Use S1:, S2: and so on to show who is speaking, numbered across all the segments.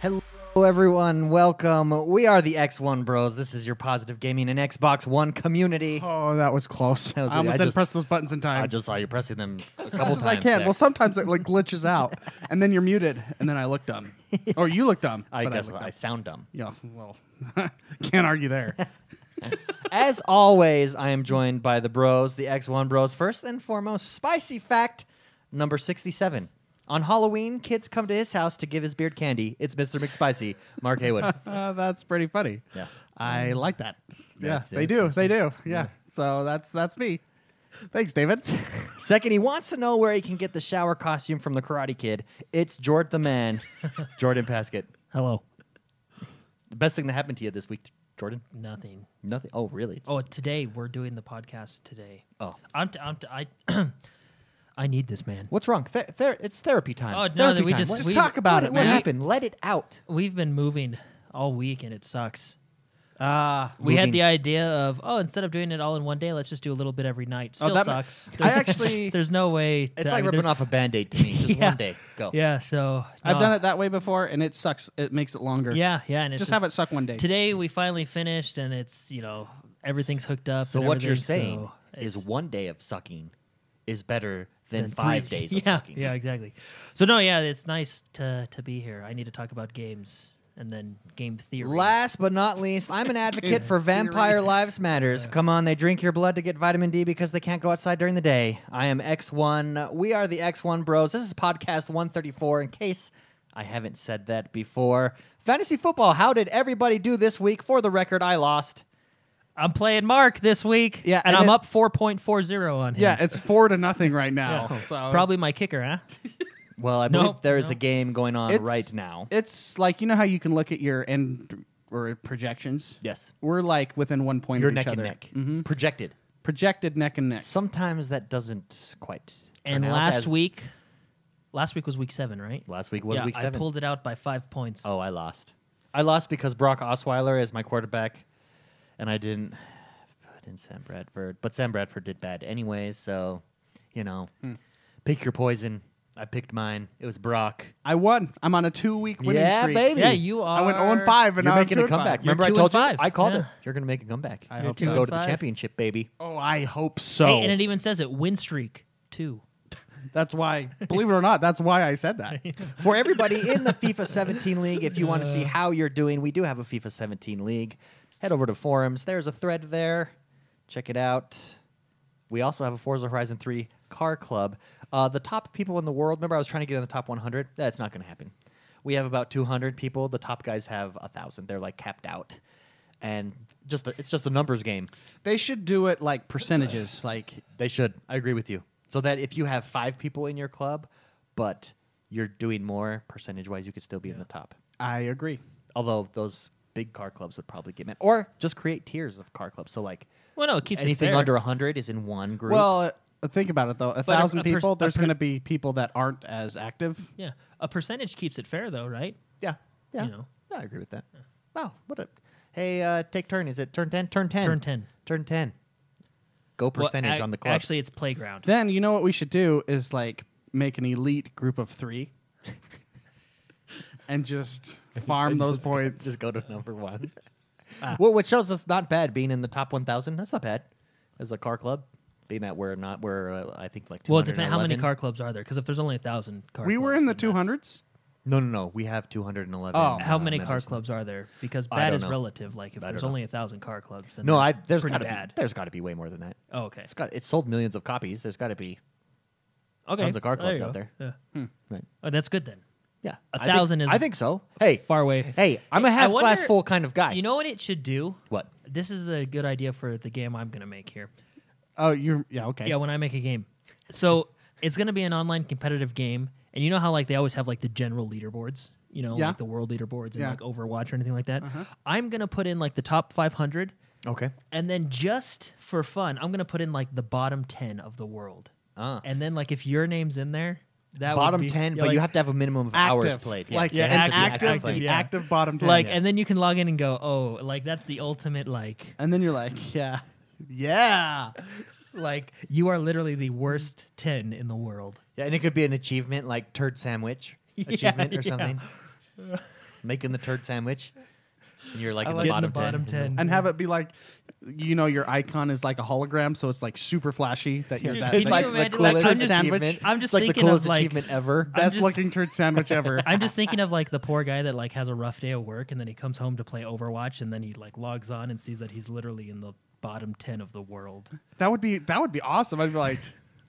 S1: Hello, everyone. Welcome. We are the X1 Bros. This is your positive gaming and Xbox One community.
S2: Oh, that was close.
S1: That was it.
S2: I almost
S1: I
S2: didn't
S1: just-
S2: press those buttons in time.
S1: I just saw you pressing them a couple
S2: as fast
S1: times.
S2: as I can.
S1: there.
S2: Well, sometimes it like glitches out, and then you're muted, and then I look dumb, or you look dumb.
S1: I
S2: but
S1: guess
S2: look
S1: I,
S2: dumb.
S1: sound dumb.
S2: Yeah, well, can't argue there.
S1: As always, I am joined by the Bros, the X1 Bros. First and foremost, spicy fact number 67. On Halloween, kids come to his house to give his beard candy. It's Mr. McSpicy, Mark Haywood.
S2: Uh, that's pretty funny.
S1: Yeah.
S2: I like that. Yeah,
S1: Yes,
S2: they
S1: yes,
S2: do.
S1: yes,
S2: They do. Yeah. So that's that's me. Thanks, David.
S1: Second, he wants to know where he can get the shower costume from the Karate Kid. It's Jort the Man, Jordan Paskett.
S3: Hello.
S1: The best thing that happened to you this week, Jordan?
S3: Nothing.
S1: Nothing. Oh, really?
S3: Oh, today we're doing the podcast today.
S1: Oh.
S3: I'm t- I'm t- I I need this man.
S1: What's wrong? Ther- ther- it's therapy time.
S3: Oh, no,
S1: therapy
S3: that we
S1: time.
S3: just-
S1: What-
S2: Just
S3: we-
S2: talk
S1: what,
S2: about it,
S1: what
S2: man.
S1: happened? Let it out.
S3: We've been moving all week and it sucks.
S2: Ah.
S3: We
S1: Moving.
S3: had the idea of oh, instead of doing it all in one day, let's just do a little bit every night.
S2: Oh,
S3: Still
S2: that ma-
S3: sucks.
S2: I actually-
S3: there's no way.
S1: It's
S3: to- I
S1: like
S3: mean,
S1: ripping
S3: there's-
S1: off a band aid to me. Just
S3: Yeah.
S1: one day. Go.
S3: Yeah. So
S2: I've
S3: no.
S2: done it that way before, and it sucks. It makes it longer.
S3: Yeah, yeah, and it's
S2: Just
S3: just,
S2: have it suck one day.
S3: Today we finally finished, and it's you know everything's hooked up.
S1: So
S3: and
S1: what you're
S3: everything,
S1: saying
S3: so
S1: is
S3: it's-
S1: one day of sucking is better than,
S3: than
S1: five
S3: three.
S1: days
S3: yeah,
S1: of sucking.
S3: Yeah, exactly. So no, yeah, it's nice to to be here. I need to talk about games and then game theory.
S1: Last but not least, I'm an advocate for Vampire Lives Matters. Come on, they drink your blood to get vitamin D because they can't go outside during the day. I am X1. We are the X1 Bros. This is podcast 134, in case I haven't said that before. Fantasy football, how did everybody do this week? For the record, I lost.
S3: I'm playing Mark this week.
S2: Yeah, and
S3: and, I'm
S2: it-
S3: up 4.40 on him.
S2: Yeah, it's four to nothing right now.
S3: Yeah.
S2: So
S3: probably my kicker, huh?
S1: Well, I
S3: Nope,
S1: believe there is a
S3: nope.
S1: game going on
S2: It's-
S1: right now.
S2: It's like you know how you can look at your end or projections.
S1: Yes.
S2: We're like within one point
S1: You're
S2: of
S1: neck
S2: each other.
S1: and neck.
S3: Mm-hmm.
S1: Projected.
S2: Projected neck and neck.
S1: Sometimes that doesn't quite. turn
S3: And
S1: out
S3: last
S1: as-
S3: week, last week was week seven, right?
S1: Last week was
S3: yeah,
S1: week seven.
S3: I pulled it out by five points.
S1: Oh, I lost. I lost because Brock Osweiler is my quarterback, and I didn't. I didn't Sam Bradford, but Sam Bradford did bad anyway. So, you know,
S3: Hmm.
S1: pick your poison. I picked mine. It was Brock.
S2: I won. I'm on a two week winning
S1: Yeah,
S2: streak.
S1: baby.
S3: yeah, you are.
S2: I went 0 and 5, and
S1: You're
S2: now
S1: making
S2: I'm
S1: a
S2: 2 and
S1: comeback.
S2: five.
S3: You're
S1: Remember, I
S3: two and
S1: told you
S3: five.
S1: I called it.
S3: Yeah.
S1: You're going to make a comeback.
S2: I
S1: You're
S2: hope
S1: gonna
S2: so.
S1: Go to the
S3: Five.
S1: championship, baby.
S2: Oh, I hope
S3: Hey,
S2: so.
S3: and it even says it win streak two.
S2: that's why, believe it or not, that's why I said that.
S1: For everybody in the FIFA 17 league, if you want to see how you're doing, we do have a FIFA 17 league. Head over to forums. There's a thread there. Check it out. We also have a Forza Horizon 3 car club. Uh, the top people in the world. Remember, I was trying to get in the top 100. That's not going to happen. We have about 200 people. The top guys have a thousand. They're like capped out, and just the, it's just a numbers game.
S2: They should do it like percentages. Like,
S1: They should. I agree with you. So that if you have five people in your club, but you're doing more percentage wise, you could still be in the top.
S2: I agree.
S1: Although those big car clubs would probably get mad, or just create tiers of car clubs. So like
S3: Well, no, it keeps it
S1: anything
S3: fair.
S1: under hundred is in one group.
S2: Well, uh, think about it though. A
S3: But a-
S2: thousand
S3: a pers-
S2: people,
S3: a
S2: there's
S3: per-
S2: going to be people that aren't as active.
S3: Yeah, a percentage keeps it fair though, right?
S1: yeah, yeah,
S3: you know.
S1: yeah, I agree with that. Wow, what a hey, uh, take turn. Is it turn ten? Turn ten.
S3: Turn 10.
S1: Turn ten. Go
S3: Well,
S1: percentage
S3: ac-
S1: on the clubs.
S3: Actually, it's playground.
S2: Then you know what we should do is like make an elite group of three, and just farm
S1: Just
S2: those
S1: go-
S2: points.
S1: Just go to number one.
S3: Ah.
S1: Well, which shows us not bad being in the top one thousand. That's not bad as a car club. Being that we're not, we're uh, I think like
S3: Well, it depends how many
S1: 211.
S3: car clubs are there. Because if there's only a thousand car,
S2: we were
S3: clubs,
S2: in the
S3: then
S2: two
S3: that's-
S2: hundreds.
S1: No, no, no. We have two hundred and eleven.
S2: Oh.
S3: How many car clubs are there? Because
S1: Ah, I
S3: bad
S1: don't
S3: is
S1: know.
S3: relative. Like if
S1: I
S3: there's
S1: don't know.
S3: only a thousand car clubs, then
S1: No, I
S3: that's
S1: there's
S3: pretty
S1: gotta
S3: bad.
S1: be there's gotta be way more than that.
S3: Oh, okay.
S1: It's got it's sold millions of copies. There's gotta be
S3: okay.
S1: tons of car
S3: Well,
S1: clubs out
S3: you
S1: there.
S3: go. Yeah.
S1: right.
S3: Oh, that's good then.
S1: Yeah.
S3: A
S1: I think-
S3: thousand is
S1: I think so. Hey.
S3: Far away.
S1: Hey, I'm a
S3: I
S1: half glass
S3: wonder-
S1: full kind of guy.
S3: You know what it should do?
S1: what?
S3: This is a good idea for the game I'm going to make here.
S2: Oh, you're yeah okay.
S3: Yeah, when I make a game. So it's going to be an online competitive game. And you know how like they always have like the general leaderboards, you know,
S2: Yeah.
S3: like the world leaderboards and
S2: Yeah.
S3: like Overwatch or anything like that. I'm going to put in like the top 500
S1: Okay.
S3: and then just for fun, I'm going to put in like the bottom 10 of the world.
S1: Ah.
S3: And then like if your name's in there, that would
S1: Bottom
S3: be-
S1: ten,
S3: yeah,
S1: but
S3: like-
S1: you have to have a minimum of
S2: active,
S1: hours played.
S2: Like
S1: you
S3: Yeah,
S1: have
S2: an
S1: to be
S2: active,
S1: active
S2: the
S1: played.
S3: yeah.
S2: active bottom ten.
S3: like
S2: yeah.
S3: and then you can log in and go, "Oh, like that's the ultimate like
S2: and then you're like, yeah, yeah.
S3: like you are literally the worst 10 in the world."
S1: Yeah, and it could be an achievement like turd sandwich
S3: Yeah,
S1: achievement or
S3: yeah.
S1: something. making the turd sandwich, and you're like
S3: I
S1: in
S3: like
S1: the
S3: in
S1: bottom
S3: the bottom 10.
S2: and have it be like, you know, your icon is like a hologram, so it's like super flashy that you're
S3: Dude,
S2: that
S3: can
S1: It's
S3: you
S2: like,
S1: like
S2: the
S1: the coolest
S3: imagine that? I'm just-
S1: achievement.
S3: I'm just
S1: It's like the
S3: thinking of,
S1: coolest
S3: like-
S1: achievement ever.
S3: I'm
S2: best
S3: just-
S2: looking turd sandwich ever.
S3: I'm just thinking of like the poor guy that like has a rough day of work and then he comes home to play Overwatch and then he like logs on and sees that he's literally in the bottom 10 of the world.
S2: that would be that would be awesome. I'd be like,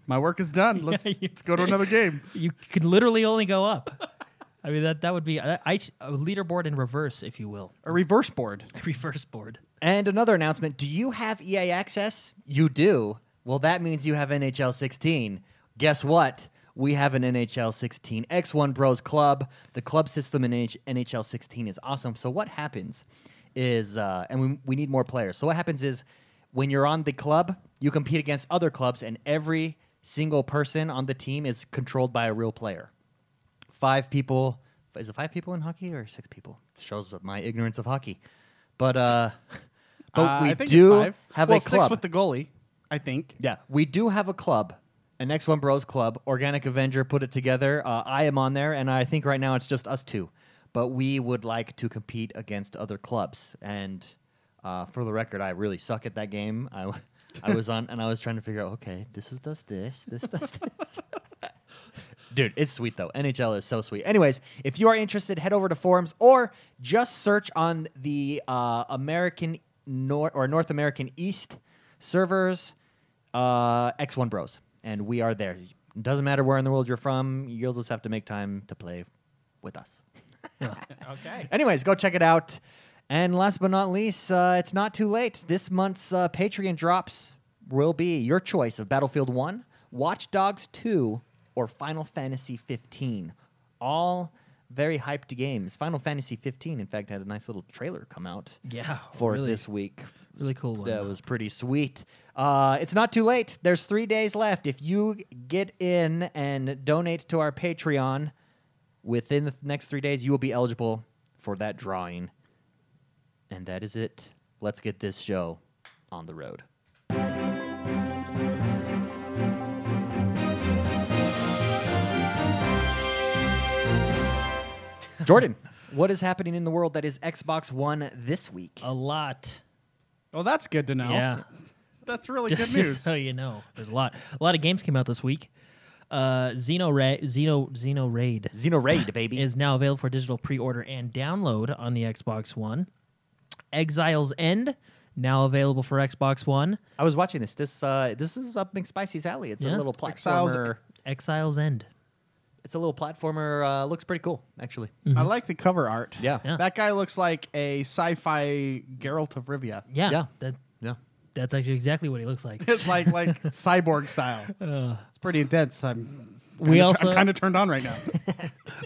S2: my work is done. Let's
S3: you-
S2: let's go to another game.
S3: You could literally only go up. I mean that that would be I, I a leaderboard in reverse if you will.
S2: A reverse board.
S3: Reverse board.
S1: And another announcement Do you have EA access? You do. Well, that means you have NHL 16. Guess what? We have an NHL 16 X1 Bros Club. The club system in NH- NHL 16 is awesome. So, what happens is, uh, and we, we need more players. So, what happens is when you're on the club, you compete against other clubs, and every single person on the team is controlled by a real player five people. Is it five people in hockey or six people? It shows my ignorance of hockey. But uh, but
S2: Uh,
S1: we
S2: I think it's
S1: do
S2: five.
S1: have
S2: well,
S1: a club.
S2: six with the goalie. I think.
S1: yeah, we do have a club. An X One Bros Club, Organic Avenger put it together. Uh, I am on there, and I think right now it's just us two. But we would like to compete against other clubs. And uh, for the record, I really suck at that game. I, w- I was on, and I was trying to figure out. Okay, this is does this, this does this. Dude, it's sweet though. NHL is so sweet. Anyways, if you are interested, head over to forums or just search on the uh, American Nor- or North American East servers, uh, X1 Bros, and we are there. Doesn't matter where in the world you're from, you'll just have to make time to play with us.
S2: Okay.
S1: Anyways, go check it out. And last but not least, uh, it's not too late. This month's uh, Patreon drops will be your choice of Battlefield 1, Watch Dogs 2, or Final Fantasy 15. All very hyped games. Final Fantasy 15, in fact, had a nice little trailer come out
S3: Yeah.
S1: for
S3: really,
S1: this week.
S3: really cool one.
S1: That was pretty sweet. Uh, it's not too late. There's three days left. If you get in and donate to our Patreon within the next three days, you will be eligible for that drawing. And that is it. Let's get this show on the road. Jordan, what is happening in the world that is Xbox One this week?
S3: a lot.
S2: Well, that's good to know.
S3: Yeah.
S2: That's really
S3: Just,
S2: good
S3: just
S2: news.
S3: so you know, there's a lot. A lot of games came out this week. Uh Xeno Ra- Xeno Xeno Raid
S1: Xeno Raid, baby.
S3: is now available for digital pre-order and download on the Xbox One. Exile's End now available for Xbox One.
S1: I was watching this. This uh, this is up McSpicy's alley. It's
S3: Yeah.
S1: a little
S2: Exiles-
S1: platformer.
S3: Exile's End.
S1: It's a little platformer. Uh, looks pretty cool, actually.
S3: Mm.
S2: I like the cover art.
S1: Yeah.
S3: Yeah.
S2: That guy looks like a sci-fi Geralt of Rivia.
S3: Yeah,
S1: Yeah.
S3: That
S1: Yeah.
S3: that's actually exactly what he looks like.
S2: It's like like cyborg style. it's pretty intense. I'm
S3: Uh. We
S2: kinda
S3: also-
S2: I'm kind of turned on right now.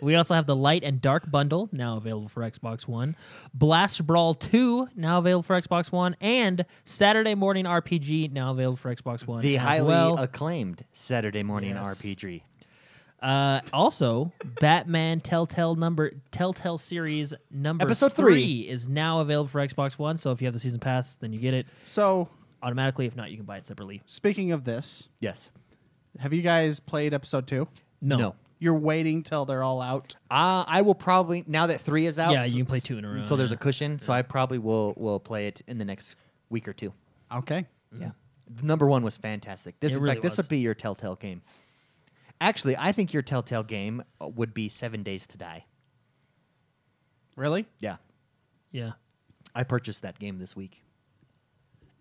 S3: we also have the Light and Dark bundle now available for Xbox One. Blast Brawl 2 now available for Xbox One and Saturday Morning RPG now available for Xbox One.
S1: The
S3: as
S1: highly
S3: well.
S1: acclaimed Saturday morning
S2: Yes.
S1: RPG.
S3: Uh, also, Batman Telltale number Telltale series number
S1: Episode
S3: three is now available for Xbox One. So if you have the season pass, then you get it
S2: So
S3: automatically. If not, you can buy it separately.
S2: speaking of this,
S1: Yes.
S2: have you guys played episode two?
S3: No,
S1: No.
S2: You're waiting till they're all out.
S1: Uh, I will probably now that three is out.
S3: Yeah,
S1: so-
S3: you can play two in a row,
S1: So there's
S3: yeah.
S1: a cushion. So I probably will will play it in the next week or two.
S2: Okay.
S1: Yeah. Number one was fantastic. This
S3: Mm. It
S1: in
S3: really
S1: fact, this
S3: was.
S1: would be your Telltale game. Actually, I think your Telltale game uh, would be Seven Days to Die.
S2: Really?
S1: Yeah.
S3: yeah,
S1: I purchased that game this week.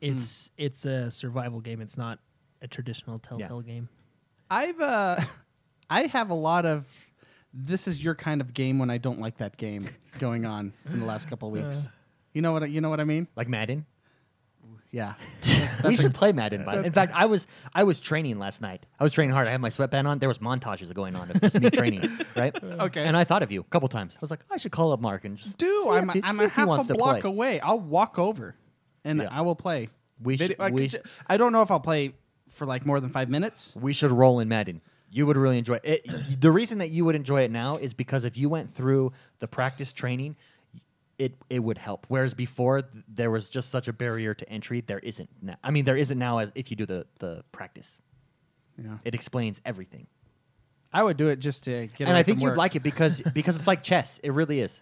S3: it's it's a survival game. It's not a traditional Telltale game.
S2: I've uh, I have a lot of this is your kind of game when I don't like that game going on in the last couple of weeks. you know what I- you know what I mean?
S1: Like Madden.
S2: Yeah.
S1: we should play Madden. By in fact, I was I was training last night. I was training hard. I had my sweatband on. There was montages going on of just me training, right?
S2: Okay.
S1: And I thought of you a couple times. I was like, I should call up Mark and just
S2: Do
S1: see
S2: I'm
S1: if he-
S2: I'm
S1: see
S2: a
S1: if he
S2: half a
S1: wants to
S2: block
S1: play.
S2: away. I'll walk over and
S1: Yeah.
S2: I will play.
S1: We
S2: Video-
S1: should-
S2: I, could
S1: we
S2: ju-
S1: sh-
S2: I don't know if I'll play for like more than 5 minutes.
S1: We should roll in Madden. You would really enjoy it. it. The reason that you would enjoy it now is because if you went through the practice training, it it would help. Whereas before, th- there was just such a barrier to entry. There isn't now. I mean, there isn't now as if you do the the practice.
S2: Yeah.
S1: It explains everything.
S2: I would do it just to get
S1: and
S2: away
S1: I think
S2: from
S1: you'd
S2: work.
S1: like it because because it's like chess. It really is.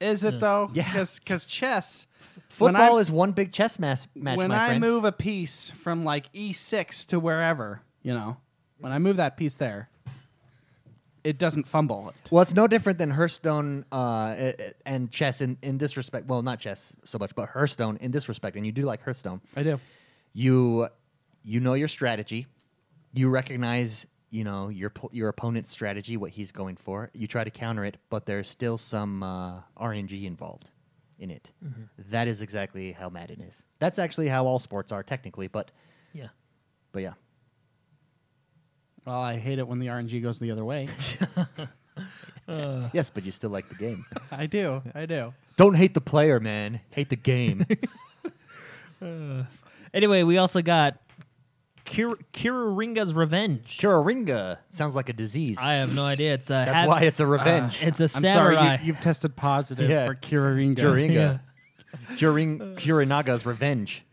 S2: Is it though?
S1: Yeah.
S2: Because chess. when I-
S1: Football is one big chess mas- match,
S2: when
S1: my
S2: I
S1: friend.
S2: move a piece from like E6 to wherever, you know, when I move that piece there, it doesn't fumble it.
S1: well, it's no different than Hearthstone uh, i- i- and chess in, in this respect. Well, not chess so much, but Hearthstone in this respect. And you do like Hearthstone.
S2: I do.
S1: you you know your strategy you recognize you know your pl- your opponent's strategy what he's going for you try to counter it but there's still some uh, rng involved in it
S3: Mm-hmm.
S1: That is exactly how madden is that's actually how all sports are technically but
S3: Yeah.
S1: but yeah
S2: Well, I hate it when the RNG goes the other way.
S1: yes but you still like the game
S2: I do. I do.
S1: don't hate the player man hate the game
S3: Anyway, we also got Kir- Kiriringa's Revenge.
S1: Kiraringa sounds like a disease
S3: I have Uh, no idea. It's a
S1: that's
S3: hab-
S1: why it's a revenge
S3: it's a
S2: I'm
S3: samurai.
S2: sorry. You, you've tested positive
S1: Yeah.
S2: for Kiriringa.
S1: Kiraringa Kuring- Kurinaga's revenge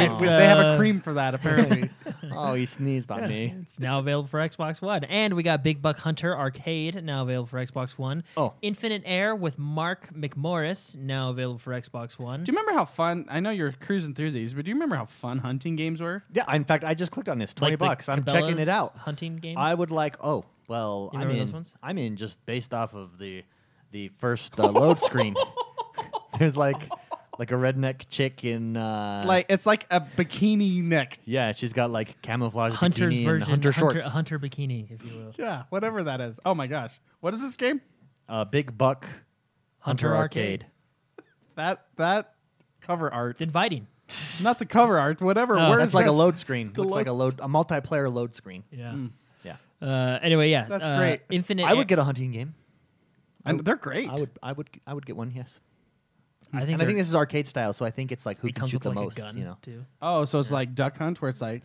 S2: We-
S3: it's,
S2: we- they have a
S3: uh,
S2: cream for that, apparently.
S1: oh he sneezed on me
S3: It's now available for Xbox One. And we got Big Buck Hunter Arcade, now available for Xbox One.
S1: Oh.
S3: Infinite Air with Mark McMorris, now available for Xbox One.
S2: do you remember how fun? I know you're cruising through these, but do you remember how fun hunting games were?
S1: Yeah, in fact, I just clicked on this. Twenty
S3: Like the
S1: bucks. I'm checking
S3: Cabela's
S1: it out.
S3: Hunting game.
S1: I would like. Oh, well,
S3: You
S1: I'm
S3: remember
S1: in.
S3: those ones?
S1: I'm in just based off of the the first uh, load screen. There's like like a redneck chick in uh,
S2: like it's like a bikini neck.
S1: yeah, she's got like camouflage
S3: Hunter's
S1: bikini and
S3: version,
S1: hunter shorts.
S3: hunter bikini, if you will.
S2: Yeah, whatever that is. Oh my gosh, what is this game?
S1: Uh, big buck, hunter,
S3: Hunter
S1: arcade.
S3: Arcade.
S2: That that cover art.
S3: It's inviting.
S2: Not the cover art, whatever.
S3: No,
S2: Where
S1: That's
S2: is
S1: like a
S2: this?
S1: load screen.
S2: The
S1: Looks like a
S2: load-
S1: load a multiplayer load screen.
S3: Yeah.
S1: Yeah,
S3: Uh, anyway, yeah.
S2: That's
S3: uh,
S2: great.
S3: Infinite.
S1: Hmm. I
S3: Air-
S1: would get a hunting game.
S2: And they're great.
S1: I would, I would, I would get one. Yes,
S3: I think.
S1: and I think
S3: they're-
S1: this is arcade style, so I think it's like who
S3: it
S1: can
S3: comes
S1: shoot
S3: with
S1: the
S3: like
S1: most.
S3: a gun
S1: you know,
S3: too.
S2: Oh, so it's like Duck Hunt, where it's like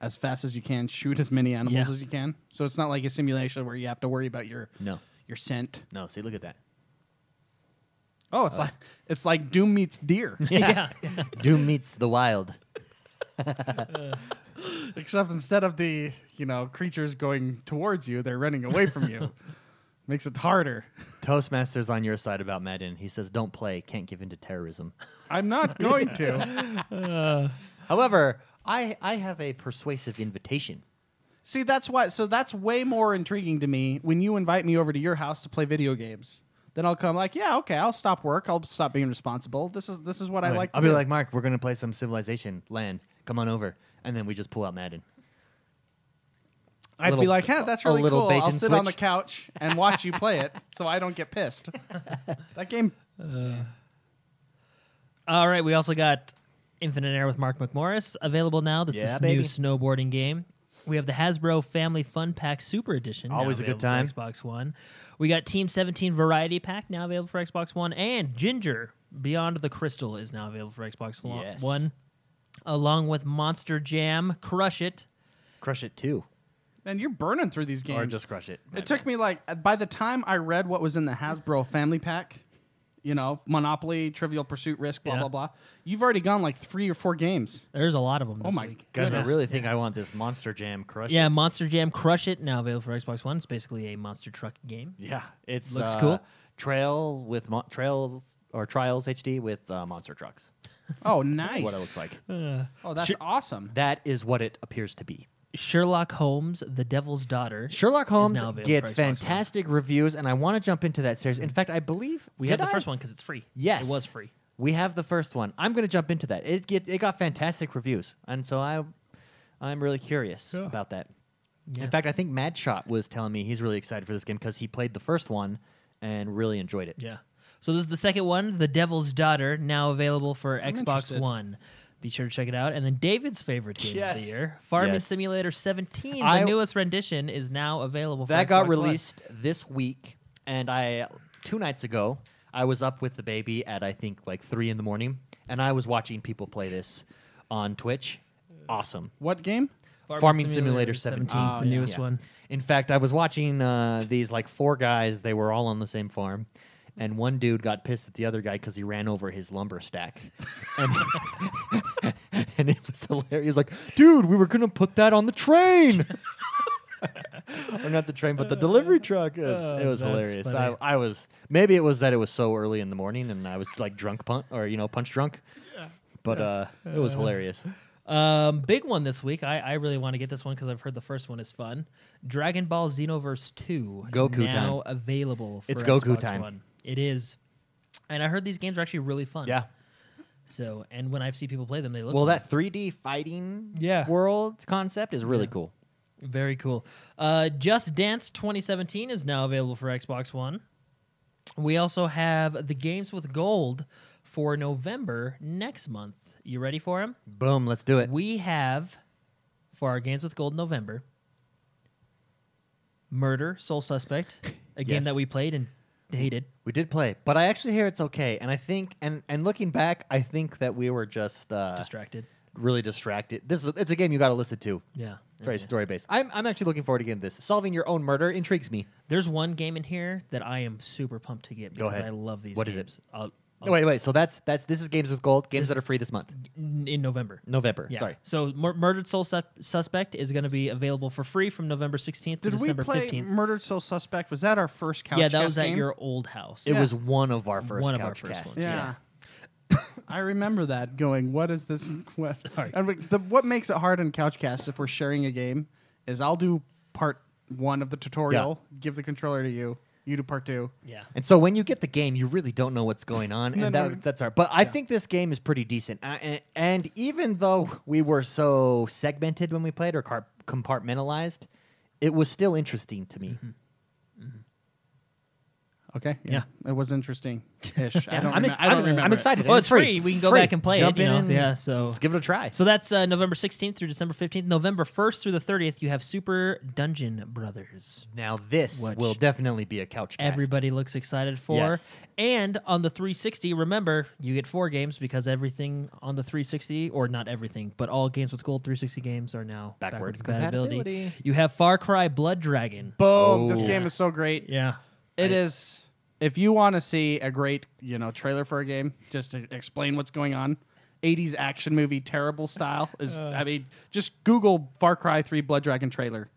S2: as fast as you can, shoot as many animals
S3: Yeah.
S2: as you can. So it's not like a simulation where you have to worry about your
S1: no,
S2: your scent.
S1: no. See, look at that. Uh,
S2: Oh, it's like it's like Doom meets Deer,
S3: Yeah.
S1: Doom meets the wild.
S2: except instead of the you know creatures going towards you, they're running away from you. Makes it harder.
S1: Toastmaster's on your side about Madden. He says, "Don't play. Can't give in to terrorism."
S2: I'm not going to.
S1: However, I I have a persuasive invitation.
S2: See, that's why. So that's way more intriguing to me when you invite me over to your house to play video games. Then I'll come like, yeah, okay, I'll stop work. I'll stop being responsible. This is this is what I like. To
S1: I'll be
S2: do.
S1: like, Mark, we're gonna play some Civilization Land. Come on over, and then we just pull out Madden.
S2: I'd be
S1: little-
S2: like, huh, that's
S1: a
S2: really
S1: little
S2: cool.
S1: bait
S2: I'll
S1: and
S2: sit on the
S1: switch."
S2: couch and watch you play it, so I don't get pissed. that game.
S3: All right, we also got Infinite Air with Mark McMorris available now. This
S1: Yeah,
S3: is
S1: baby.
S3: new snowboarding game. We have the Hasbro Family Fun Pack Super Edition. now
S1: Always a good
S3: available for
S1: time.
S3: Xbox One. We got Team 17 Variety Pack now available for Xbox One, and Ginger Beyond the Crystal is now available for Xbox Lo-
S1: Yes.
S3: One, along with Monster Jam Crush It.
S1: Crush it too,
S2: And you're burning through these games.
S1: or just crush it.
S2: it took me like uh, by the time I read what was in the Hasbro Family Pack, you know, Monopoly, Trivial Pursuit, Risk, blah
S3: Yeah.
S2: blah blah. You've already gone like three or four games.
S3: There's a lot of them.
S2: Oh
S3: this
S2: my
S3: week.
S1: Guys, I
S2: goodness.
S1: really think I want this Monster Jam Crush.
S3: Yeah,
S1: It.
S3: Monster Jam Crush It now available for Xbox One. It's basically a monster truck game.
S1: Yeah, it's
S3: Looks
S1: uh,
S3: cool.
S1: Trail with mo- trails or trials HD with uh, monster trucks.
S2: Oh, nice.
S1: What it looks like.
S2: Oh, that's awesome.
S1: That is what it appears to be.
S3: Sherlock Holmes, The Devil's Daughter.
S1: Sherlock
S3: is
S1: Holmes
S3: now available
S1: gets
S3: for Xbox One.
S1: fantastic reviews, and I want to jump into that series. In fact, I believe
S3: We
S1: did
S3: had the
S1: I?
S3: first one because it's free.
S1: Yes,
S3: it was free.
S1: We have the first one. I'm going to jump into that. It get, it got fantastic reviews, and so I, I'm really curious
S3: Yeah.
S1: about that.
S3: Yeah.
S1: In fact, I think Mad Shot was telling me he's really excited for this game because he played the first one and really enjoyed it.
S3: Yeah. So this is the second one, The Devil's Daughter, now available for Xbox
S2: interested.
S3: One. Be sure to check it out. And then David's favorite game of
S1: Yes.
S3: the year, Farming
S1: Yes.
S3: Simulator 17,
S1: I-
S3: the newest rendition, is now available. for
S1: That got
S3: Xbox One.
S1: released this week, and I two nights ago I was up with the baby at I think like three in the morning, and I was watching people play this on Twitch. Awesome.
S2: What game?
S1: Farming, Simulator, 17,
S2: Ah,
S3: the
S2: yeah.
S3: newest
S1: Yeah.
S3: one.
S1: In fact, I was watching uh, these like four guys. They were all on the same farm, and one dude got pissed at the other guy because he ran over his lumber stack, and, and it was hilarious. He was like, "Dude, we were gonna put that on the train." or not the train, but the delivery truck. It was, it was
S3: that's
S1: hilarious. I,
S3: funny.
S1: I was maybe it was that it was so early in the morning and I was like drunk punch or you know punch drunk. But uh, it was hilarious.
S3: Um, big one this week. I, I really want to get this one because I've heard the first one is fun. Dragon Ball Xenoverse 2
S1: Goku
S3: now available. For
S1: It's Goku
S3: Xbox
S1: time.
S3: One. It is. And I heard these games are actually really fun.
S1: Yeah.
S3: So, and when I've seen people play them, they look
S1: Well, that 3D fighting
S2: Yeah.
S1: world concept is really
S3: Yeah.
S1: cool.
S3: very cool. Uh, Just Dance 2017 is now available for Xbox One. We also have the games with gold for November next month. You ready for them?
S1: Boom, let's do it.
S3: We have for our games with gold November. Murder Soul Suspect, a game
S1: Yes. Uh,
S3: that we played and hated.
S1: We did play, but I actually hear it's okay. And I think, and and looking back, I think that we were just uh,
S3: Distracted.
S1: really distracted. This is it's a game you got to listen to.
S3: Yeah.
S1: It's very
S3: Yeah.
S1: story based. I'm I'm actually looking forward to getting this. Solving your own murder intrigues me.
S3: There's one game in here that I am super pumped to get because
S1: ahead.
S3: I love these
S1: What is it?
S3: games. I'll- I'll-
S1: No, wait, wait. So that's that's this is games with gold. Games
S3: This-
S1: that are free this month,
S3: n- in November.
S1: November.
S3: Yeah.
S1: Sorry.
S3: So Mur- Murdered Soul Sus- Suspect is going to be available for free from November 16th to
S2: Did we
S3: December
S2: play
S3: 15th.
S2: Murdered Soul Suspect? Was that our first couch?
S3: yeah, that was
S2: cast
S3: at
S2: game?
S3: your old house.
S1: It
S2: Yeah.
S1: was one of our first
S3: One of our
S1: couch
S3: first
S1: casts.
S3: ones.
S2: Yeah. I remember that going, what is this? What?
S3: Mm. Sorry.
S2: And we- the, what makes it hard on Couchcast if we're sharing a game is I'll do part one of the tutorial, give the controller to you, you do part two.
S3: yeah.
S1: And so when you get the game, you really don't know what's going on,
S2: No,
S1: and
S2: no,
S1: that,
S2: no.
S1: that's our. But I think this game is pretty decent. Uh, and, and even though we were so segmented when we played or car- compartmentalized, it was still interesting to me.
S2: Mm-hmm. Okay. It was interesting ish. I don't,
S1: I'm,
S2: remem-
S1: ex-
S2: I don't
S1: I'm-
S2: remember.
S1: I'm
S2: it.
S1: excited.
S3: Well,
S1: and
S3: it's free. We can
S1: It's
S3: go
S1: free.
S3: back and play
S1: Jump
S3: it. you
S1: in
S3: know?
S1: and
S3: yeah. So
S1: Let's give it a try.
S3: So that's uh, November 16th through December 15th. November 1st through the 30th, you have Super Dungeon Brothers.
S1: now this
S3: Which
S1: will definitely be a couch. Cast.
S3: Everybody looks excited for.
S1: Yes.
S3: And on the 360, remember, you get four games because everything on the 360, or not everything, but all games with gold 360 games are now
S1: Backwards
S3: backwards, compatibility.
S1: compatibility.
S3: You have Far Cry Blood Dragon.
S2: Boom.
S1: Oh.
S2: This
S1: Yeah.
S2: game is so great.
S3: Yeah.
S2: It is. If you want to see a great, you know, trailer for a game, just to explain what's going on, 80s action movie, terrible style is.
S3: Uh.
S2: I mean, just Google Far Cry 3 Blood Dragon trailer.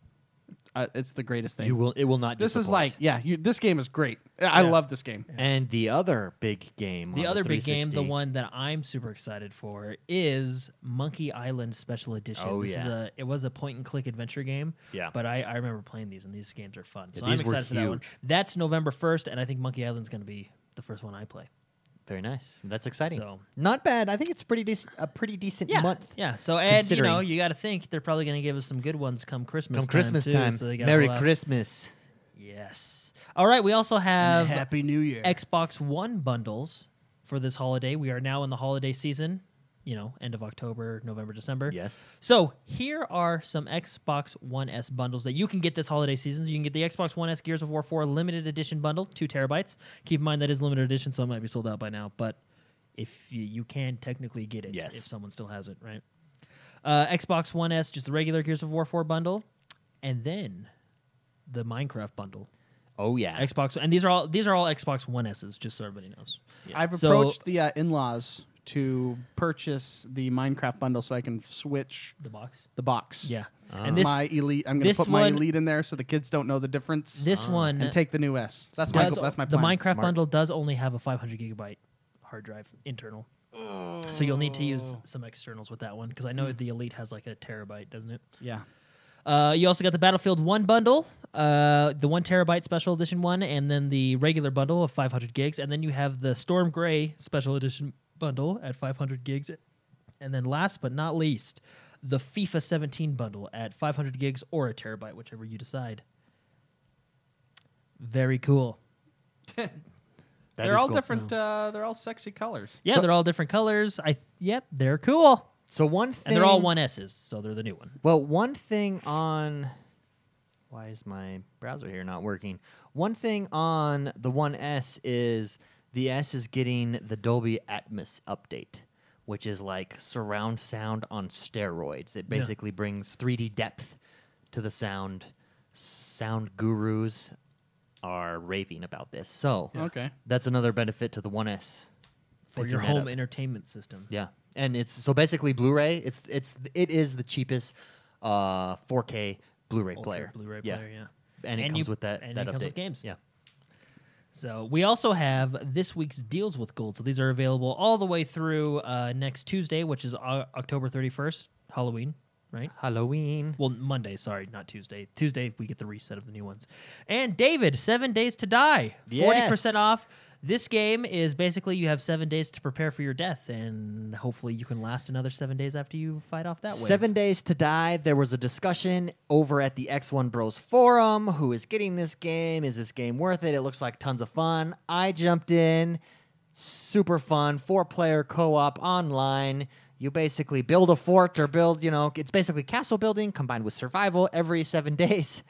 S2: Uh, it's the greatest thing.
S1: You will. It will not.
S2: this is
S1: disappoint.
S2: like, yeah, you, this game is great. I- I
S3: Yeah.
S2: love this game.
S1: And the other big game. on
S3: The other big game, the
S1: 360
S3: one that I'm super excited for, is Monkey Island Special Edition.
S1: Oh,
S3: this is
S1: yeah.
S3: a it was a point and click adventure game.
S1: Yeah.
S3: But I, I remember playing these and these games are fun.
S1: Yeah,
S3: So
S1: these
S3: I'm
S1: were
S3: excited for that one.
S1: huge.
S3: That's November first, and I think Monkey Island's gonna be the first one I play.
S1: Very nice. That's exciting.
S3: So-
S1: Not bad. I think it's pretty dec- a pretty decent
S3: Yeah.
S1: month.
S3: Yeah. So and you know,
S1: Considering-
S3: you gotta think they're probably gonna give us some good ones come Christmas.
S1: Come Christmas
S3: too,
S1: time.
S3: so they gotta
S1: Merry
S3: roll out-
S1: Christmas.
S3: Yes. All right, we also have
S2: New Year.
S3: Xbox One bundles for this holiday. We are now in the holiday season, you know, end of October, November, December.
S1: Yes.
S3: So here are some Xbox One S bundles that you can get this holiday season. You can get the Xbox One S Gears of War 4 limited edition bundle, two terabytes. Keep in mind that is limited edition, so it might be sold out by now, but if you, you can technically get it
S1: Yes.
S3: if someone still has it, right? Uh, Xbox One S, just the regular Gears of War 4 bundle, and then the Minecraft bundle.
S1: Oh yeah.
S3: Xbox, and these are all these are all Xbox One S's, just so everybody knows.
S2: I've
S3: So-
S2: approached the uh, in laws to purchase the Minecraft bundle so I can switch
S3: The box,
S2: the box.
S3: yeah, and this
S2: Uh, my elite. I'm going
S3: this
S2: to put my
S3: one-
S2: elite in there so the kids don't know the difference.
S3: this one
S2: and take the new S. That's my
S3: does-
S2: that's my
S3: the
S2: plan.
S3: Minecraft
S1: Smart.
S3: bundle does only have a 500 gigabyte hard drive internal, so you'll need to use some externals with that one because I know the Elite has like a terabyte, doesn't it?
S2: Yeah.
S3: Uh, you also got the Battlefield One bundle, uh, the one terabyte special edition one, and then the regular bundle of 500 gigs, and then you have the Storm Gray special edition bundle at 500 gigs, and then last but not least, the FIFA 17 bundle at 500 gigs or a terabyte, whichever you decide. Very cool.
S1: That
S2: they're
S1: is
S2: all
S1: cool.
S2: different. Uh, they're all sexy colors.
S3: Yeah,
S1: So-
S3: they're all different colors. I yep, they're cool,
S1: So one thing.
S3: and they're all one S's, so they're the new one.
S1: Well, one thing on. Why is my browser here not working? One thing on the One S is the S is getting the Dolby Atmos update, which is like surround sound on steroids. It basically brings 3D depth to the sound. Sound gurus are raving about this. So
S2: Okay.
S1: that's another benefit to the One S
S3: For
S1: Picking
S3: your
S1: that
S3: home
S1: up.
S3: entertainment system.
S1: Yeah, and it's so basically Blu-ray. It's it's it is the cheapest uh, 4K Blu-ray
S3: Ultra
S1: player.
S3: Blu-ray
S1: yeah.
S3: player, yeah.
S1: And it
S3: And
S1: comes
S3: you-
S1: with that.
S3: and
S1: that update.
S3: it comes with games.
S1: Yeah.
S3: So we also have this week's deals with gold. So these are available all the way through uh, next Tuesday, which is O- October 31st, Halloween, right?
S1: Halloween.
S3: Well, Monday, sorry, not Tuesday. Tuesday we get the reset of the new ones. And David, Seven Days to Die, forty
S1: Yes.
S3: percent off. This game is basically you have seven days to prepare for your death, and hopefully you can last another seven days after you fight off that way.
S1: Seven Days to Die. There was a discussion over at the X1 Bros forum. Who is getting this game? Is this game worth it? It looks like tons of fun. I jumped in. Super fun. Four player co op online. You basically build a fort or build, you know, it's basically castle building combined with survival every seven days.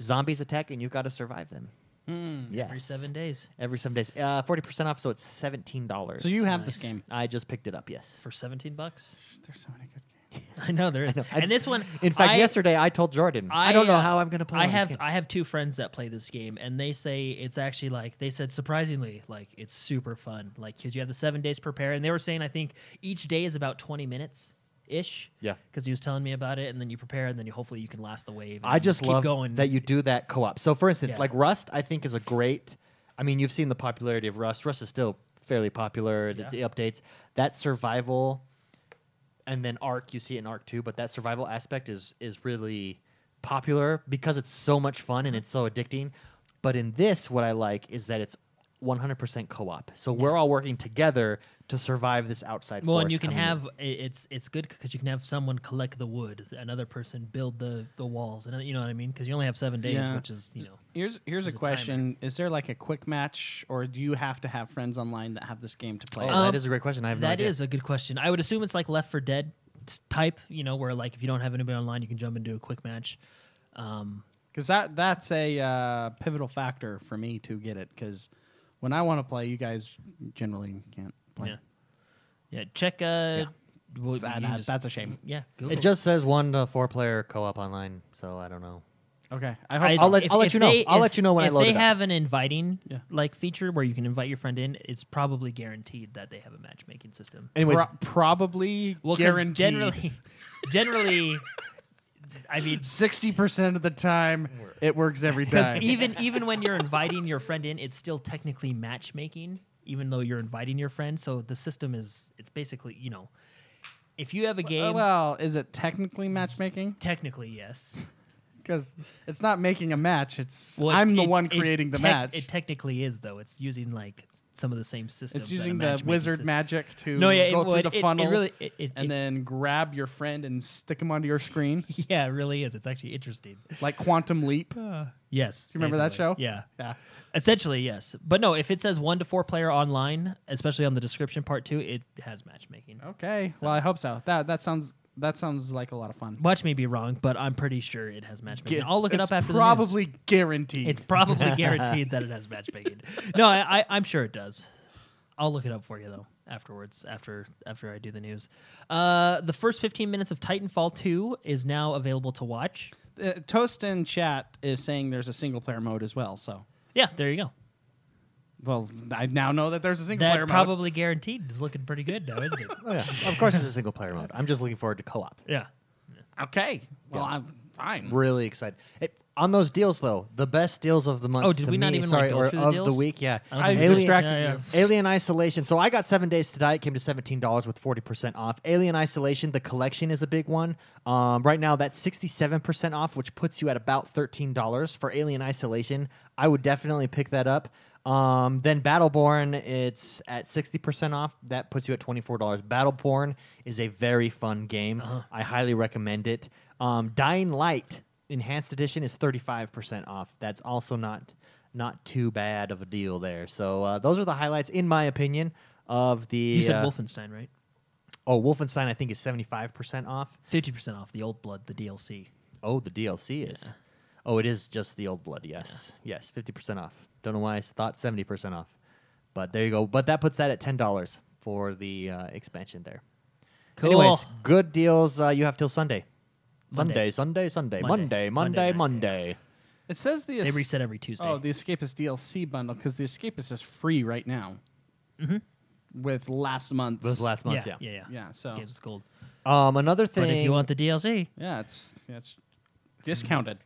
S1: Zombies attack and you got to survive them.
S2: Hmm.
S1: yes.
S3: Hmm, every seven days
S1: Every seven days. Uh, 40% off, so it's $17.
S2: So you have this
S3: Nice.
S2: game.
S1: I just picked it up, yes.
S3: for seventeen bucks.
S2: There's so many good games.
S3: I know there is,
S1: know. I-
S3: and this one,
S1: In fact,
S3: I-
S1: yesterday I told Jordan, I, don't know
S3: uh,
S1: how I'm going to play.
S3: I
S1: all these
S3: have
S1: games."
S3: I have two friends that play this game, and they say it's actually like they said surprisingly like it's super fun. Like 'cause you have the seven days prepare, and they were saying I think each day is about twenty minutes ish.
S1: Yeah.
S3: because he was telling me about it, and then you prepare, and then you hopefully you can last the wave. and
S1: I just
S3: keep
S1: love
S3: going
S1: that you do that co-op. So, for instance,
S3: Yeah.
S1: like Rust, I think is a great. I mean, you've seen the popularity of Rust. Rust is still fairly popular. The,
S3: Yeah.
S1: the updates that survival, and then Arc. You see it in Arc too, but that survival aspect is is really popular because it's so much fun
S3: Mm-hmm.
S1: and it's so addicting. But in this, what I like is that it's 100% co-op. So we're all working together to survive this outside.
S3: Well,
S1: force
S3: and you can
S1: coming in.
S3: have i- it's it's good because you can have someone collect the wood, another person build the the walls, and uh, you know what I mean. Because you only have seven days,
S2: Yeah.
S3: which is you know.
S2: Here's here's
S3: There's
S2: a
S3: a timer.
S2: question: Is there like a quick match, or do you have to have friends online that have this game to play?
S1: Oh,
S2: it?
S3: Um,
S1: that is a great question. I have no
S3: That
S1: idea.
S3: is a good question. I would assume it's like Left for Dead s- type, you know, where like if you don't have anybody online, you can jump into a quick match. Um,
S2: because that that's a uh, pivotal factor for me to get it. Because when I want to play, you guys generally can't play.
S3: yeah, yeah. Check. Uh, well,
S2: That-
S3: you
S2: that-
S3: just-
S2: that's a shame.
S3: Yeah, Google.
S1: It just says one to four player co-op online, so I don't know.
S2: Okay, I
S3: I-
S2: hope
S1: I'll let- I'll let you know. I'll
S3: if-
S1: let you know when I
S3: if
S1: load
S3: they
S1: it up.
S3: have an inviting
S2: Yeah.
S3: like feature where you can invite your friend in. It's probably guaranteed that they have a matchmaking system.
S1: Anyways,
S2: Pro- probably
S3: Well, 'cause
S2: guaranteed.
S3: generally, generally, I mean,
S2: sixty percent of the time, it works every
S3: Because
S2: time.
S3: even even when you're inviting your friend in, it's still technically matchmaking, even though you're inviting your friend. So the system is it's basically you know, if you have a
S2: Uh,
S3: game,
S2: well, is it technically matchmaking?
S3: technically yes.
S2: Because it's not making a match. It's
S3: Well, it-
S2: I'm the
S3: it-
S2: one
S3: it
S2: creating the
S3: tec-
S2: match.
S3: It technically is though. It's using like some of the same systems.
S2: it's
S3: that a
S2: using the
S3: matchmaking
S2: wizard
S3: sys-
S2: magic to
S3: No, yeah,
S2: go
S3: it,
S2: through
S3: well,
S2: the
S3: it- it- it
S2: funnel
S3: really, it, it,
S2: and
S3: it-
S2: then grab your friend and stick him onto your screen,
S3: yeah, it really is. It's actually interesting.
S2: like Quantum Leap.
S3: Uh. Yes.
S2: Do you remember that show?
S3: Yeah.
S2: Yeah.
S3: Essentially, yes. But no, if it says one to four player online, especially on the description part two, it has matchmaking.
S2: Okay. Well, I hope so. That that sounds that sounds like a lot of fun.
S3: Watch me be wrong, but I'm pretty sure it has matchmaking. I'll look it
S2: It's
S3: up after the news.
S2: Probably guaranteed.
S3: It's probably guaranteed that it has matchmaking. No, I, I, I'm sure it does. I'll look it up for you though afterwards after after I do the news. Uh, the first 15 minutes of Titanfall 2 is now available to watch.
S2: uh, Toast in chat is saying there's a single player mode as well. So,
S3: Yeah, there you go.
S2: well, I now know that there's a single player
S3: That
S2: mode.
S3: probably guaranteed is looking pretty good now, isn't it?
S1: Oh, yeah. of course, it's a single player mode. I'm just looking forward to co-op.
S3: Yeah.
S2: Okay. Well,
S1: Yeah.
S2: I'm fine.
S1: Really excited. It, on those deals though, the best deals of the month.
S3: Oh, did
S1: to
S3: we not
S1: me,
S3: even,
S1: sorry,
S3: like, go
S1: or
S3: through the
S1: of the
S3: deals?
S1: week? Yeah,
S3: I don't
S2: I
S3: think we
S1: Alien-
S3: did.
S2: distracted
S3: Yeah,
S2: you.
S3: yeah.
S1: Alien Isolation. So I got seven days to die. It came to seventeen dollars with forty percent off. Alien Isolation, the collection is a big one. Um, right now, that's sixty-seven percent off, which puts you at about thirteen dollars for Alien Isolation. I would definitely pick that up. Um, then Battleborn, it's at sixty percent off. That puts you at twenty-four dollars. Battleborn is a very fun game.
S3: Uh-huh.
S1: I highly recommend it. Um, Dying Light Enhanced Edition is thirty-five percent off. That's also not not too bad of a deal there. So uh, those are the highlights, in my opinion, of the.
S3: You
S1: uh,
S3: said Wolfenstein, right?
S1: Oh, Wolfenstein, I think is seventy five percent off.
S3: 50% off the old blood, the DLC.
S1: Oh, the DLC is. Oh, it is just the old blood. Yes, yes, fifty percent off. Don't know why I thought seventy percent off, but there you go. But that puts that at ten dollars for the uh, expansion there. Anyways,
S3: Cool.
S1: good deals. Uh, you have till Sunday.
S3: Monday.
S1: Sunday, Sunday, Sunday, Monday,
S3: Monday.
S1: Monday,
S3: Monday
S1: Monday.
S3: night,
S2: It says the
S3: They
S2: es-
S3: reset every Tuesday.
S2: Oh, the Escapist DLC bundle because the Escapist is free right now. Mm-hmm. With last month's
S1: This last month,
S3: yeah,
S1: yeah.
S3: yeah, yeah.
S2: Yeah, so-
S3: Games with Gold.
S1: Um, another thing.
S3: But if you want the DLC,
S2: Yeah, it's yeah, it's Discounted.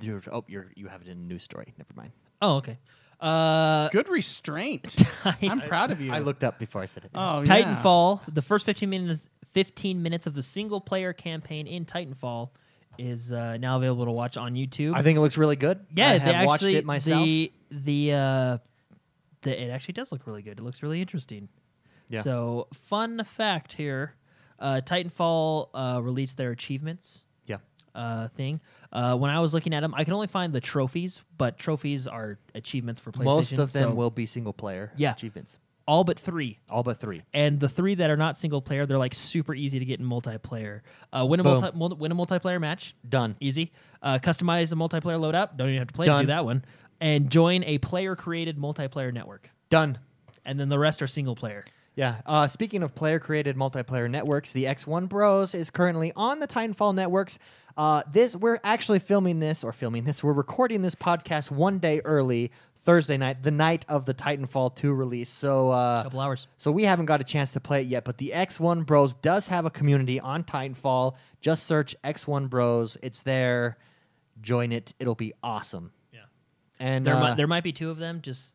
S1: You're- Oh, you're you have it in a news story. Never mind.
S3: Oh, okay. Uh,
S2: Good restraint. I'm proud of you.
S1: I looked up before I said it.
S2: Oh, yeah.
S3: Titanfall, the first 15 minutes 15 minutes of the single player campaign in Titanfall is uh, now available to watch on YouTube.
S1: I think it looks really good.
S3: yeah,
S1: I
S3: they
S1: have watched
S3: actually-
S1: it myself.
S3: The the, uh, the it actually does look really good. It looks really interesting.
S1: Yeah.
S3: So, fun fact here, uh, Titanfall uh, released their achievements
S1: yeah,
S3: uh, thing. Uh, when I was looking at them, I could only find the trophies, but trophies are achievements for PlayStation.
S1: most of them
S3: so
S1: will be single player
S3: Yeah.
S1: achievements.
S3: all but three
S1: All but three.
S3: and the three that are not single player, they're like super easy to get in multiplayer. Uh, win a
S1: Boom.
S3: multi- mul- win a multiplayer match,
S1: Done.
S3: easy. Uh, customize the multiplayer loadout. Don't even have to play to
S1: Done.
S3: do that one. And join a player created multiplayer network.
S1: Done.
S3: And then the rest are single player.
S1: Yeah. Uh, speaking of player created multiplayer networks, the X1 Bros is currently on the Titanfall networks. Uh, this we're actually filming this or filming this. We're recording this podcast one day early, Thursday night, the night of the Titanfall 2 release. So
S3: A
S1: uh,
S3: couple hours.
S1: So we haven't got a chance to play it yet, but the X1 Bros does have a community on Titanfall. Just search X1 Bros. It's there. Join it. It'll be awesome.
S3: Yeah.
S1: And
S3: There,
S1: uh,
S3: might, there might be two of them. Just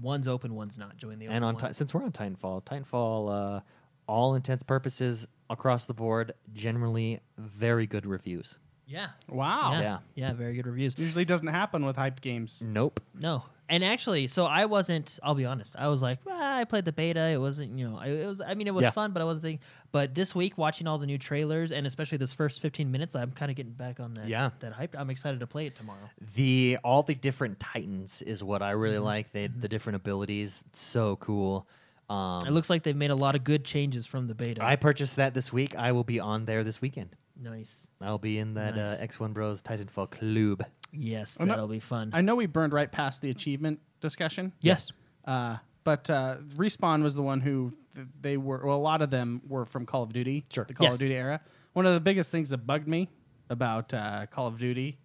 S3: one's open, one's not. Join the open
S1: and on
S3: one.
S1: Ti- since we're on Titanfall, Titanfall, uh, all intents purposes across the board, generally very good reviews.
S3: yeah.
S2: Wow.
S3: yeah.
S1: Yeah.
S3: Yeah, Very good reviews.
S2: Usually doesn't happen with hyped games.
S1: Nope.
S3: No. And actually, so I wasn't. I'll be honest. I was like, well, I played the beta. It wasn't, you know, I, it was. I mean, it was
S1: Yeah.
S3: fun, but I wasn't thinking. But this week, watching all the new trailers and especially this first 15 minutes, I'm kind of getting back on that.
S1: Yeah.
S3: That hype. I'm excited to play it tomorrow.
S1: the all the different titans is what I really like. They the different abilities, so cool. Um,
S3: It looks like they've made a lot of good changes from the beta.
S1: I purchased that this week. I will be on there this weekend.
S3: nice.
S1: I'll be in that
S3: Nice.
S1: uh, X1 Bros Titanfall Club.
S3: Yes,
S2: I'm not-
S3: that'll be fun.
S2: I know we burned right past the achievement discussion.
S3: Mm-hmm. yes.
S2: Uh, but uh, Respawn was the one who th- they were. Well, a lot of them were from Call of Duty. Sure. The Call
S3: Yes.
S2: of Duty era. One of the biggest things that bugged me about uh, Call of Duty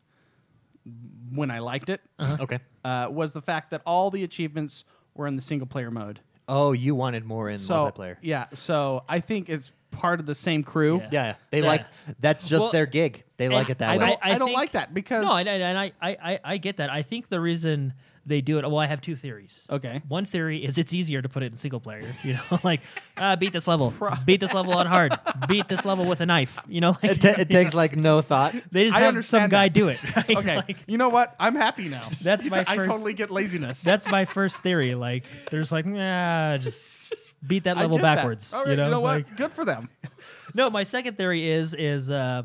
S2: when I liked it
S3: Uh-huh.
S1: Okay.
S2: uh, was the fact that all the achievements were in the single player mode.
S1: Oh, you wanted more
S3: Mm,
S1: in
S2: So
S1: multiplayer. Yeah,
S2: yeah. So I think it's part of the same crew.
S3: Yeah.
S1: yeah. They
S3: Yeah.
S1: like that's just
S3: Well,
S1: their gig. They like it that
S2: I
S1: way.
S2: don't- I
S3: think-
S2: like that because-
S3: no, and, and- and I, I, I, I get that. I think the reason they do it. Well, I have two theories.
S2: Okay.
S3: One theory is it's easier to put it in single player. You know, like uh, beat this level, beat this level on hard, beat this level with a knife. You know, like
S1: It, ta- it takes like no thought.
S3: they just
S2: I
S3: have
S2: understand
S3: some guy
S2: that.
S3: do it. Right?
S2: Okay.
S3: Like,
S2: you know what? I'm happy now.
S3: That's my
S2: I
S3: first-
S2: totally get laziness.
S3: that's my first theory. Like there's like nah, just beat that
S2: I
S3: level
S2: did that.
S3: backwards.
S2: All right,
S3: you know,
S2: what?
S3: Like,
S2: Good for them.
S3: No, my second theory is is uh,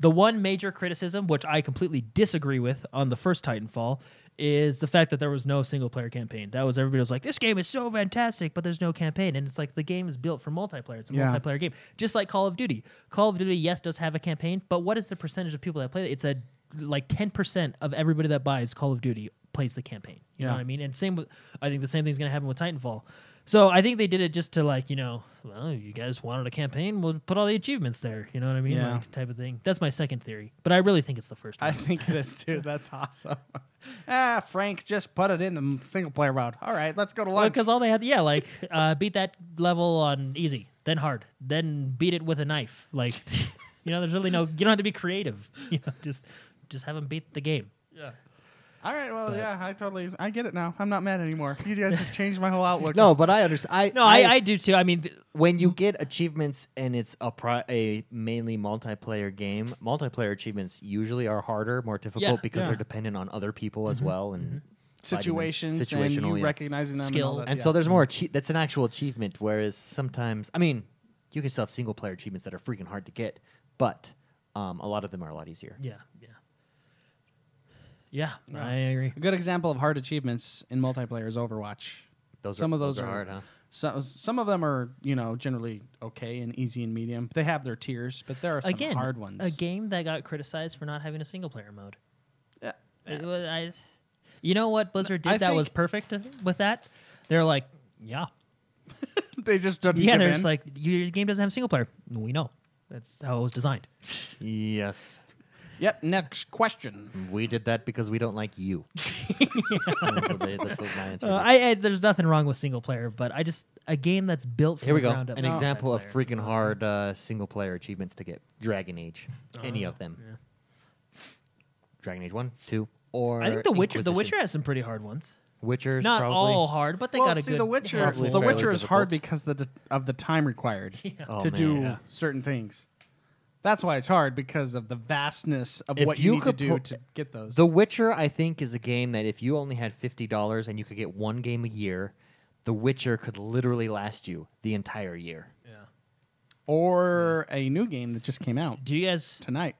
S3: the one major criticism, which I completely disagree with on the first Titanfall, is the fact that there was no single player campaign. That was everybody was like, this game is so fantastic, but there's no campaign, and it's like the game is built for multiplayer. It's a
S2: Yeah.
S3: multiplayer game, just like Call of Duty. Call of Duty, yes, does have a campaign, but what is the percentage of people that play it? It's a like ten percent of everybody that buys Call of Duty plays the campaign. You know
S2: Yeah.
S3: what I mean? And same with, I think the same thing's going to happen with Titanfall. So I think they did it just to like, you know, well, you guys wanted a campaign, we'll put all the achievements there. You know what I mean?
S2: Yeah.
S3: Like type of thing. That's my second theory, but I really think it's the first one.
S2: I think it is too. That's awesome. ah, Frank, just put it in the m- single player mode. All right, let's go to lunch.
S3: Because all they had, yeah, like uh, beat that level on easy, then hard, then beat it with a knife. Like, you know, there's really no, you don't have to be creative. You know, just, just have them beat the game.
S2: all right, well, yeah, I totally, I get it now. I'm not mad anymore. You guys just changed my whole outlook.
S1: No, but I understand. I,
S3: No, I, I do too. I mean, th-
S1: when you get achievements and it's a pro- a mainly multiplayer game, multiplayer achievements usually are harder, more difficult
S3: Yeah.
S1: because
S2: Yeah.
S1: they're dependent on other people as well and fighting them.
S2: situations and you
S1: yeah.
S2: recognizing them.
S3: Skill.
S2: and, all that,
S1: And
S2: yeah.
S1: so there's more. Achi- that's an actual achievement. Whereas sometimes, I mean, you can still have single player achievements that are freaking hard to get, but um, a lot of them are a lot easier.
S3: yeah, yeah. Yeah, I agree.
S2: a good example of hard achievements in multiplayer is Overwatch.
S1: Those
S2: some
S1: are-
S2: of those,
S1: those are hard, huh?
S2: So, some of them are, you know, generally okay and easy and medium. They have their tiers, but there are some
S3: Again,
S2: hard ones.
S3: A game that got criticized for not having a single player mode.
S2: Yeah.
S3: It wa- I- you know what Blizzard did
S2: I
S3: that was
S2: think-
S3: perfect with that? They're like, yeah,
S2: they just don't
S3: yeah.
S2: give
S3: They're
S2: in.
S3: just like, your game doesn't have single player. We know. That's how it was designed.
S1: Yes,
S2: yep, next question.
S1: we did that because we don't like you. That's what they- that's what my answer
S3: Uh,
S1: is.
S3: I, I there's nothing wrong with single player, but I just a game that's built. From
S1: Here we
S3: the
S1: go.
S3: ground up
S1: An
S3: for
S1: example of
S2: Oh,
S3: multiplayer. Uh-huh.
S1: freaking hard uh, single player achievements to get Dragon Age. Any of them. Dragon Age One, Two, or
S3: I think the Witcher. The
S1: Inquisition.
S3: Witcher has some pretty hard ones.
S1: Witcher's
S3: Not
S1: probably.
S3: all hard, but they
S2: well,
S3: got a
S2: see,
S3: good.
S2: The Witcher,
S3: handful.
S1: hopefully
S2: The
S1: fairly
S2: Witcher is hard
S1: difficult.
S2: because the d- of the time required
S1: Oh,
S2: to
S1: man.
S2: do
S1: Yeah.
S2: certain things. That's why it's hard because of the vastness of
S1: If
S2: what
S1: you
S2: you, need to
S1: could
S2: do
S1: pull-
S2: to get those.
S1: The Witcher, I think, is a game that if you only had fifty dollars and you could get one game a year, The Witcher could literally last you the entire year.
S3: Yeah.
S2: or a new game that just came out
S3: Do you guys?
S2: tonight.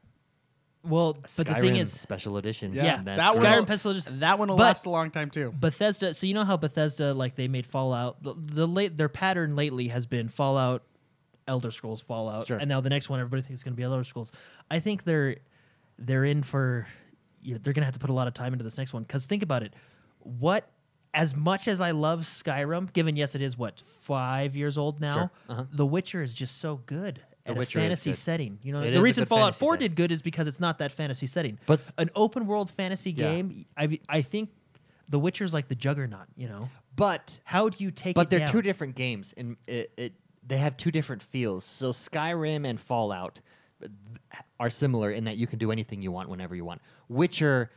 S3: Well, but the thing
S1: Skyrim
S3: is,
S1: special edition.
S2: Yeah,
S3: yeah,
S1: that's
S2: that
S1: great.
S2: one-
S3: Skyrim Pencil just
S2: That one will
S3: But-
S2: last a long time too.
S3: Bethesda. So you know how Bethesda like they made Fallout. The, the late their pattern lately has been Fallout, Elder Scrolls, Fallout,
S1: Sure.
S3: and now the next one everybody thinks is going to be Elder Scrolls. I think they're they're in for you know, they're going to have to put a lot of time into this next one because think about it. What as much as I love Skyrim, given yes it is what five years old now,
S1: Sure. Uh-huh.
S3: The Witcher is just so good.
S1: The
S3: at
S1: Witcher
S3: a
S1: is
S3: fantasy
S1: good.
S3: setting, you know.
S1: It is
S3: the
S1: a
S3: reason
S1: good
S3: Fallout
S1: fantasy
S3: Four
S1: setting.
S3: did good is because it's not that fantasy setting.
S1: But s-
S3: an open world fantasy
S1: Yeah.
S3: game, I I think the Witcher's like the juggernaut, you know.
S1: But
S3: How do you take?
S1: but
S3: it
S1: they're
S3: down?
S1: two different games, and it, it they have two different feels. So Skyrim and Fallout uh, th- are similar in that you can do anything you want whenever you want. Witcher,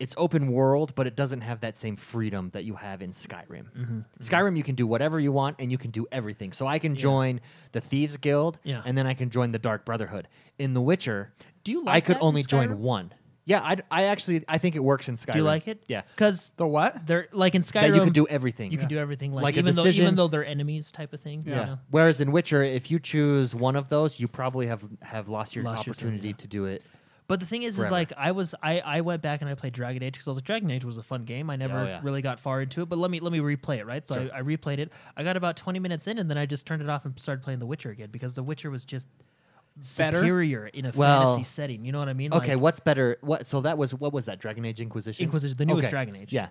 S1: it's open world, but it doesn't have that same freedom that you have in Skyrim.
S3: Mm-hmm,
S1: Skyrim, you can do whatever you want, and you can do everything. So I can join the Thieves Guild,
S3: Yeah.
S1: and then I can join the Dark Brotherhood. In The Witcher,
S3: Do you
S1: I
S3: like
S1: could
S3: that in
S1: only join
S3: Skyrim?
S1: one. Yeah, I, I actually I think it works in Skyrim.
S3: Do you like it?
S1: Yeah,
S3: because
S2: The what?
S3: they're like in Skyrim.
S1: that you can do everything.
S3: you can do everything, like,
S1: Like a
S3: even though
S1: decision-
S3: even though they're enemies type of thing. you
S2: Yeah.
S1: Yeah.
S3: know?
S1: Whereas in Witcher, if you choose one of those, you probably have have lost your
S3: Lost your turn,
S1: opportunity
S3: yeah.
S1: to do it.
S3: But the thing is,
S1: Forever.
S3: is like I was I I went back and I played Dragon Age because I was like Dragon Age was a fun game. I never
S1: Oh, yeah.
S3: really got far into it, but let me let me replay it. Right, so
S1: Sure.
S3: I, I replayed it. I got about twenty minutes in, and then I just turned it off and started playing The Witcher again because The Witcher was just
S2: Better?
S3: superior in a
S1: Well-
S3: fantasy setting. You know what I mean?
S1: okay,
S3: Like,
S1: what's better? What so that was what was that Dragon Age Inquisition?
S3: Inquisition, the newest Dragon Age.
S1: Yeah.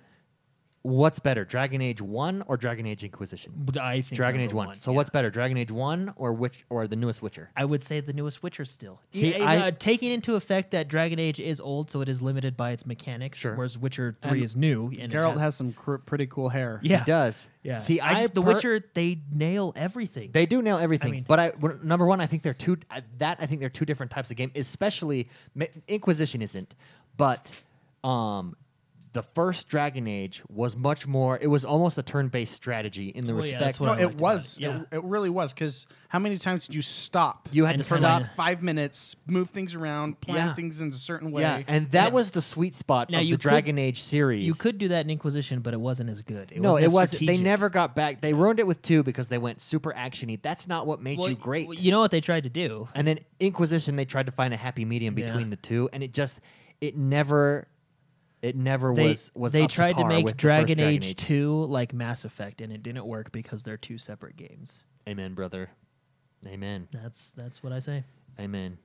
S1: What's better, Dragon Age One or Dragon Age Inquisition?
S3: would I think
S1: Dragon
S3: number
S1: Age One. So
S3: yeah.
S1: what's better, Dragon Age One or which or the newest Witcher?
S3: I would say the newest Witcher still.
S1: See,
S3: Yeah,
S1: I-
S3: uh, taking into effect that Dragon Age is old, so it is limited by its mechanics.
S1: Sure.
S3: Whereas Witcher Three
S2: And
S3: is new. And it
S2: Geralt has, some cr- pretty cool hair.
S3: Yeah.
S1: He does.
S3: Yeah.
S1: See, I,
S3: I just- the
S1: per-
S3: Witcher they nail everything.
S1: They do nail everything,
S3: mean-
S1: but I w- number one, I think they're two. I- That I think they're two different types of game. Especially Ma- Inquisition isn't, but um, the first Dragon Age was much more. It was almost a turn-based strategy in the
S3: Well, Oh, yeah,
S1: respect.
S3: that's what
S2: No,
S3: I
S2: it
S3: liked about
S2: was.
S3: it, yeah.
S2: It, it really was. Because how many times did you stop?
S1: you had
S3: and
S1: to
S3: for
S1: stop.
S2: stop
S3: like-
S2: five minutes, move things around, plan
S1: Yeah.
S2: things in a certain way.
S1: yeah, and that
S3: Yeah.
S1: was the sweet spot
S3: Now
S1: of
S3: you
S1: the
S3: could-
S1: Dragon Age series.
S3: you could do that in Inquisition, but it wasn't as good. It
S1: no,
S3: wasn't
S1: it
S3: as
S1: wasn't. They
S3: strategic.
S1: never got back. They ruined it with two because they went super actiony. That's not what made
S3: Well,
S1: you
S3: y-
S1: great.
S3: well, You know what they tried to do?
S1: And then Inquisition, they tried to find a happy medium
S3: Yeah.
S1: between the two, and it just it never it never
S3: They
S1: was was
S3: they
S1: up to
S3: tried to,
S1: par
S3: make
S1: with the first
S3: Dragon,
S1: Dragon
S3: Age Two like Mass Effect, and it didn't work because they're two separate games.
S1: Amen, brother. Amen.
S3: That's that's what I say.
S1: Amen.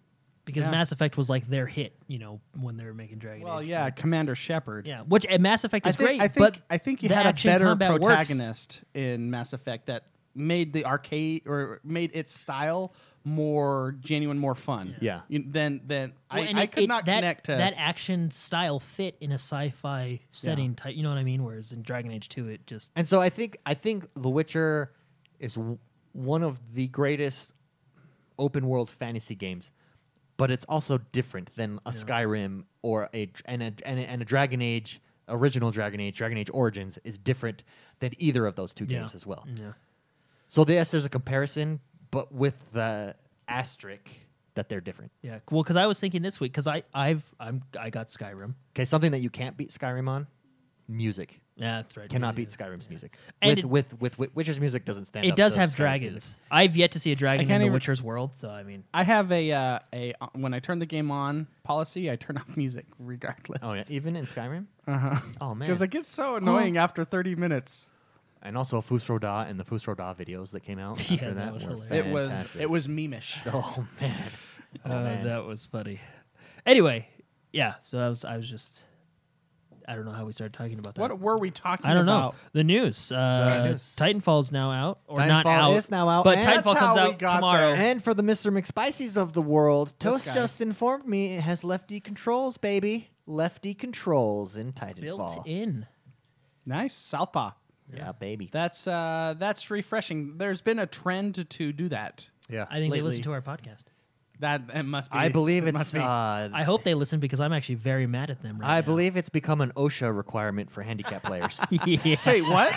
S3: Because
S2: Yeah.
S3: Mass Effect was like their hit, you know, when they were making Dragon
S2: Well,
S3: Age.
S2: yeah, Commander Shepard.
S3: Yeah, which and Mass Effect
S2: I
S3: is
S2: think,
S3: great,
S2: I think
S3: but
S2: I think you
S3: the
S2: had a
S3: action
S2: better
S3: combat works.
S2: protagonist in Mass Effect that made the arcade or made its style more genuine, more fun.
S1: Yeah.
S2: You- Then then
S3: Well,
S2: I,
S3: and
S2: I
S3: it-
S2: could
S3: it-
S2: not
S3: that,
S2: connect to
S3: that action style fit in a sci-fi setting type. You know what I mean? Whereas in Dragon Age Two, it just
S1: And so I think I think The Witcher is w- one of the greatest open world fantasy games, but it's also different than a Skyrim or a dr- and a, and a and a Dragon Age original Dragon Age Dragon Age Origins is different than either of those two
S3: Yeah.
S1: games as well.
S3: yeah.
S1: So yes, there's a comparison, but with the asterisk that they're different.
S3: Yeah, well, because I was thinking this week because I I've I'm I got Skyrim.
S1: Okay, something that you can't beat Skyrim on, music
S3: Yeah, that's right.
S1: cannot
S3: Yeah.
S1: beat Skyrim's music.
S3: And
S1: With,
S3: it-
S1: with with with Witcher's music doesn't stand.
S3: It
S1: up
S3: does
S1: to
S3: have
S1: Skyrim's
S3: dragons.
S1: music.
S3: I've yet to see a dragon in
S2: can't
S3: the
S2: even-
S3: Witcher's world, so I mean,
S2: I have a uh, a when I turn the game on policy, I turn off music regardless.
S1: Oh yeah, even in Skyrim.
S2: Uh-huh.
S1: Oh man.
S2: Because it gets so annoying after 30 minutes.
S1: and also Fusroda and the Fusroda videos that came out
S3: Yeah,
S1: after that,
S3: that was
S1: were
S3: hilarious.
S2: It was
S1: fantastic.
S2: it was memeish.
S1: Oh man. Oh,
S3: uh,
S1: man.
S3: that was funny. Anyway, yeah. So I was I was just I don't know how we started talking about that.
S2: What were we talking
S3: I don't
S2: about?
S3: know. The news. Uh,
S1: The news.
S3: Titanfall's now out, or not
S1: Titanfall
S3: out?
S1: is now out,
S3: But
S1: and
S2: that's
S3: Titanfall comes
S2: how we
S3: out
S2: got
S3: tomorrow.
S2: there.
S1: And for the Mr. McSpices of the world, Toast
S2: guy.
S1: just informed me it has lefty controls, baby. Lefty controls in Titanfall.
S3: Built in.
S2: Nice Southpaw.
S1: Yeah, baby.
S2: That's uh that's refreshing. There's been a trend to do that.
S1: yeah.
S3: I think they
S2: Lately.
S3: listened to our podcast.
S2: That it must be.
S1: I believe
S2: it
S1: it's.
S2: must be.
S1: Uh,
S3: I hope they listen because I'm actually very mad at them right
S1: I
S3: now.
S1: believe it's become an OSHA requirement for handicap players.
S3: yeah.
S2: Wait, what?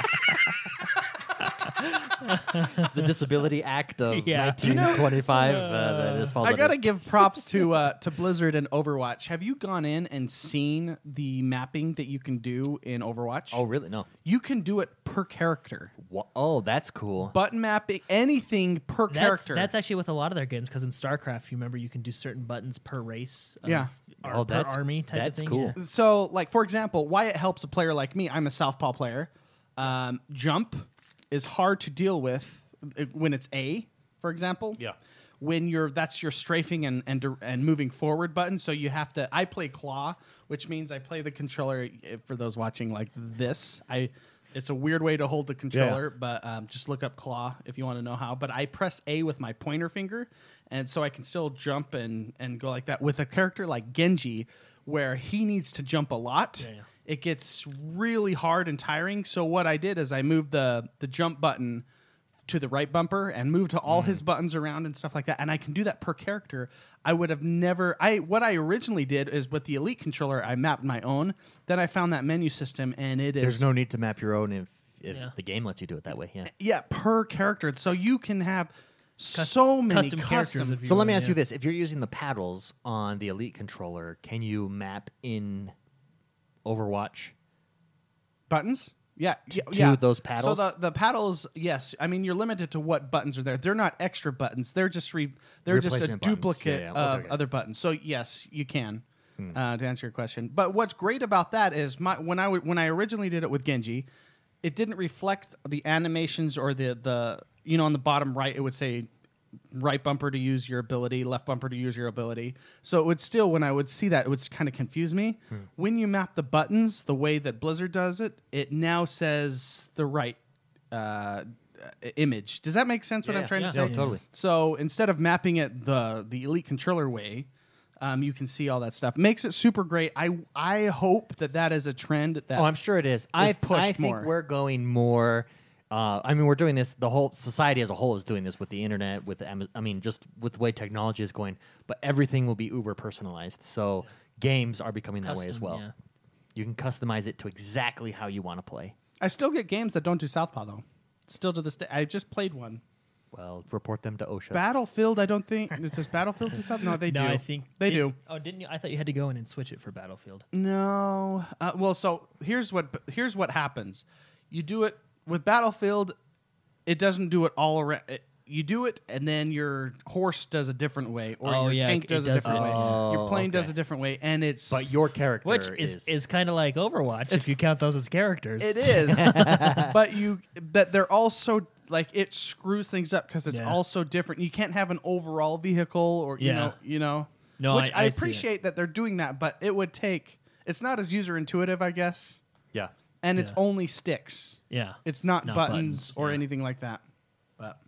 S1: It's the Disability Act of
S3: Yeah. Do you
S1: 1925 uh, that is
S2: I gotta give props to uh, to Blizzard and Overwatch. Have you gone in and seen the mapping that you can do in Overwatch?
S1: Oh, really? No.
S2: you can do it per character.
S1: Wha- Oh, that's cool.
S2: Button mapping, anything per
S3: That's,
S2: character.
S3: that's actually with a lot of their games because in StarCraft, you remember you can do certain buttons per race. of-
S2: Yeah.
S3: Or
S1: Oh,
S3: per
S1: that's-
S3: army type
S1: that's
S3: of thing.
S1: cool.
S3: yeah.
S2: so like for example why it helps a player like me i'm a southpaw player um, jump is hard to deal with uh, when it's a for example
S1: Yeah.
S2: when you're that's your strafing and and, dir- and moving forward button so you have to i play claw which means i play the controller uh, for those watching like this i it's a weird way to hold the controller but um, just look up claw if you want to know how but i press a with my pointer finger and so i can still jump and and go like that with a character like genji where he needs to jump a lot
S3: yeah.
S2: it gets really hard and tiring so what i did is i moved the the jump button to the right bumper and moved to
S3: Mm.
S2: all his buttons around and stuff like that and i can do that per character i would have never i what i originally did is with the elite controller i mapped my own then i found that menu system and it is
S1: There's no need to map your own if, if
S3: Yeah.
S1: the game lets you do it that way. Yeah.
S2: yeah per character so you can have so many
S3: custom
S2: custom,
S3: characters if you
S1: So let
S3: will,
S1: me ask
S3: yeah.
S1: you this: If you're using the paddles on the Elite controller, can you map in Overwatch?
S2: buttons yeah, yeah,
S1: to
S2: yeah.
S1: those paddles?
S2: So the, the paddles, yes. I mean, you're limited to what buttons are there. They're not extra buttons. They're just re, they're just a
S1: Replacement buttons.
S2: duplicate
S1: Yeah, yeah. Okay,
S2: of
S1: okay.
S2: other buttons. So yes, you can
S1: Hmm.
S2: uh, to answer your question. But what's great about that is my when I would when I originally did it with Genji, it didn't reflect the animations or the the you know on the bottom right it would say right bumper to use your ability, left bumper to use your ability. So it would still when I would see that it would kind of confuse me.
S1: Hmm.
S2: When you map the buttons the way that Blizzard does it, it now says the right uh, i- image. Does that make sense? what
S1: Yeah,
S2: I'm trying
S1: yeah.
S2: to say?
S1: No, totally.
S2: So instead of mapping it the the elite controller way, um, you can see all that stuff. Makes it super great. I I hope that that is a trend that
S1: Oh, I'm sure it is. I,
S2: pushed
S1: I think
S2: more.
S1: we're going more. Uh, I mean, we're doing this. The whole society as a whole is doing this with the internet. With Ama- I mean, just with the way technology is going. But everything will be uber personalized. So games are becoming that way as
S3: Custom,
S1: well.
S3: yeah.
S1: You can customize it to exactly how you want to play.
S2: I still get games that don't do Southpaw though. Still to this day, I just played one.
S1: Well, report them to OSHA.
S2: Battlefield, I don't think does Battlefield do South. No, they
S3: no,
S2: do.
S3: I think
S2: they
S3: did-
S2: do.
S3: Oh, didn't you? I thought you had to go in and switch it for Battlefield.
S2: No. Uh, well, so here's what here's what happens. You do it with Battlefield. It doesn't do it all around. It, you do it, and then your horse does a different way, or
S3: Oh,
S2: your
S3: yeah,
S2: tank
S3: it
S2: does a
S3: does
S2: different
S3: it.
S2: way, your
S1: Oh,
S2: plane does
S1: okay.
S2: a different way, and it's
S1: but your character
S3: Which is, is, kind of like Overwatch
S2: It's-
S3: if you count those as characters.
S2: It is, but you but they're also like it screws things up because it's
S3: Yeah.
S2: also different. You can't have an overall vehicle or you
S3: Yeah.
S2: know you know.
S3: No,
S2: which
S3: I-
S2: I,
S3: I see it.
S2: appreciate that they're doing that, but it would take. It's not as user intuitive, I guess,
S1: yeah.
S2: and it's
S3: Yeah.
S2: only sticks.
S3: Yeah.
S2: It's not,
S3: Not
S2: buttons,
S3: buttons,
S2: or
S3: yeah.
S2: anything like that. But,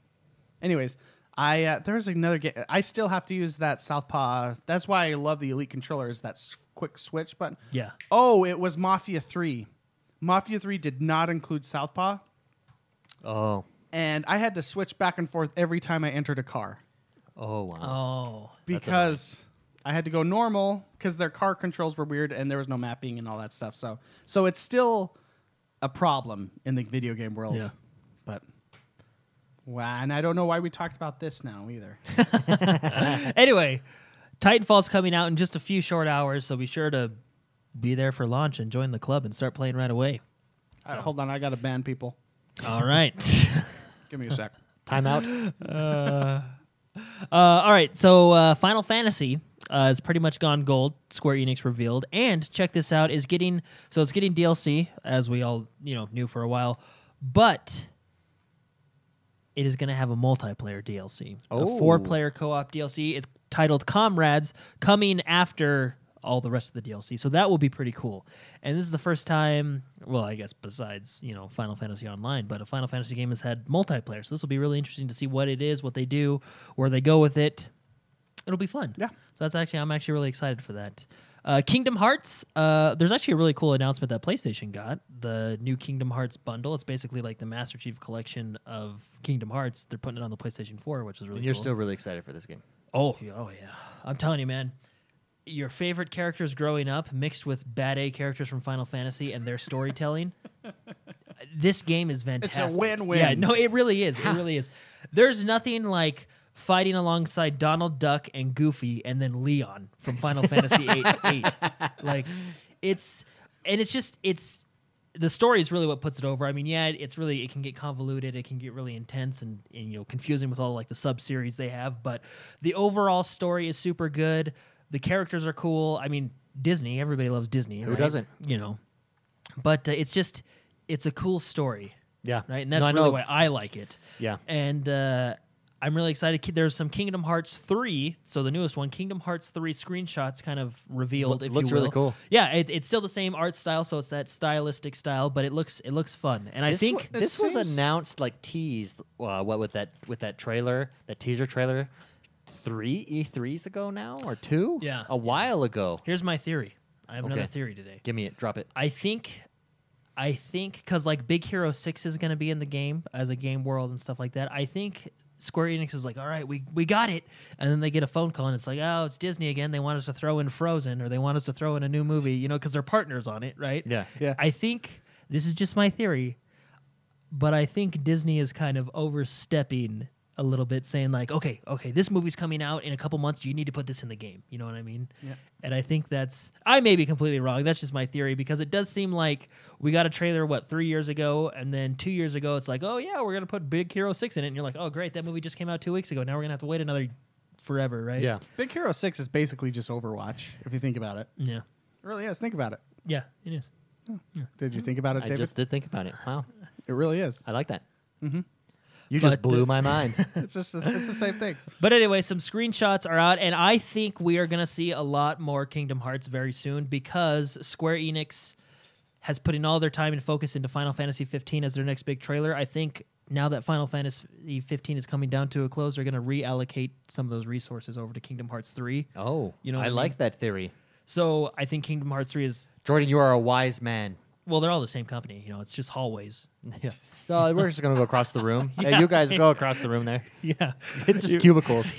S2: anyways, I uh, there's another game. I still have to use that Southpaw. That's why I love the Elite controller. Is that s- quick switch button?
S3: Yeah.
S2: Oh, it was Mafia Three. Mafia Three did not include Southpaw,
S1: Oh.
S2: and I had to switch back and forth every time I entered a car
S1: Oh wow.
S3: Oh.
S2: because I had to go normal because their car controls were weird and there was no mapping and all that stuff. So, so it's still a problem in the video game world.
S3: Yeah.
S2: But wow, and I don't know why we talked about this now either.
S3: Anyway, Titanfall's coming out in just a few short hours, so be sure to be there for launch and join the club and start playing right away.
S2: All right, hold on, I gotta ban people.
S3: All right.
S2: Give me a sec.
S1: Timeout.
S3: Uh, all right, so uh, Final Fantasy uh, is pretty much gone gold. Square Enix revealed, and check this out: is getting so it's getting DLC as we all you know knew for a while, but it is going to have a multiplayer DLC,
S1: Oh.
S3: a four-player co-op DLC. It's titled Comrades, coming after all the rest of the DLC, so that will be pretty cool. And this is the first time, well, I guess besides you know Final Fantasy Online, but a Final Fantasy game has had multiplayer, so this will be really interesting to see what it is, what they do, where they go with it. It'll be fun.
S2: Yeah.
S3: So that's actually I'm actually really excited for that. Uh, Kingdom Hearts. Uh, there's actually a really cool announcement that PlayStation got the new Kingdom Hearts bundle. It's basically like the Master Chief collection of Kingdom Hearts. They're putting it on the PlayStation 4, which is really.
S1: And you're
S3: cool.
S1: still really excited for this game.
S3: Oh, yeah, oh yeah. I'm telling you, man. Your favorite characters growing up mixed with bad A characters from Final Fantasy and their storytelling. this game is fantastic.
S2: win-win.
S3: Yeah, no, it really is. It really is. There's nothing like fighting alongside Donald Duck and Goofy and then Leon from Final Fantasy 8 8. Like it's and it's just it's the story is really what puts it over. I mean, yeah, it- it's really it can get convoluted, it can get really intense and, and you know confusing with all like the sub series they have, but the overall story is super good. The characters are cool. I mean, Disney, everybody loves Disney.
S1: Who
S3: right?
S1: doesn't?
S3: You know, but uh, it's just it's a cool story,
S1: Yeah.
S3: right? And that's
S1: No, I
S3: really
S1: know.
S3: why I like it.
S1: Yeah.
S3: And uh, I'm really excited. Ki- There's some Kingdom Hearts three, so the newest one, Kingdom Hearts three screenshots, kind of revealed.
S1: Loo-
S3: if
S1: looks
S3: you
S1: really
S3: will.
S1: cool.
S3: Yeah, it, it's still the same art style, so it's that stylistic style, but it looks it looks fun. And I
S1: This
S3: think
S1: wa-
S2: it
S1: this was
S2: seems-
S1: announced like teased. Uh, what with that with that trailer, that teaser trailer, three E3s ago now or two?
S3: Yeah.
S1: a while ago.
S3: here's my theory. I have another
S1: Okay.
S3: theory today.
S1: Give me it. Drop it.
S3: I think, I think, because like Big Hero Six is going to be in the game as a game world and stuff like that. I think Square Enix is like, all right, we we got it, and then they get a phone call and it's like, oh, it's Disney again. They want us to throw in Frozen or they want us to throw in a new movie, you know, because they're partners on it, right?
S1: Yeah.
S2: Yeah.
S3: I think this is just my theory, but I think Disney is kind of overstepping a little bit, saying like, okay, okay, this movie's coming out in a couple months. You need to put this in the game. You know what I mean?
S2: Yeah.
S3: And I think that's I may be completely wrong. That's just my theory because it does seem like we got a trailer what three years ago, and then two years ago, it's like, oh yeah, we're gonna put Big Hero Six in it, and you're like, oh great, that movie just came out two weeks ago. Now we're gonna have to wait another forever, right?
S1: Yeah.
S2: Big Hero Six is basically just Overwatch, if you think about it.
S3: yeah,
S2: It really is. Think about it.
S3: yeah. It is.
S2: Did you think about it,
S1: I
S2: David?
S1: just did think about it. Wow,
S2: It really is.
S1: I like that.
S2: Mhm.
S1: You just
S3: But,
S1: blew
S3: uh,
S1: my mind.
S2: It's just the- it's the same thing.
S3: But anyway, some screenshots are out, and I think we are going to see a lot more Kingdom Hearts very soon because Square Enix has put in all their time and focus into Final Fantasy 15 as their next big trailer. I think now that Final Fantasy 15 is coming down to a close, they're going to reallocate some of those resources over to Kingdom Hearts 3.
S1: Oh,
S3: You know what
S1: I
S3: I
S1: like
S3: mean?
S1: that theory.
S3: So I think Kingdom Hearts 3 is
S1: Jordan, you are a wise man.
S3: well, they're all the same company. You know, it's just hallways.
S1: Yeah. So Uh, we're just gonna go across the room. Hey, you guys go across the room there.
S3: Yeah,
S1: It's just cubicles.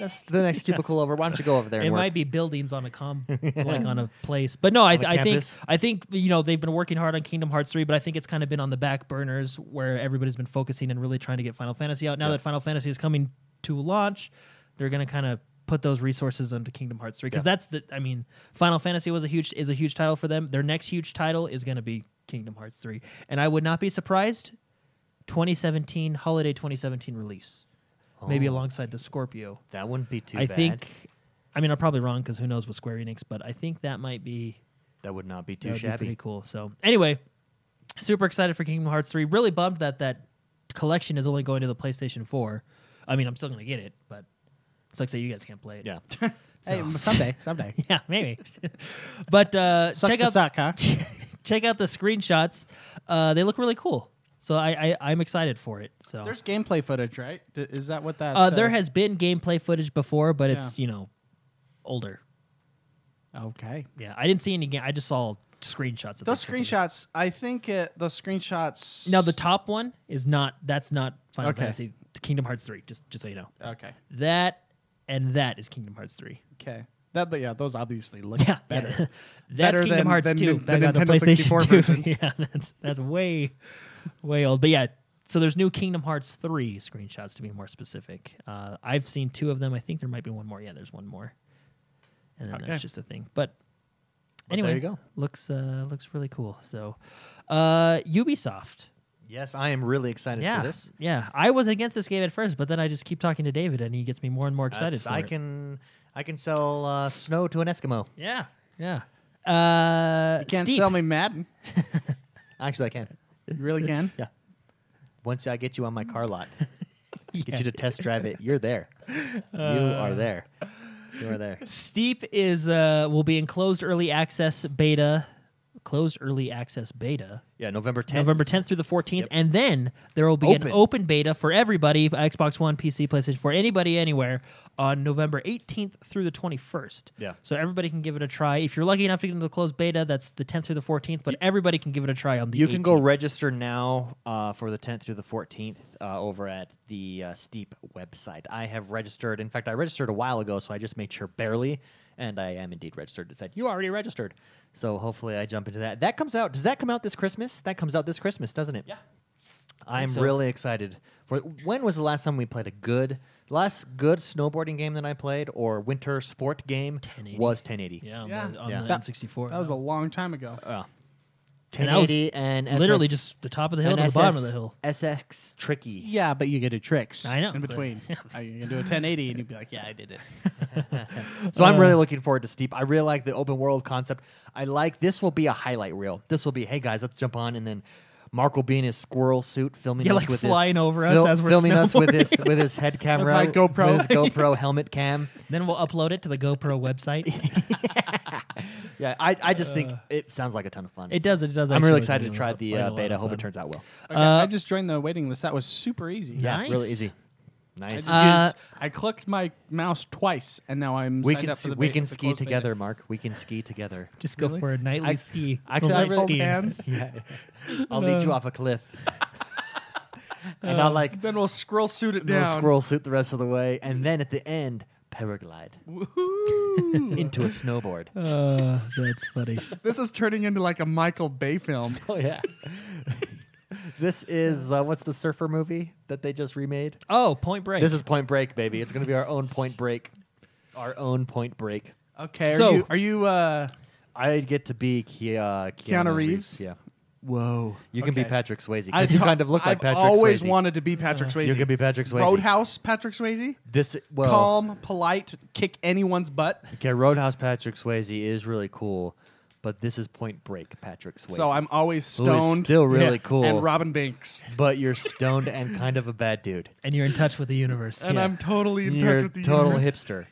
S1: That's the next cubicle over. Why don't you go over there? And
S3: it
S1: work?
S3: might be buildings on a com like on a place but no I,
S1: the
S3: I think
S1: campus?
S3: i think you know they've been working hard on kingdom hearts 3 but i think it's kind of been on the back burners where everybody's been focusing and really trying to get final fantasy out now that final fantasy is coming to launch they're going to kind of put those resources into kingdom hearts 3 because
S1: Yeah.
S3: that's the i mean final fantasy was a huge is a huge title for them their next huge title is going to be kingdom hearts 3 and i would not be surprised 2017 holiday 2017 release maybe
S1: Oh.
S3: alongside the scorpio
S1: That wouldn't be too
S3: I
S1: bad.
S3: think. I mean, I'm probably wrong because who knows with Square Enix, but I think that might be
S1: that would not be
S3: that
S1: too
S3: would be
S1: shabby.
S3: pretty cool. So anyway, super excited for Kingdom Hearts three. Really bummed that that collection is only going to the PlayStation four. I mean, I'm still gonna get it, but it's like say you guys can't play it.
S1: Yeah.
S2: Hey, someday, someday.
S3: yeah, maybe. but uh,
S2: Sucks
S3: check
S2: to
S3: out
S2: suck, huh?
S3: check out the screenshots. Uh, they look really cool. So I, I I'm excited for it. So
S2: There's gameplay footage, right? D- Is that what that?
S3: uh, there has been gameplay footage before, but
S2: Yeah.
S3: it's you know older.
S2: Okay.
S3: Yeah, I didn't see any game. I just saw screenshots. Of
S2: Those
S3: the trailer.
S2: screenshots, I think it, those screenshots.
S3: Now the top one is not. That's not Final
S2: Okay.
S3: Fantasy. Kingdom Hearts three. Just just so you know,
S2: Okay.
S3: that and that is Kingdom Hearts three.
S2: Okay. That, but yeah, those obviously look
S3: Yeah,
S2: better.
S3: yeah. that's
S2: Better
S3: Kingdom
S2: than-
S3: Hearts
S2: than
S3: two.
S2: Nin- the
S3: back on
S2: Nintendo 64 version.
S3: yeah, that's that's way way old. But yeah, so there's new Kingdom Hearts three screenshots to be more specific. Uh, I've seen two of them. I think there might be one more. Yeah, there's one more, and then
S2: Okay.
S3: that's just a thing. But
S1: But
S3: anyway,
S1: there you go.
S3: Looks uh, looks really cool. So, uh, Ubisoft.
S1: Yes, I am really excited
S3: yeah,
S1: for this.
S3: yeah. I was against this game at first, but then I just keep talking to David, and he gets me more and more excited.
S1: That's-
S3: for
S1: I
S3: it.
S1: can I can sell uh, snow to an Eskimo.
S3: Yeah, yeah. Uh,
S2: You can't
S3: Steep.
S2: sell me Madden.
S1: Actually, I can.
S2: You really can.
S1: Yeah. Once I get you on my car lot,
S3: Yeah. Uh,
S1: get you to test drive it. You're there. you are there. You are there.
S3: Steep is uh will be in closed early access beta, closed early access beta
S1: Yeah, November 10th.
S3: November 10th through the 14th,
S1: Yep.
S3: and then there will be
S1: Open.
S3: an open beta for everybody Xbox One, PC, PlayStation 4, anybody, anywhere on November 18th through the 21st.
S1: Yeah.
S3: So everybody can give it a try. If you're lucky enough to get into the closed beta, that's the 10th through the 14th, but everybody can give it a try on the
S1: You can go
S3: 18th.
S1: register now uh, for the 10th through the 14th uh, over at the uh, Steep website. I have registered. In fact, I registered a while ago, so I just made sure barely, and I am indeed registered. It said, You already registered. So hopefully I jump into that. That comes out. Does that come out this Christmas? That comes out this Christmas, doesn't it? Yeah. I'm
S3: so.
S1: really excited for when was the last time we played a good last good snowboarding game that I played or winter sport game
S3: 1080.
S1: was 1080.
S3: Yeah, on
S2: Yeah.
S3: the, on
S1: Yeah.
S3: the
S1: That-
S3: N64.
S2: That was a long time ago.
S1: Uh,
S3: And that was
S1: 1080 and,
S3: literally
S1: SS
S3: just the top of the hill
S1: and
S3: to the bottom of
S1: SS
S3: the hill.
S1: SX tricky.
S2: Yeah, but you get a tricks.
S3: I know,
S2: In
S3: but-
S2: between, Uh, you can do a 1080, and you'd be like, "Yeah, I did it."
S1: So I'm
S3: Uh,
S1: really looking forward to Steep. I really like the open world concept. I like this will be a highlight reel. This will be, hey guys, let's jump on, and then Mark will be in his squirrel suit filming
S3: Yeah,
S1: us
S3: like
S1: with
S3: flying
S1: his,
S3: over us as we're
S1: filming us with his
S3: snowboarding.
S1: with his head camera,
S2: my GoPro.
S1: with his GoPro helmet cam.
S3: Then we'll upload it to the GoPro website.
S1: Yeah, I, I just think it sounds like a ton of fun.
S3: Uh. It does. It does.
S1: I'm
S3: actually
S1: really
S3: look
S1: excited
S3: like
S1: to
S3: a
S1: try
S3: lot-
S1: the
S3: like a
S1: uh,
S3: lot
S1: beta. I
S3: of
S1: hope
S3: fun.
S1: it turns out well.
S2: Okay,
S3: Uh,
S2: I just joined the waiting list. That was super easy.
S1: Yeah,
S3: Nice.
S1: really easy.
S2: I,
S1: Nice.
S2: just
S3: Uh,
S2: used- I clicked my mouse twice, and now I'm.
S1: we
S2: signed
S1: can
S2: up for
S1: s-
S2: the
S1: we
S2: ba-
S1: can
S2: the
S1: ski
S2: closed beta.
S1: together, Mark. We can ski together.
S3: Just go
S2: Really?
S3: for a nightly
S1: I-
S3: ski.
S1: actually, I
S3: Night
S1: rolled
S3: skiing.
S2: hands.
S1: Yeah, I'll
S3: Uh.
S1: lead you off a cliff, and I'll like
S2: Then we'll scroll suit it
S1: We'll
S2: down.
S1: squirrel suit the rest of the way, and then at the end, paraglide
S2: Woohoo.
S1: into a snowboard.
S3: Uh, that's funny.
S2: this is turning into like a Michael Bay film.
S1: oh yeah. this is uh, what's the surfer movie that they just remade?
S3: Oh, Point Break.
S1: This is Point Break, baby. It's gonna be our own Point Break, our own Point Break.
S2: Okay. Are
S3: So-
S2: you? Are you uh,
S1: I get to be Ke- uh, Keanu,
S2: Keanu Reeves?
S1: Yeah,
S2: Whoa.
S1: you can be
S2: Okay.
S1: Patrick Swayze
S2: I
S1: because you
S2: ta-
S1: kind of look like
S2: I've
S1: Patrick
S2: always
S1: Swayze.
S2: wanted to be Patrick Swayze.
S1: you could be Patrick Swayze. Oh.
S2: Roadhouse Patrick Swayze.
S1: This well,
S2: Calm, polite, kick anyone's butt.
S1: okay. Roadhouse Patrick Swayze is really cool, but this is Point Break Patrick Swayze.
S2: So I'm always
S1: who is
S2: stoned.
S1: still really
S3: Yeah.
S1: cool.
S2: And Robin Banks.
S1: but you're stoned and kind of a bad dude.
S3: and you're in touch with the universe.
S2: And
S1: Yeah.
S2: I'm totally in
S1: You're
S2: touch with the
S1: total
S2: universe.
S1: hipster.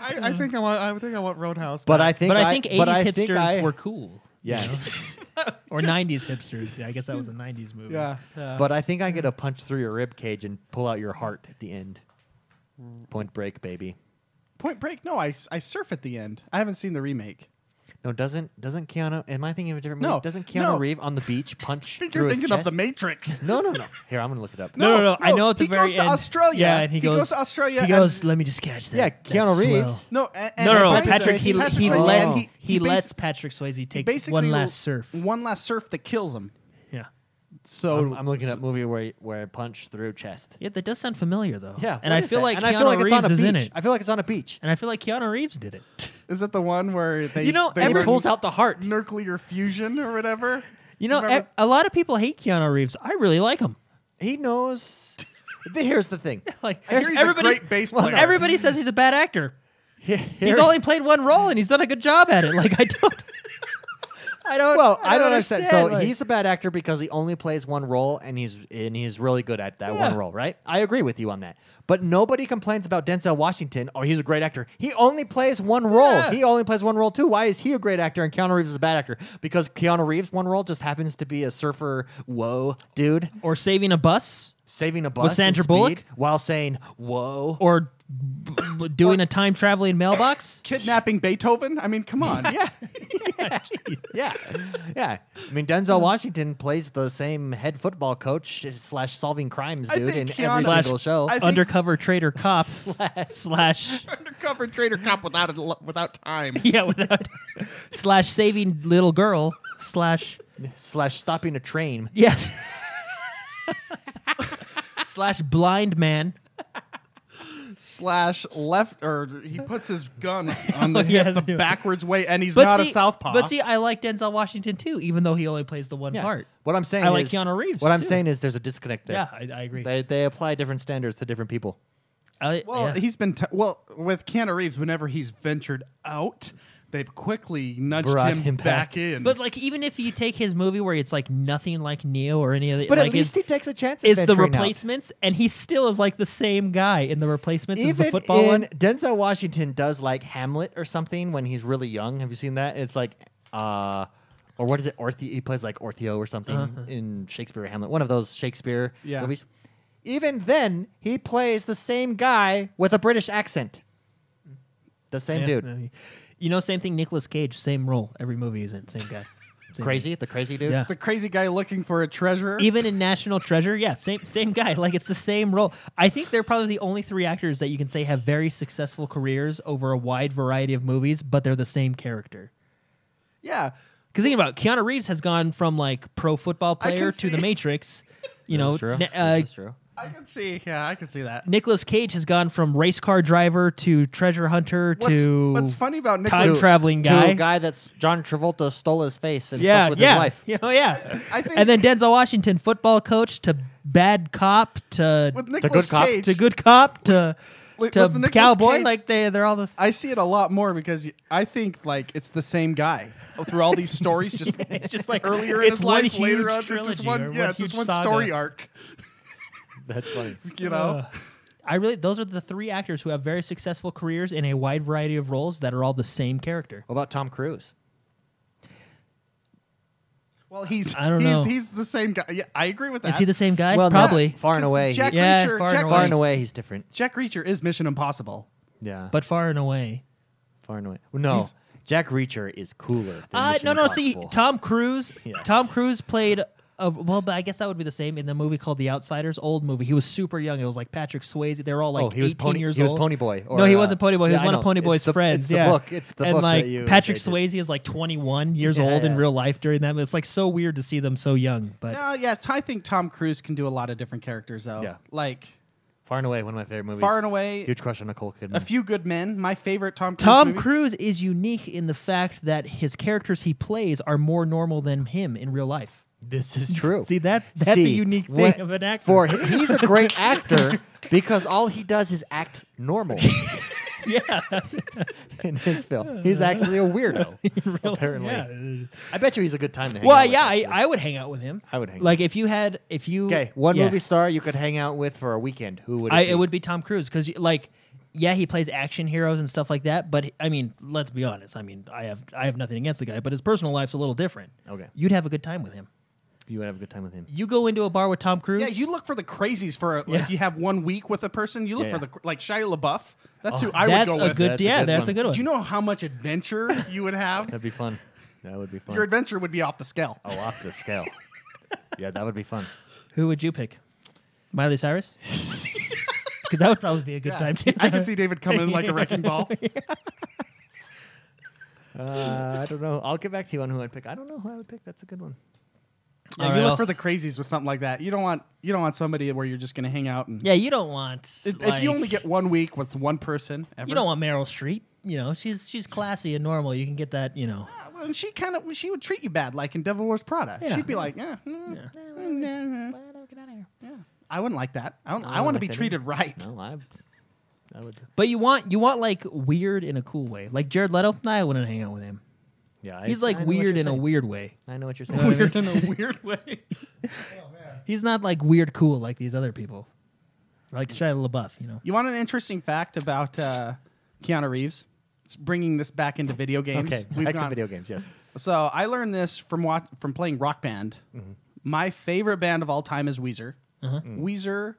S2: I, I think I want. I think I want Roadhouse.
S1: But
S2: back.
S1: I think,
S3: but I think 80s
S1: but I
S3: hipsters
S1: think I-
S3: were cool. you
S1: yeah.
S3: know? or 90s hipsters. Yeah, I guess that was a 90s movie.
S2: Yeah. yeah.
S1: but I think I get to punch through your rib cage and pull out your heart at the end. Point Break, baby.
S2: Point Break. No, I, s- I surf at the end. I haven't seen the remake.
S1: No, doesn't doesn't Keanu? Am I thinking of a different movie?
S2: No,
S1: Doesn't Keanu
S2: no.
S1: Reeve on the beach punch
S2: I think
S1: through
S2: you're
S1: his
S2: thinking of the
S1: chest?
S2: Matrix.
S1: No, no, no. Here, I'm gonna look it up.
S3: No, no, no. I
S2: no,
S3: know at the
S2: he
S3: very
S2: goes to
S3: end.
S2: Australia.
S3: Yeah, and he
S2: He goes
S3: goes-
S2: to Australia
S3: He
S2: and-
S3: goes, let me just catch that.
S1: Yeah, Keanu
S3: That's swell."
S1: Reeves.
S2: No, and, and
S3: No, no, no.
S1: Patrick
S3: Patrick, he,
S1: Swayze-
S3: he,
S1: Patrick Swayze
S3: lets,
S1: and
S3: he,
S1: he-
S2: basi-
S3: lets Patrick Swayze take
S2: basically
S3: one
S2: will-
S3: last surf.
S2: One last surf that kills him.
S3: Yeah.
S2: So
S1: I'm, I'm looking at movie where where I punch through chest.
S3: Yeah, that does sound familiar, though.
S1: Yeah,
S3: And
S1: what
S3: I
S1: is
S3: feel,
S1: that?
S3: like
S1: and
S3: Keanu
S1: I feel like it's on a
S3: Reeves
S1: beach.
S3: is in it.
S1: I feel like it's on a beach.
S3: And I feel like Keanu Reeves did it.
S2: Is that the one where they
S1: You know,
S2: they
S1: every-
S2: learn
S1: pulls out the heart.
S2: nuclear fusion or whatever?
S3: You know, e-,
S2: Remember-
S3: a, a lot of people hate Keanu Reeves. I really like him.
S1: He knows. Here's the thing.
S3: Like
S2: I hear he's a great bass player.
S3: Everybody says he's a bad actor.
S1: Here-
S3: He's only played one role and he's done a good job at it. Like I don't, I don't.
S1: Well, I don't understand. So
S3: like-
S1: he's a bad actor because he only plays one role, and he's and he's really good at that
S3: Yeah.
S1: one role, right? I agree with you on that. But nobody complains about Denzel Washington. Oh, he's a great actor. He only plays one role.
S3: Yeah.
S1: He only plays one role too. Why is he a great actor and Keanu Reeves is a bad actor? Because Keanu Reeves one role just happens to be a surfer. Whoa, dude,
S3: or saving a bus,
S1: saving a bus in
S3: Sandra
S1: speed
S3: Bullock?
S1: while saying whoa.
S3: or b- b- doing a time traveling mailbox.
S2: Kidnapping Beethoven? I mean, come on. yeah.
S1: yeah, yeah. I mean, Denzel Washington plays the same head football coach slash solving crimes
S2: I
S1: dude in
S2: think
S1: every
S2: Keanu- Slash-
S1: single show.
S2: I think-
S3: Undercover trader cop slash
S2: Undercover trader cop without a, without time.
S3: yeah without slash saving little girl slash
S1: slash stopping a train.
S3: yes slash blind man.
S2: Slash left, or he puts his gun on the,
S3: Oh, yeah,
S2: hip the
S3: I knew it.
S2: backwards way, and he's
S3: But
S2: not a
S3: see-
S2: southpaw.
S3: But see, I like Denzel Washington too, even though he only plays the one
S1: Yeah.
S3: part.
S1: What I'm saying,
S3: I like
S1: is-
S3: Keanu Reeves,
S1: What I'm
S3: too.
S1: saying is there's a disconnect there.
S3: Yeah, I, I agree.
S1: They, they apply different standards to different people.
S3: I-
S2: Well,
S3: yeah.
S2: he's been t- well with Keanu Reeves. Whenever he's ventured out, they've quickly nudged
S1: Brought
S2: him,
S1: him
S2: back.
S1: back.
S2: in.
S3: But like, even if you take his movie where it's like nothing like Neo or any other,
S1: But
S3: like
S1: at least he
S3: is,
S1: takes a chance.
S3: is the
S1: venturing out.
S3: replacements, and he still is like the same guy in the replacements as
S1: Even
S3: the football
S1: in
S3: one.
S1: Denzel Washington does like Hamlet or something when he's really young. Have you seen that? It's like, uh, or what is it? Orthe he plays like Ortheo or something
S3: Uh-huh.
S1: in Shakespeare or Hamlet, one of those Shakespeare
S2: Yeah.
S1: movies. Even then, he plays the same guy with a British accent. The same
S3: Yeah,
S1: dude.
S3: no, he- you know, same thing. Nicolas Cage, same role. Every movie is in same guy. Same
S1: Crazy, the crazy dude.
S3: Yeah.
S2: The crazy guy looking for a treasure.
S3: guy. Even in National Treasure, yeah, same same guy. Like it's the same role. I think they're probably the only three actors that you can say have very successful careers over a wide variety of movies, but they're the same character.
S2: yeah.
S3: Because think about it, Keanu Reeves has gone from like pro football
S2: I can
S3: player to The
S2: see-
S3: Matrix.
S1: This
S3: You know,
S1: is true.
S3: Na- uh,
S1: This is true.
S2: I can see. Yeah, I can see that.
S3: Nicolas Cage has gone from race car driver to treasure hunter
S2: What's,
S3: to
S2: what's funny about
S3: time
S2: Nicholas?
S3: traveling
S1: To
S3: guy.
S1: a guy that's John Travolta stole his face and
S3: yeah,
S1: slept with
S3: yeah,
S1: his wife.
S3: You know, yeah.
S2: I think
S3: and then Denzel Washington, football coach to bad cop to
S2: with
S1: good
S2: Nicholas
S1: cop
S2: Cage,
S3: to good cop to
S2: with-
S3: to
S2: with Nicolas
S3: cowboy.
S2: Cage-
S3: Like they they're all this.
S2: I see it a lot more because you- I think like it's the same guy through all these stories. Just
S3: It's just like
S2: earlier in
S3: it's
S2: his
S3: one
S2: life,
S3: huge
S2: later on, it's
S3: trilogy
S2: just one.
S3: or
S2: Yeah, it's just
S3: huge
S2: one
S3: saga.
S2: story arc.
S1: That's funny.
S2: You know.
S3: Ugh. uh, I really those are the three actors who have very successful careers in a wide variety of roles that are all the same character.
S1: What about Tom Cruise?
S2: well, he's
S3: I don't
S2: he's,
S3: know.
S2: He's the same guy. Yeah, I agree with that.
S3: Is he the same guy?
S1: Well, no,
S3: Probably.
S1: far and away.
S2: Jack
S1: he-
S3: Yeah,
S2: Reacher.
S3: far and
S2: Jack,
S3: away.
S1: far and away, he's different.
S2: Jack Reacher is Mission Impossible.
S1: Yeah,
S3: But far and away.
S1: far and away. No,
S2: He's-
S1: Jack Reacher is cooler. Than
S3: Uh,
S1: Mission
S3: no, no. See,
S1: Impossible.
S3: Tom Cruise.
S1: Yes.
S3: Tom Cruise played. A, well, but I guess that would be the same in the movie called The Outsiders, old movie. He was super young. It was like Patrick Swayze. They were all like
S1: oh, he was
S3: 18
S1: pony.
S3: years
S1: he was
S3: old.
S1: Pony Boy. Or,
S3: no, he
S1: uh,
S3: wasn't Pony Boy. He
S1: yeah,
S3: was
S1: I
S3: one
S1: know.
S3: of Pony Boy's
S1: It's the,
S3: friends.
S1: It's the
S3: yeah.
S1: book. It's the
S3: and
S1: book
S3: like
S1: that you.
S3: Patrick
S1: they did.
S3: Swayze is like 21 years
S1: Yeah,
S3: old in
S1: yeah.
S3: real life during that. It's like so weird to see them so young. But
S2: No, Uh, yes, I think Tom Cruise can do a lot of different characters though.
S1: Yeah.
S2: Like
S1: Far and away, one of my favorite movies.
S2: Far and Away,
S1: Huge crush on Nicole Kidman.
S2: A Few Good Men, my favorite Tom Cruise.
S3: Mm. Tom
S2: movie.
S3: Cruise is unique in the fact that his characters he plays are more normal than him in real life.
S1: This is true.
S3: See, that's that's a
S1: See,
S3: unique thing
S1: what-
S3: of an actor.
S1: For hi- he's a great actor because all he does is act normal
S3: yeah,
S1: in his film. He's actually a weirdo. apparently,
S3: yeah.
S1: I bet you he's a good time to hang
S3: Well,
S1: out with,
S3: yeah, I,
S1: actually.
S3: I would hang out with him.
S1: I would hang.
S3: Like if you had, if you
S1: okay, one
S3: yeah.
S1: movie star you could hang out with for a weekend. Who would it
S3: I
S1: be?
S3: it would be Tom Cruise because like, yeah, he plays action heroes and stuff like that. But I mean, let's be honest. I mean, I have I have nothing against the guy, but his personal life's a little different.
S1: Okay.
S3: you'd have a good time with him.
S1: You would have a good time with him.
S3: You go into a bar with Tom Cruise.
S2: Yeah, you look for the crazies for like
S3: Yeah.
S2: you have one week with a person. You look
S1: Yeah,
S2: for
S1: yeah.
S2: the cr- like Shia LaBeouf. That's who I would
S3: Oh, That's
S2: go
S3: a
S2: with.
S3: good.
S1: That's a
S3: yeah,
S1: good
S3: that's
S1: one.
S3: a good one.
S2: Do you know how much adventure you would have?
S1: That'd be fun. That would be fun.
S2: Your adventure would be off the scale.
S1: oh, off the scale. yeah, that would be fun.
S3: Who would you pick? Miley Cyrus. Because that would probably be a good
S2: Yeah.
S3: time too.
S2: I could see David coming in like a wrecking ball.
S1: Uh, I don't know. I'll get back to you on who I'd pick. I don't know who I would pick. That's a good one.
S3: All
S2: Yeah,
S3: right,
S2: you
S3: I'll-
S2: look for the crazies with something like that. You don't want you don't want somebody where you're just going to hang out and.
S3: yeah, you don't want
S2: If, if
S3: like-
S2: you only get one week with one person, ever,
S3: you don't want Meryl Streep. You know, she's she's classy and normal. You can get that. You know.
S2: Yeah, ah, well, and she kind of she would treat you bad, like in Devil Wears Prada.
S3: Yeah.
S2: She'd be like, eh, mm,
S3: Yeah.
S2: mm, mm, mm, yeah. I wouldn't like that. I don't.
S1: No,
S2: I,
S1: I
S2: want to
S1: like
S2: be
S1: that
S2: treated right.
S1: No, I. I would.
S3: But you want you want like weird in a cool way. Like Jared Leto, nah, I wouldn't hang out with him.
S1: Yeah, I-
S3: He's
S1: I
S3: like
S1: know what
S3: weird
S1: you're
S3: in a
S1: saying.
S3: weird way.
S1: I know what you're saying.
S3: You know what I mean?
S2: Weird in a weird way.
S3: He's not like weird cool like these other people. Like Shia LaBeouf, you know.
S2: You want an interesting fact about uh, Keanu Reeves? It's bringing this back into video games.
S1: Okay,
S2: We've
S1: back to
S2: gone-
S1: video games. Yes.
S2: So I learned this from wa- from playing Rock Band.
S1: Mm-hmm.
S2: My favorite band of all time is Weezer.
S1: Mm.
S2: Weezer,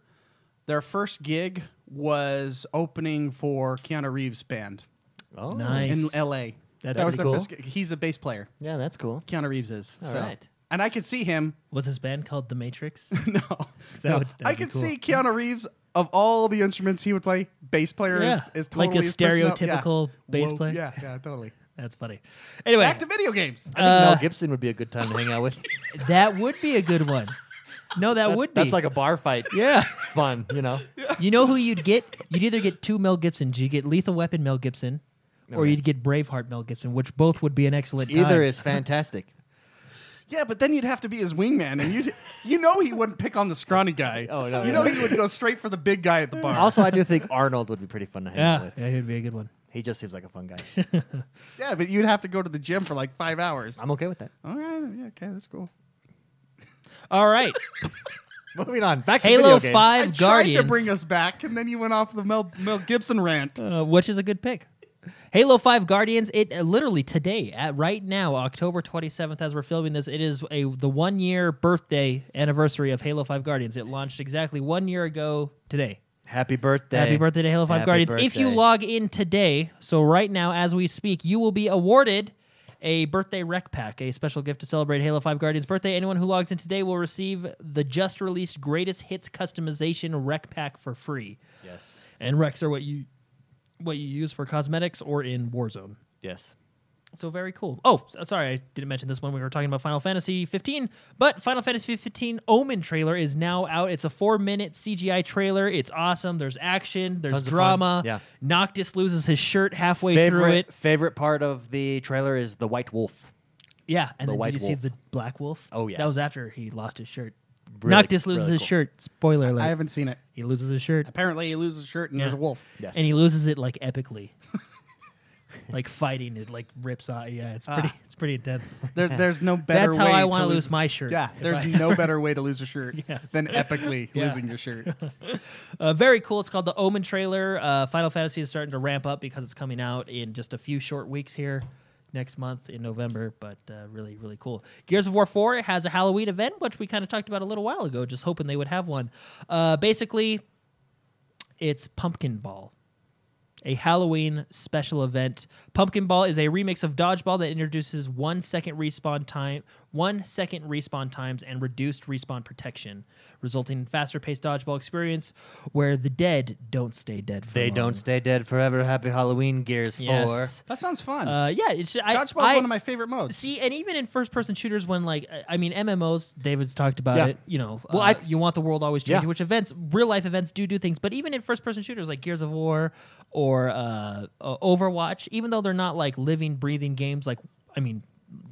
S2: their first gig was opening for Keanu Reeves' band
S1: Oh,
S3: Nice.
S2: in L.A.
S3: That's
S2: that was
S3: pretty
S2: their
S3: cool.
S2: first gig. He's a bass player.
S1: Yeah, that's cool.
S2: Keanu Reeves is.
S1: All
S2: so.
S1: right.
S2: And I could see him.
S3: Was his band called The Matrix?
S2: no,
S3: That
S2: No.
S3: would- that'd
S2: I
S3: be
S2: could
S3: cool.
S2: see Keanu Reeves of all the instruments he would play. Bass player
S3: Yeah,
S2: is, is totally
S3: like a
S2: his personal- yeah.
S3: stereotypical bass
S2: Whoa,
S3: player.
S2: Yeah, yeah, totally.
S3: That's funny. Anyway,
S2: Back to video games.
S1: I think
S3: Uh,
S1: Mel Gibson would be a good time to hang out with.
S3: that would be a good one. No, that
S1: That's-
S3: would be.
S1: That's like a bar fight.
S3: yeah.
S1: Fun, you know.
S3: You know who you'd get? You'd either get two Mel Gibsons. You get Lethal Weapon Mel Gibson, or
S1: Okay.
S3: you'd get Braveheart Mel Gibson, which both would be an excellent. time.
S1: Either is fantastic.
S2: Yeah, but then you'd have to be his wingman, and you you know he wouldn't pick on the scrawny guy.
S1: Oh, no,
S2: you
S1: yeah.
S2: know he would go straight for the big guy at the bar.
S1: Also, I do think Arnold would be pretty fun to hang out
S3: Yeah,
S1: with.
S3: yeah, it'd be a good one.
S1: He just seems like a fun guy.
S2: yeah, but you'd have to go to the gym for like five hours.
S1: I'm okay with that.
S2: All right, yeah, okay, that's cool.
S3: All right,
S1: Moving on. Back to
S3: Halo
S1: video games.
S2: I
S3: Five
S2: tried
S3: Guardians,
S2: to bring us back, and then you went off the Mel Mel Gibson rant.
S3: uh, which is a good pick. Halo 5 Guardians, it uh, literally today, at right now, October 27th, as we're filming this, it is a the one year birthday anniversary of Halo 5 Guardians. It launched exactly one year ago today.
S1: Happy birthday.
S3: Happy birthday to Halo 5
S1: Happy
S3: Guardians. If you
S1: birthday.
S3: log in today, so right now as we speak, you will be awarded a birthday rec pack, a special gift to celebrate Halo 5 Guardians' birthday. Anyone who logs in today will receive the just released greatest hits customization rec pack for free.
S1: Yes.
S3: And recs are what you what you use for cosmetics or in Warzone.
S1: Yes.
S3: So very cool. Oh, s- sorry, I didn't mention this one. We were talking about Final Fantasy 15, but Final Fantasy 15 Omen trailer is now out. It's a four-minute CGI trailer. It's awesome. There's action. There's
S1: Tons of fun.
S3: drama.
S1: Yeah.
S3: Noctis loses his shirt halfway
S1: favorite,
S3: through it.
S1: Favorite part of the trailer is the white wolf.
S3: Yeah. And
S1: The
S3: then
S1: White
S3: did you see
S1: Wolf.
S3: the Black Wolf?
S1: Oh, yeah.
S3: That was after he lost his shirt.
S1: Really-
S3: Noctis loses
S1: really
S3: his
S1: cool.
S3: shirt. Spoiler alert.
S2: I haven't seen it.
S3: he loses his shirt.
S2: Apparently, he loses his shirt and there's a wolf.
S1: Yes.
S3: And he loses it like epically. like fighting it like rips off. Yeah, it's pretty
S2: Ah.
S3: it's pretty intense.
S2: There, there's no better.
S3: That's how
S2: way
S3: I
S2: to
S3: want to lose
S2: lose
S3: my shirt.
S2: Yeah,
S3: If
S2: there's
S3: I-
S2: no better way to lose a shirt
S3: Yeah.
S2: than epically
S3: Yeah.
S2: losing your shirt.
S3: Uh, very cool. It's called the Omen trailer. Uh, Final Fantasy is starting to ramp up because it's coming out in just a few short weeks here next month in November, but uh, really, really cool. Gears of War 4 has a Halloween event, which we kind of talked about a little while ago, just hoping they would have one. Uh, basically, it's Pumpkin Ball. A Halloween special event. Pumpkin Ball is a remix of Dodgeball that introduces one second respawn time, one second respawn times, and reduced respawn protection, resulting in faster paced dodgeball experience where the dead don't stay dead. For
S1: they
S3: long.
S1: don't stay dead forever. Happy Halloween, Gears 4.
S3: Yes.
S2: That sounds fun.
S3: Uh, yeah, it's I,
S2: Dodgeball's
S3: I-
S2: one of my favorite modes.
S3: See, and even in first-person shooters, when like I- I mean MMOs, David's talked about
S1: Yeah.
S3: it. You know,
S1: Well,
S3: uh,
S1: I-
S3: you want the world always changing,
S1: Yeah.
S3: which events, real-life events, do do things. But even in first-person shooters like Gears of War or uh, uh, Overwatch, even though they're not like living, breathing games, like I mean,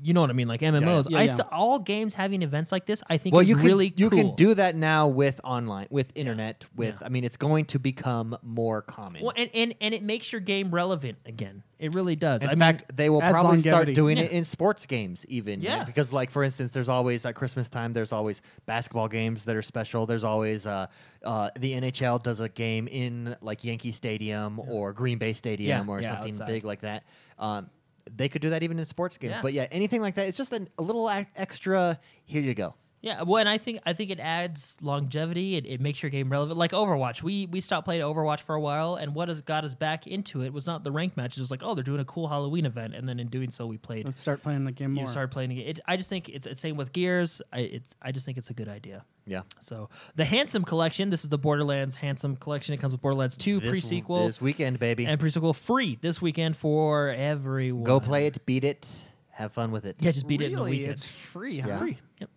S3: you know what I mean, like MMOs.
S2: Yeah,
S3: I
S2: yeah.
S3: st- all games having events like this, I think,
S1: Well,
S3: is
S1: you can,
S3: really
S1: you
S3: cool.
S1: can do that now with online, with internet, with
S3: Yeah.
S1: I mean, it's going to become more common.
S3: Well, and, and and it makes your game relevant again. It really does.
S1: in
S3: I mean,
S1: fact, they will
S2: Adds
S1: probably
S2: longevity.
S1: start doing it
S3: Yeah.
S1: in sports games, even.
S3: Yeah.
S1: right? Because, like, for instance, there's always at Christmas time, there's always basketball games that are special. There's always uh, uh, the NHL does a game in like Yankee Stadium or Green Bay Stadium
S3: Yeah,
S1: or
S3: yeah,
S1: something
S3: outside.
S1: big like that. Um, they could do that even in sports games.
S3: Yeah.
S1: But yeah, anything like that, it's just an, a little ac extra. Here you go.
S3: Yeah, well, and I think I think it adds longevity. It, it makes your game relevant. Like Overwatch, we we stopped playing Overwatch for a while, and what has got us back into it was not the ranked matches. It was like, oh, they're doing a cool Halloween event, and then in doing so, we played.
S2: Let's start playing the game more.
S3: You started playing it. it. I just think it's the same with Gears. I it's I just think it's a good idea.
S1: Yeah.
S3: So the Handsome Collection. This is the Borderlands Handsome Collection. It comes with Borderlands Two
S1: This-
S3: prequel
S1: This weekend, baby.
S3: and prequel free this weekend for everyone.
S1: Go play it, beat it, have fun with it.
S3: Yeah, just beat
S2: really,
S3: it in the weekend.
S2: it's free. Huh?
S1: Yeah.
S3: free. Yep.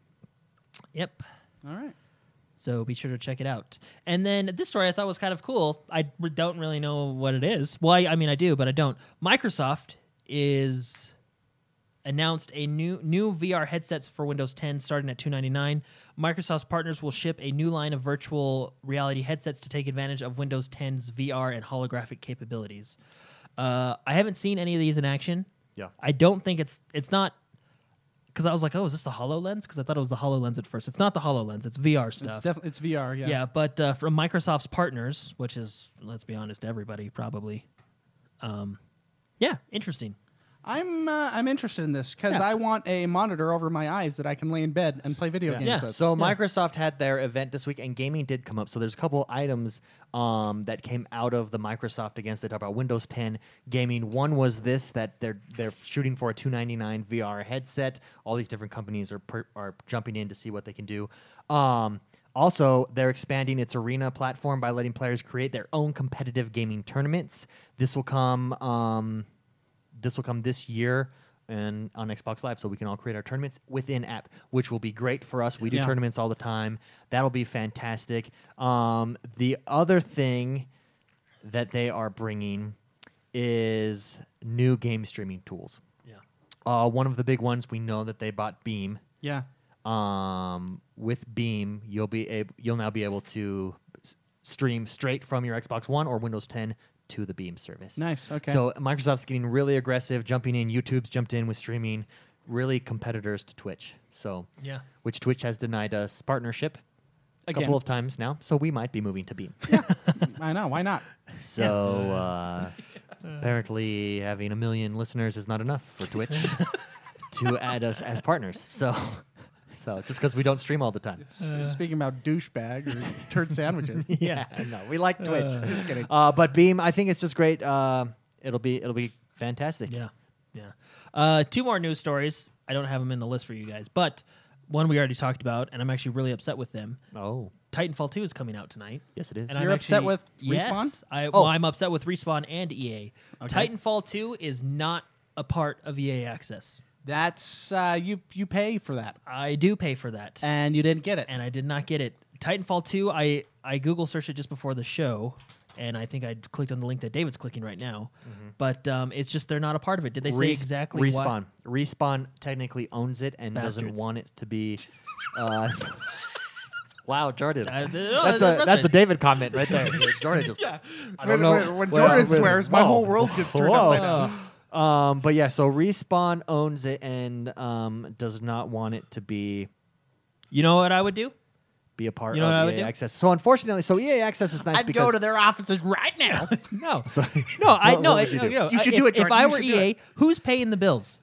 S3: Yep.
S2: All right.
S3: So be sure to check it out. And then this story I thought was kind of cool. I r- don't really know what it is. Well, I, I mean, I do, but I don't. Microsoft is announced a new new VR headsets for Windows 10 starting at 299. Microsoft's partners will ship a new line of virtual reality headsets to take advantage of Windows 10's VR and holographic capabilities. Uh, I haven't seen any of these in action.
S1: Yeah.
S3: I don't think it's it's not because I was like, oh, is this the Hololens? Because I thought it was the Hololens at first. It's not the Hololens. It's VR
S2: It's
S3: stuff.
S2: definitely it's VR. Yeah.
S3: yeah. but uh, from Microsoft's partners, which is let's be honest, everybody probably. Um, yeah, interesting.
S2: I'm uh, I'm interested in this because
S3: Yeah.
S2: I want a monitor over my eyes that I can lay in bed and play video games
S3: Yeah.
S2: with.
S1: So
S3: Yeah.
S1: Microsoft had their event this week, and gaming did come up. So there's a couple items um, that came out of the Microsoft against. They talk about Windows 10 gaming. One was this that they're they're shooting for a 299 VR headset. All these different companies are per, are jumping in to see what they can do. Um, also, they're expanding its arena platform by letting players create their own competitive gaming tournaments. This will come. Um, this will come this year and on Xbox Live, so we can all create our tournaments within app, which will be great for us. We do
S2: Yeah.
S1: tournaments all the time. That'll be fantastic. Um, the other thing that they are bringing is new game streaming tools.
S3: Yeah.
S1: Uh, one of the big ones we know that they bought Beam.
S2: yeah.
S1: Um, with Beam, you'll be able you'll now be able to s- stream straight from your Xbox One or Windows 10 to the Beam service.
S2: Nice. Okay.
S1: So Microsoft's getting really aggressive, jumping in. YouTube's jumped in with streaming, really competitors to Twitch. So,
S3: Yeah.
S1: which Twitch has denied us partnership a
S2: Again.
S1: couple of times now. So we might be moving to Beam.
S2: I know. Why not?
S1: so uh, Apparently, having a million listeners is not enough for Twitch to add us as partners. So, so just because we don't stream all the time.
S3: Uh,
S2: Sp- Speaking about douchebag or turd sandwiches.
S1: Yeah, no, we like Twitch.
S2: Just kidding.
S1: Uh, but Beam, I think it's just great. Uh, it'll be it'll be fantastic.
S3: Yeah, yeah. Uh, two more news stories. I don't have them in the list for you guys, but one we already talked about, and I'm actually really upset with them.
S1: Oh,
S3: Titanfall 2 is coming out tonight.
S1: yes, it is.
S3: And
S2: You're
S3: I'm
S2: upset
S3: actually-
S2: with Respawn? Oh.
S3: Yes, I, well, I'm upset with Respawn and EA. Titanfall 2 is not a part of EA Access.
S2: That's uh, you. You pay for that,
S3: I do pay for that,
S2: and you didn't get it.
S3: and I did not get it. Titanfall 2, I, I Google searched it just before the show, and I think I clicked on the link that David's clicking right now. But um, it's just they're not a part of it. Did they say
S1: Mm-hmm. Res-
S3: exactly
S1: Respawn.
S3: what?
S1: Respawn technically owns it and doesn't
S3: Bastards.
S1: want it to be. Uh, wow, Jordan.
S3: I-
S1: that's a that's a David comment right there. Jordan just. I don't
S2: When-
S1: know.
S2: when- when
S1: Well,
S2: Jordan
S1: well,
S2: swears, my
S1: whoa.
S2: whole world gets turned
S1: Whoa.
S2: upside
S3: Uh,
S1: Um, but yeah, so Respawn owns it and um, does not want it to be
S3: You know what I would do?
S1: be a part
S3: You know what I
S1: of
S3: would
S1: EA
S3: do?
S1: Access. So unfortunately, so EA Access is nice because
S2: their offices right now.
S3: No.
S1: so,
S3: No, I
S1: What-
S3: no.
S1: what would
S3: I-
S1: you
S3: no,
S1: do?
S3: know,
S2: You
S3: I-
S2: should
S3: if,
S2: do it,
S3: If
S2: Jordan.
S3: I
S2: You
S3: were
S2: should do
S3: EA, who's paying the bills?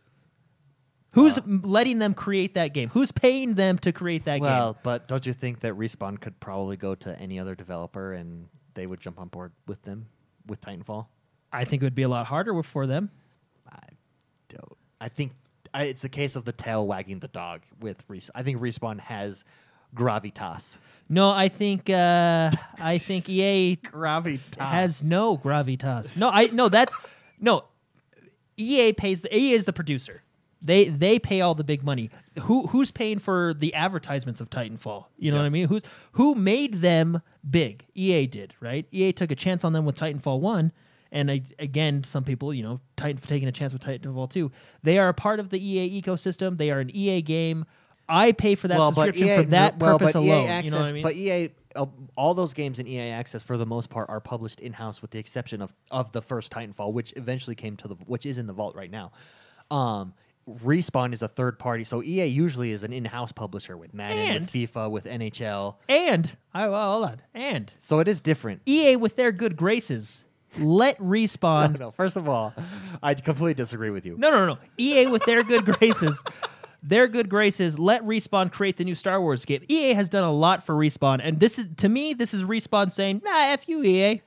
S3: Who's
S1: Uh,
S3: m- letting them create that game? Who's paying them to create that
S1: well,
S3: game?
S1: but don't you think that Respawn could probably go to any other developer and they would jump on board with them with Titanfall?
S3: I think it would be a lot harder for them.
S1: I don't. I think I, it's the case of the tail wagging the dog with Res- I think Respawn has gravitas.
S3: No, I think uh, I think EA
S2: Ravi
S1: Ah.
S3: has no gravitas. No, I no. That's no. EA pays. The, EA is the producer. They they pay all the big money. Who who's paying for the advertisements of Titanfall? You know what I mean? Who's who made them big? EA did, right? EA took a chance on them with Titanfall one, and I, again, some people, you know, Titan taking a chance with Titanfall two. They are a part of the EA ecosystem. They are an EA game. I pay for that subscription for that
S1: E well,
S3: purpose
S1: but EA
S3: alone.
S1: Access,
S3: you know what I mean?
S1: But EA, uh, all those games in EA Access, for the most part, are published in house, with the exception of of the first Titanfall, which eventually came to the which is in the vault right now. Um, Respawn is a third party, so EA usually is an in house publisher with Madden,
S3: And-
S1: with FIFA, with NHL.
S3: and I well, hold on. And
S1: So it is different.
S3: EA E with their good graces let respawn.
S1: No, first of all, I completely disagree with you.
S3: No, no, no. no. EA with their good graces. Their good graces let Respawn create the new Star Wars game. EA has done a lot for Respawn, and this is to me, this is Respawn saying, "Nah, f you, EA.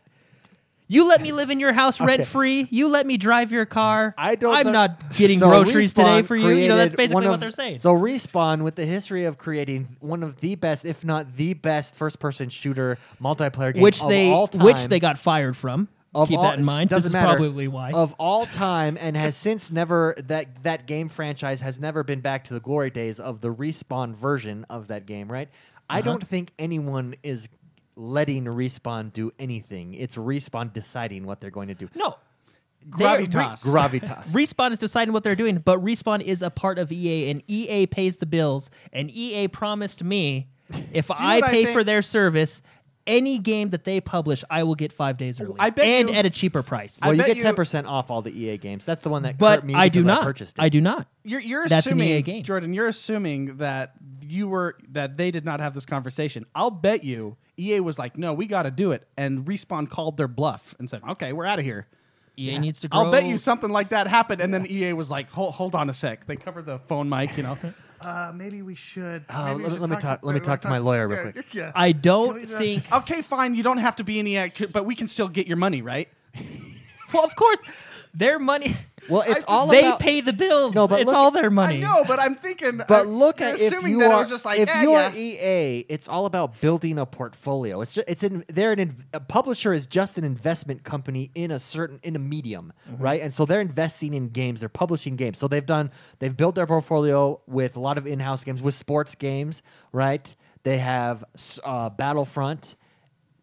S3: You let me live in your house rent free. You let me drive your car.
S1: I don't.
S3: I'm
S1: so-
S3: not getting
S1: So
S3: groceries today
S1: Respawn
S3: for you. You know, that's
S1: created
S3: basically
S1: one
S3: what
S1: of-
S3: they're saying.
S1: So respawn with the history of creating one of the best, if not the best, first-person shooter multiplayer game
S3: which
S1: of
S3: they,
S1: all time,
S3: which they got fired from.
S1: of
S3: Keep
S1: all-
S3: that in mind.
S1: Doesn't
S3: this
S1: matter,
S3: is probably why.
S1: of all time, and has since never that that game franchise has never been back to the glory days of the respawn version of that game. Right? I
S3: Uh-huh.
S1: don't think anyone is letting respawn do anything. It's respawn deciding what they're going to do.
S3: no, They're re-
S2: Gravitas.
S1: Gravitas.
S3: Respawn is deciding what they're doing, but Respawn is a part of EA, and EA pays the bills. And EA promised me, if I
S2: what I
S3: pay
S2: think?
S3: for their service, any game that they publish, I will get five days early,
S2: I bet
S3: and
S2: you-
S3: at a cheaper price.
S1: Well,
S2: I
S1: you
S2: bet
S1: get
S2: you-
S1: ten percent off all the EA games. That's the one that
S3: but
S1: hurt me
S3: I do
S1: because
S3: not.
S1: I purchased it.
S3: I do not.
S2: You're, you're
S3: That's an
S1: E
S2: assuming,
S3: EA game.
S2: Jordan. You're assuming that you were that they did not have this conversation. I'll bet you EA was like, "No, we got to do it," and respawn called their bluff and said, "Okay, we're out of here."
S3: EA E needs to. Grow.
S2: I'll bet you something like that happened, and then EA was like, "Hold, hold on a sec." They covered the phone mic, you know. uh, maybe we should.
S1: Oh,
S2: maybe we
S1: let-
S2: should
S1: let me talk- let me talk to my lawyer real quick.
S2: Yeah.
S3: I don't think.
S2: Okay, fine. You don't have to be in EA, but we can still get your money, right?
S3: Well, of course, their money.
S1: Well, it's
S2: just-
S1: all
S3: they
S1: about.
S3: pay the bills.
S1: No, but
S3: it's
S1: look-
S3: all their money.
S2: I know, but I'm thinking.
S1: but
S2: I-
S1: look
S2: you're
S1: at if
S2: assuming
S1: you
S2: that
S1: are
S2: I was just like,
S1: if
S2: eh,
S1: you
S2: yeah.
S1: are E EA, it's all about building a portfolio. It's just it's in they're an inv- a publisher is just an investment company in a certain in a medium,
S2: Mm-hmm.
S1: right? And so they're investing in games, they're publishing games. So they've done they've built their portfolio with a lot of in-house games, with sports games, right? They have s- uh, Battlefront.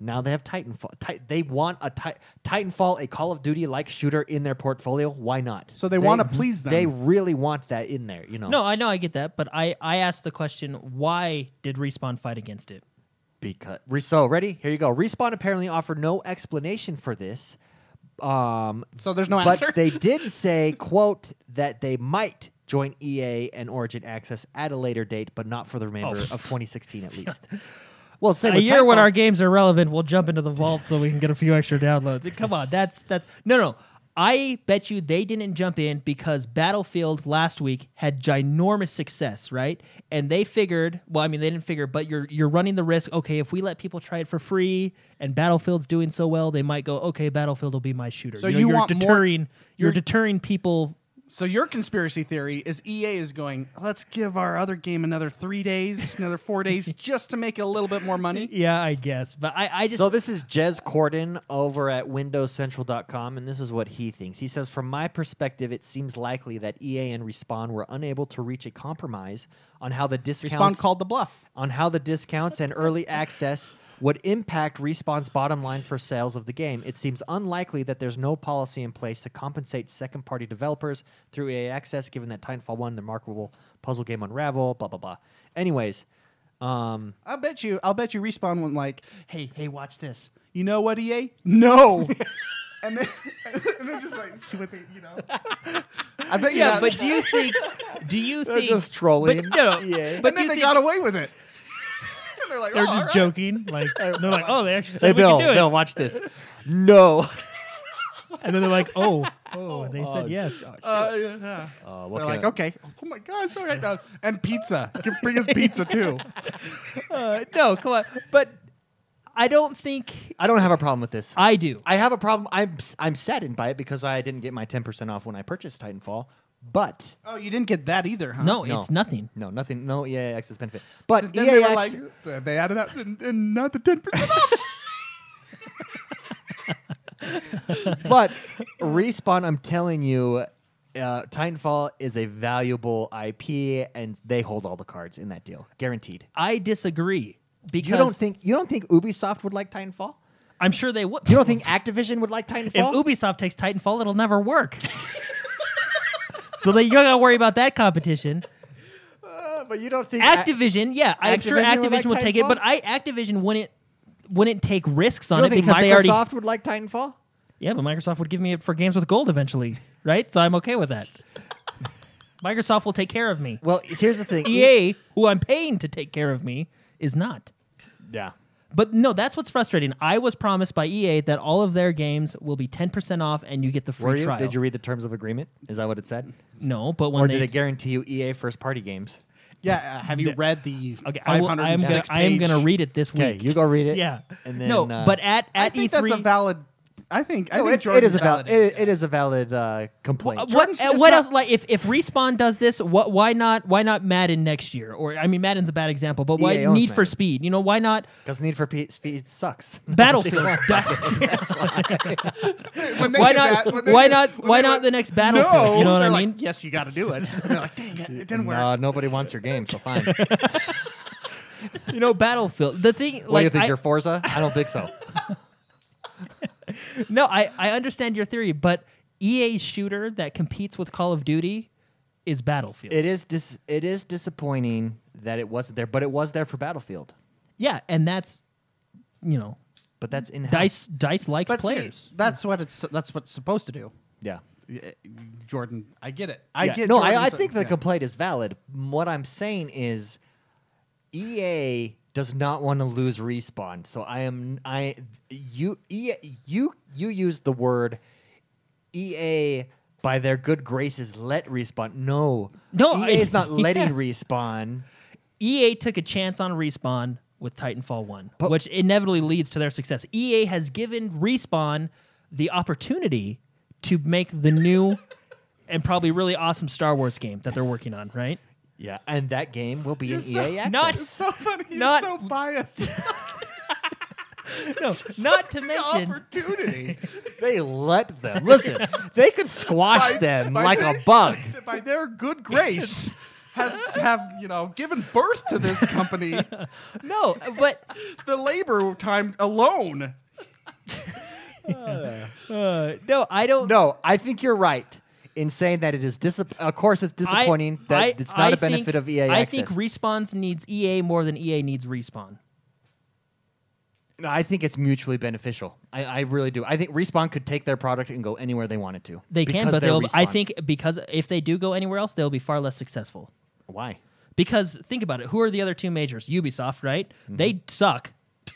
S1: Now they have Titanfall. Ti- they want a ti- Titanfall, a Call of Duty like shooter in their portfolio. Why not?
S2: So they wanna please them.
S1: They really want that in there, you know.
S3: No, I know. I get that, but I I asked the question: Why did Respawn fight against it?
S1: because Re- so ready here you go respawn apparently offered no explanation for this um
S2: so there's no
S1: but
S2: answer.
S1: they did say quote that they might join ea and origin access at a later date but not for the remainder
S2: Oh.
S1: of 2016 at least well same
S3: a
S1: with
S3: year when
S1: Titanfall.
S3: our games are relevant, we'll jump into the vault so we can get a few extra downloads. Come on, that's that's no, no. I bet you they didn't jump in because Battlefield last week had ginormous success, right? And they figured, well, I mean, they didn't figure, but you're you're running the risk. Okay, if we let people try it for free, and Battlefield's doing so well, they might go, okay, Battlefield will be my shooter.
S2: So
S3: know,
S2: you
S3: you're
S2: want more-
S3: deterring, you're
S2: you're-
S3: deterring people.
S2: So your conspiracy theory is EA is going, let's give our other game another three days, another four days, just to make a little bit more money.
S3: Yeah, I guess, but I, I just
S1: So this is Jez Corden over at WindowsCentral.com, and this is what he thinks. He says, "From my perspective, it seems likely that EA and Respawn were unable to reach a compromise on how the
S2: Respawn
S1: discounts
S2: called the bluff.
S1: on how the discounts and early access would impact Respawn's bottom line for sales of the game. It seems unlikely that there's no policy in place to compensate second party developers through EA Access, given that Titanfall 1, the remarkable puzzle game Unravel, blah, blah, blah. Anyways, um,
S2: I'll bet you, I'll bet you Respawn went like, hey, hey, watch this. You know what, EA? No. and, then, and then just like, see what they, you know. I bet you
S3: yeah.
S2: that-
S3: But do you think? Do you
S1: they're
S3: think?
S1: just trolling.
S3: but no,
S1: EA.
S3: but
S2: and then
S3: you
S2: they
S3: think-
S2: got away with it. and they're like,
S3: they're
S2: oh, all
S3: just
S2: right.
S3: joking. Like they're like, oh, they actually said
S1: Hey,
S3: we
S1: Bill,
S3: could do it.
S1: Bill, watch this. No.
S3: and then they're like, oh, oh, they said yes.
S2: Uh, yeah, yeah.
S1: Uh,
S2: They're like, okay. Oh my gosh. All right. uh, and pizza. Give- Bring us pizza too.
S3: Uh, no, come on. But I don't think
S1: I don't have a problem with this.
S3: I do.
S1: I have a problem. I'm, I'm saddened by it because I didn't get my 10% off when I purchased Titanfall, but.
S2: Oh, you didn't get that either, huh?
S3: No,
S1: No.
S3: it's nothing.
S1: No, nothing. No EA access benefit. But
S2: Then
S1: EA
S2: they were
S1: Access-
S2: like, they added that and, and not the ten percent off.
S1: but respawn i'm telling you uh, titanfall is a valuable ip and they hold all the cards in that deal guaranteed
S3: I disagree because
S1: you don't think you don't think ubisoft would like titanfall
S3: I'm sure they would.
S1: you don't think activision would like titanfall
S3: if Ubisoft takes Titanfall, it'll never work. so they, you gotta worry about that competition.
S1: Uh, but you don't think
S3: Activision, yeah, I'm sure
S1: Activision
S3: Activision
S1: would
S3: would,
S1: like
S3: take it,
S1: Titanfall?
S3: but I Activision wouldn't wouldn't take risks
S1: you
S3: on
S1: don't
S3: it
S1: think
S3: because
S1: microsoft
S3: they already
S1: would like titanfall
S3: yeah, but Microsoft would give me it for games with gold eventually, right? So I'm okay with that. Microsoft will take care of me.
S1: well here's the thing
S3: EA, who I'm paying to take care of me, is not.
S1: yeah
S3: But no, that's what's frustrating. I was promised by EA that all of their games will be 10% off and you get the free
S1: were you
S3: trial.
S1: did you read the terms of agreement is that what it said
S3: No, but when
S1: or
S3: they
S1: did it guarantee you ea first party games
S2: Yeah. Uh, have you read the
S3: Okay, I
S2: five
S3: will,
S2: hundred
S3: I'm
S2: and
S3: gonna,
S2: six
S3: I am gonna read it this
S1: okay
S3: week.
S1: you go read it
S3: yeah.
S1: and then
S3: no,
S1: uh,
S3: but at E
S2: I
S3: at
S2: think
S3: E3
S2: that's a valid. I think. I
S1: no,
S2: think
S1: it's- it is a valid
S2: validated
S1: it, it is a valid uh, complaint
S3: Uh,
S2: Jordan's
S3: what uh,
S2: just
S3: what
S2: not-
S3: else like if if Respawn does this, what why not why not Madden next year? Or I mean Madden's a bad example, but why
S1: EA owns
S3: Need for
S1: Madden.
S3: Speed? You know, why not
S1: Because Need for Pe- Speed sucks.
S3: uh, Battlefield?
S2: it. When they
S3: why
S2: did
S3: not
S2: that, when they
S3: why
S2: did-
S3: not
S2: when
S3: why
S2: they
S3: not
S2: went,
S3: the next Battlefield?
S2: No,
S3: you know what I
S2: they're
S3: mean?
S2: Like, yes, you got to do it. And they're like, dang it, it didn't work.
S1: no, nobody wants your game, so fine. what
S3: you know Battlefield. The thing
S1: do
S3: like
S1: you think?
S3: I-
S1: you're Forza? I don't think so.
S3: No, I, I understand your theory, but EA's shooter that competes with Call of Duty is Battlefield.
S1: it is dis- it is disappointing that it wasn't there, but it was there for Battlefield.
S3: yeah, and that's you know
S1: But that's in
S3: Dice Dice likes
S2: but see,
S3: players.
S2: that's what it's. That's what's supposed to do.
S1: Yeah.
S2: Y- eh, Jordan, I get it. I
S1: Yeah.
S2: get.
S1: no, I, I
S2: Jordan's-
S1: think the
S2: yeah.
S1: complaint is valid. M- What I'm saying is, EA does not want to lose respawn. So I am I you EA, you you used the word EA by their good graces let respawn. No,
S3: No, I-
S1: EA is not letting
S3: Yeah.
S1: respawn.
S3: EA took E a chance on Respawn with Titanfall 1,
S1: But-
S3: which inevitably leads to their success. EA has given Respawn the opportunity to make the new and probably really awesome Star Wars game that they're working on, right?
S1: Yeah, and that game will be in
S2: so-
S1: EA Access.
S3: Not
S2: It's so funny. You're
S3: Not-
S2: so biased.
S3: No, not to
S2: the
S3: mention
S2: opportunity.
S1: They let them. Listen, they could squash
S2: By-
S1: them
S2: by
S1: like
S2: their-
S1: a bug.
S2: by their good grace has have you know given birth to this company
S3: no, but
S2: the labor time alone
S3: uh, no, I don't
S1: No, I think you're right in saying that it is disap- Of course, it's
S3: I-
S1: disappointing that
S3: I-
S1: it's not
S3: I
S1: a benefit
S3: think-
S1: of EA
S3: I
S1: Access.
S3: think Respawn's needs EA more than EA needs Respawn.
S1: No, I think it's mutually beneficial. I, I really do. I think Respawn could take their product and go anywhere they wanted to.
S3: They can,
S1: because
S3: but
S1: they're
S3: they'll. I
S1: Respawn.
S3: think because if they do go anywhere else, they'll be far less successful.
S1: why.
S2: Mm-hmm.
S3: Because think about it, who are the other two majors? Ubisoft, right? They suck.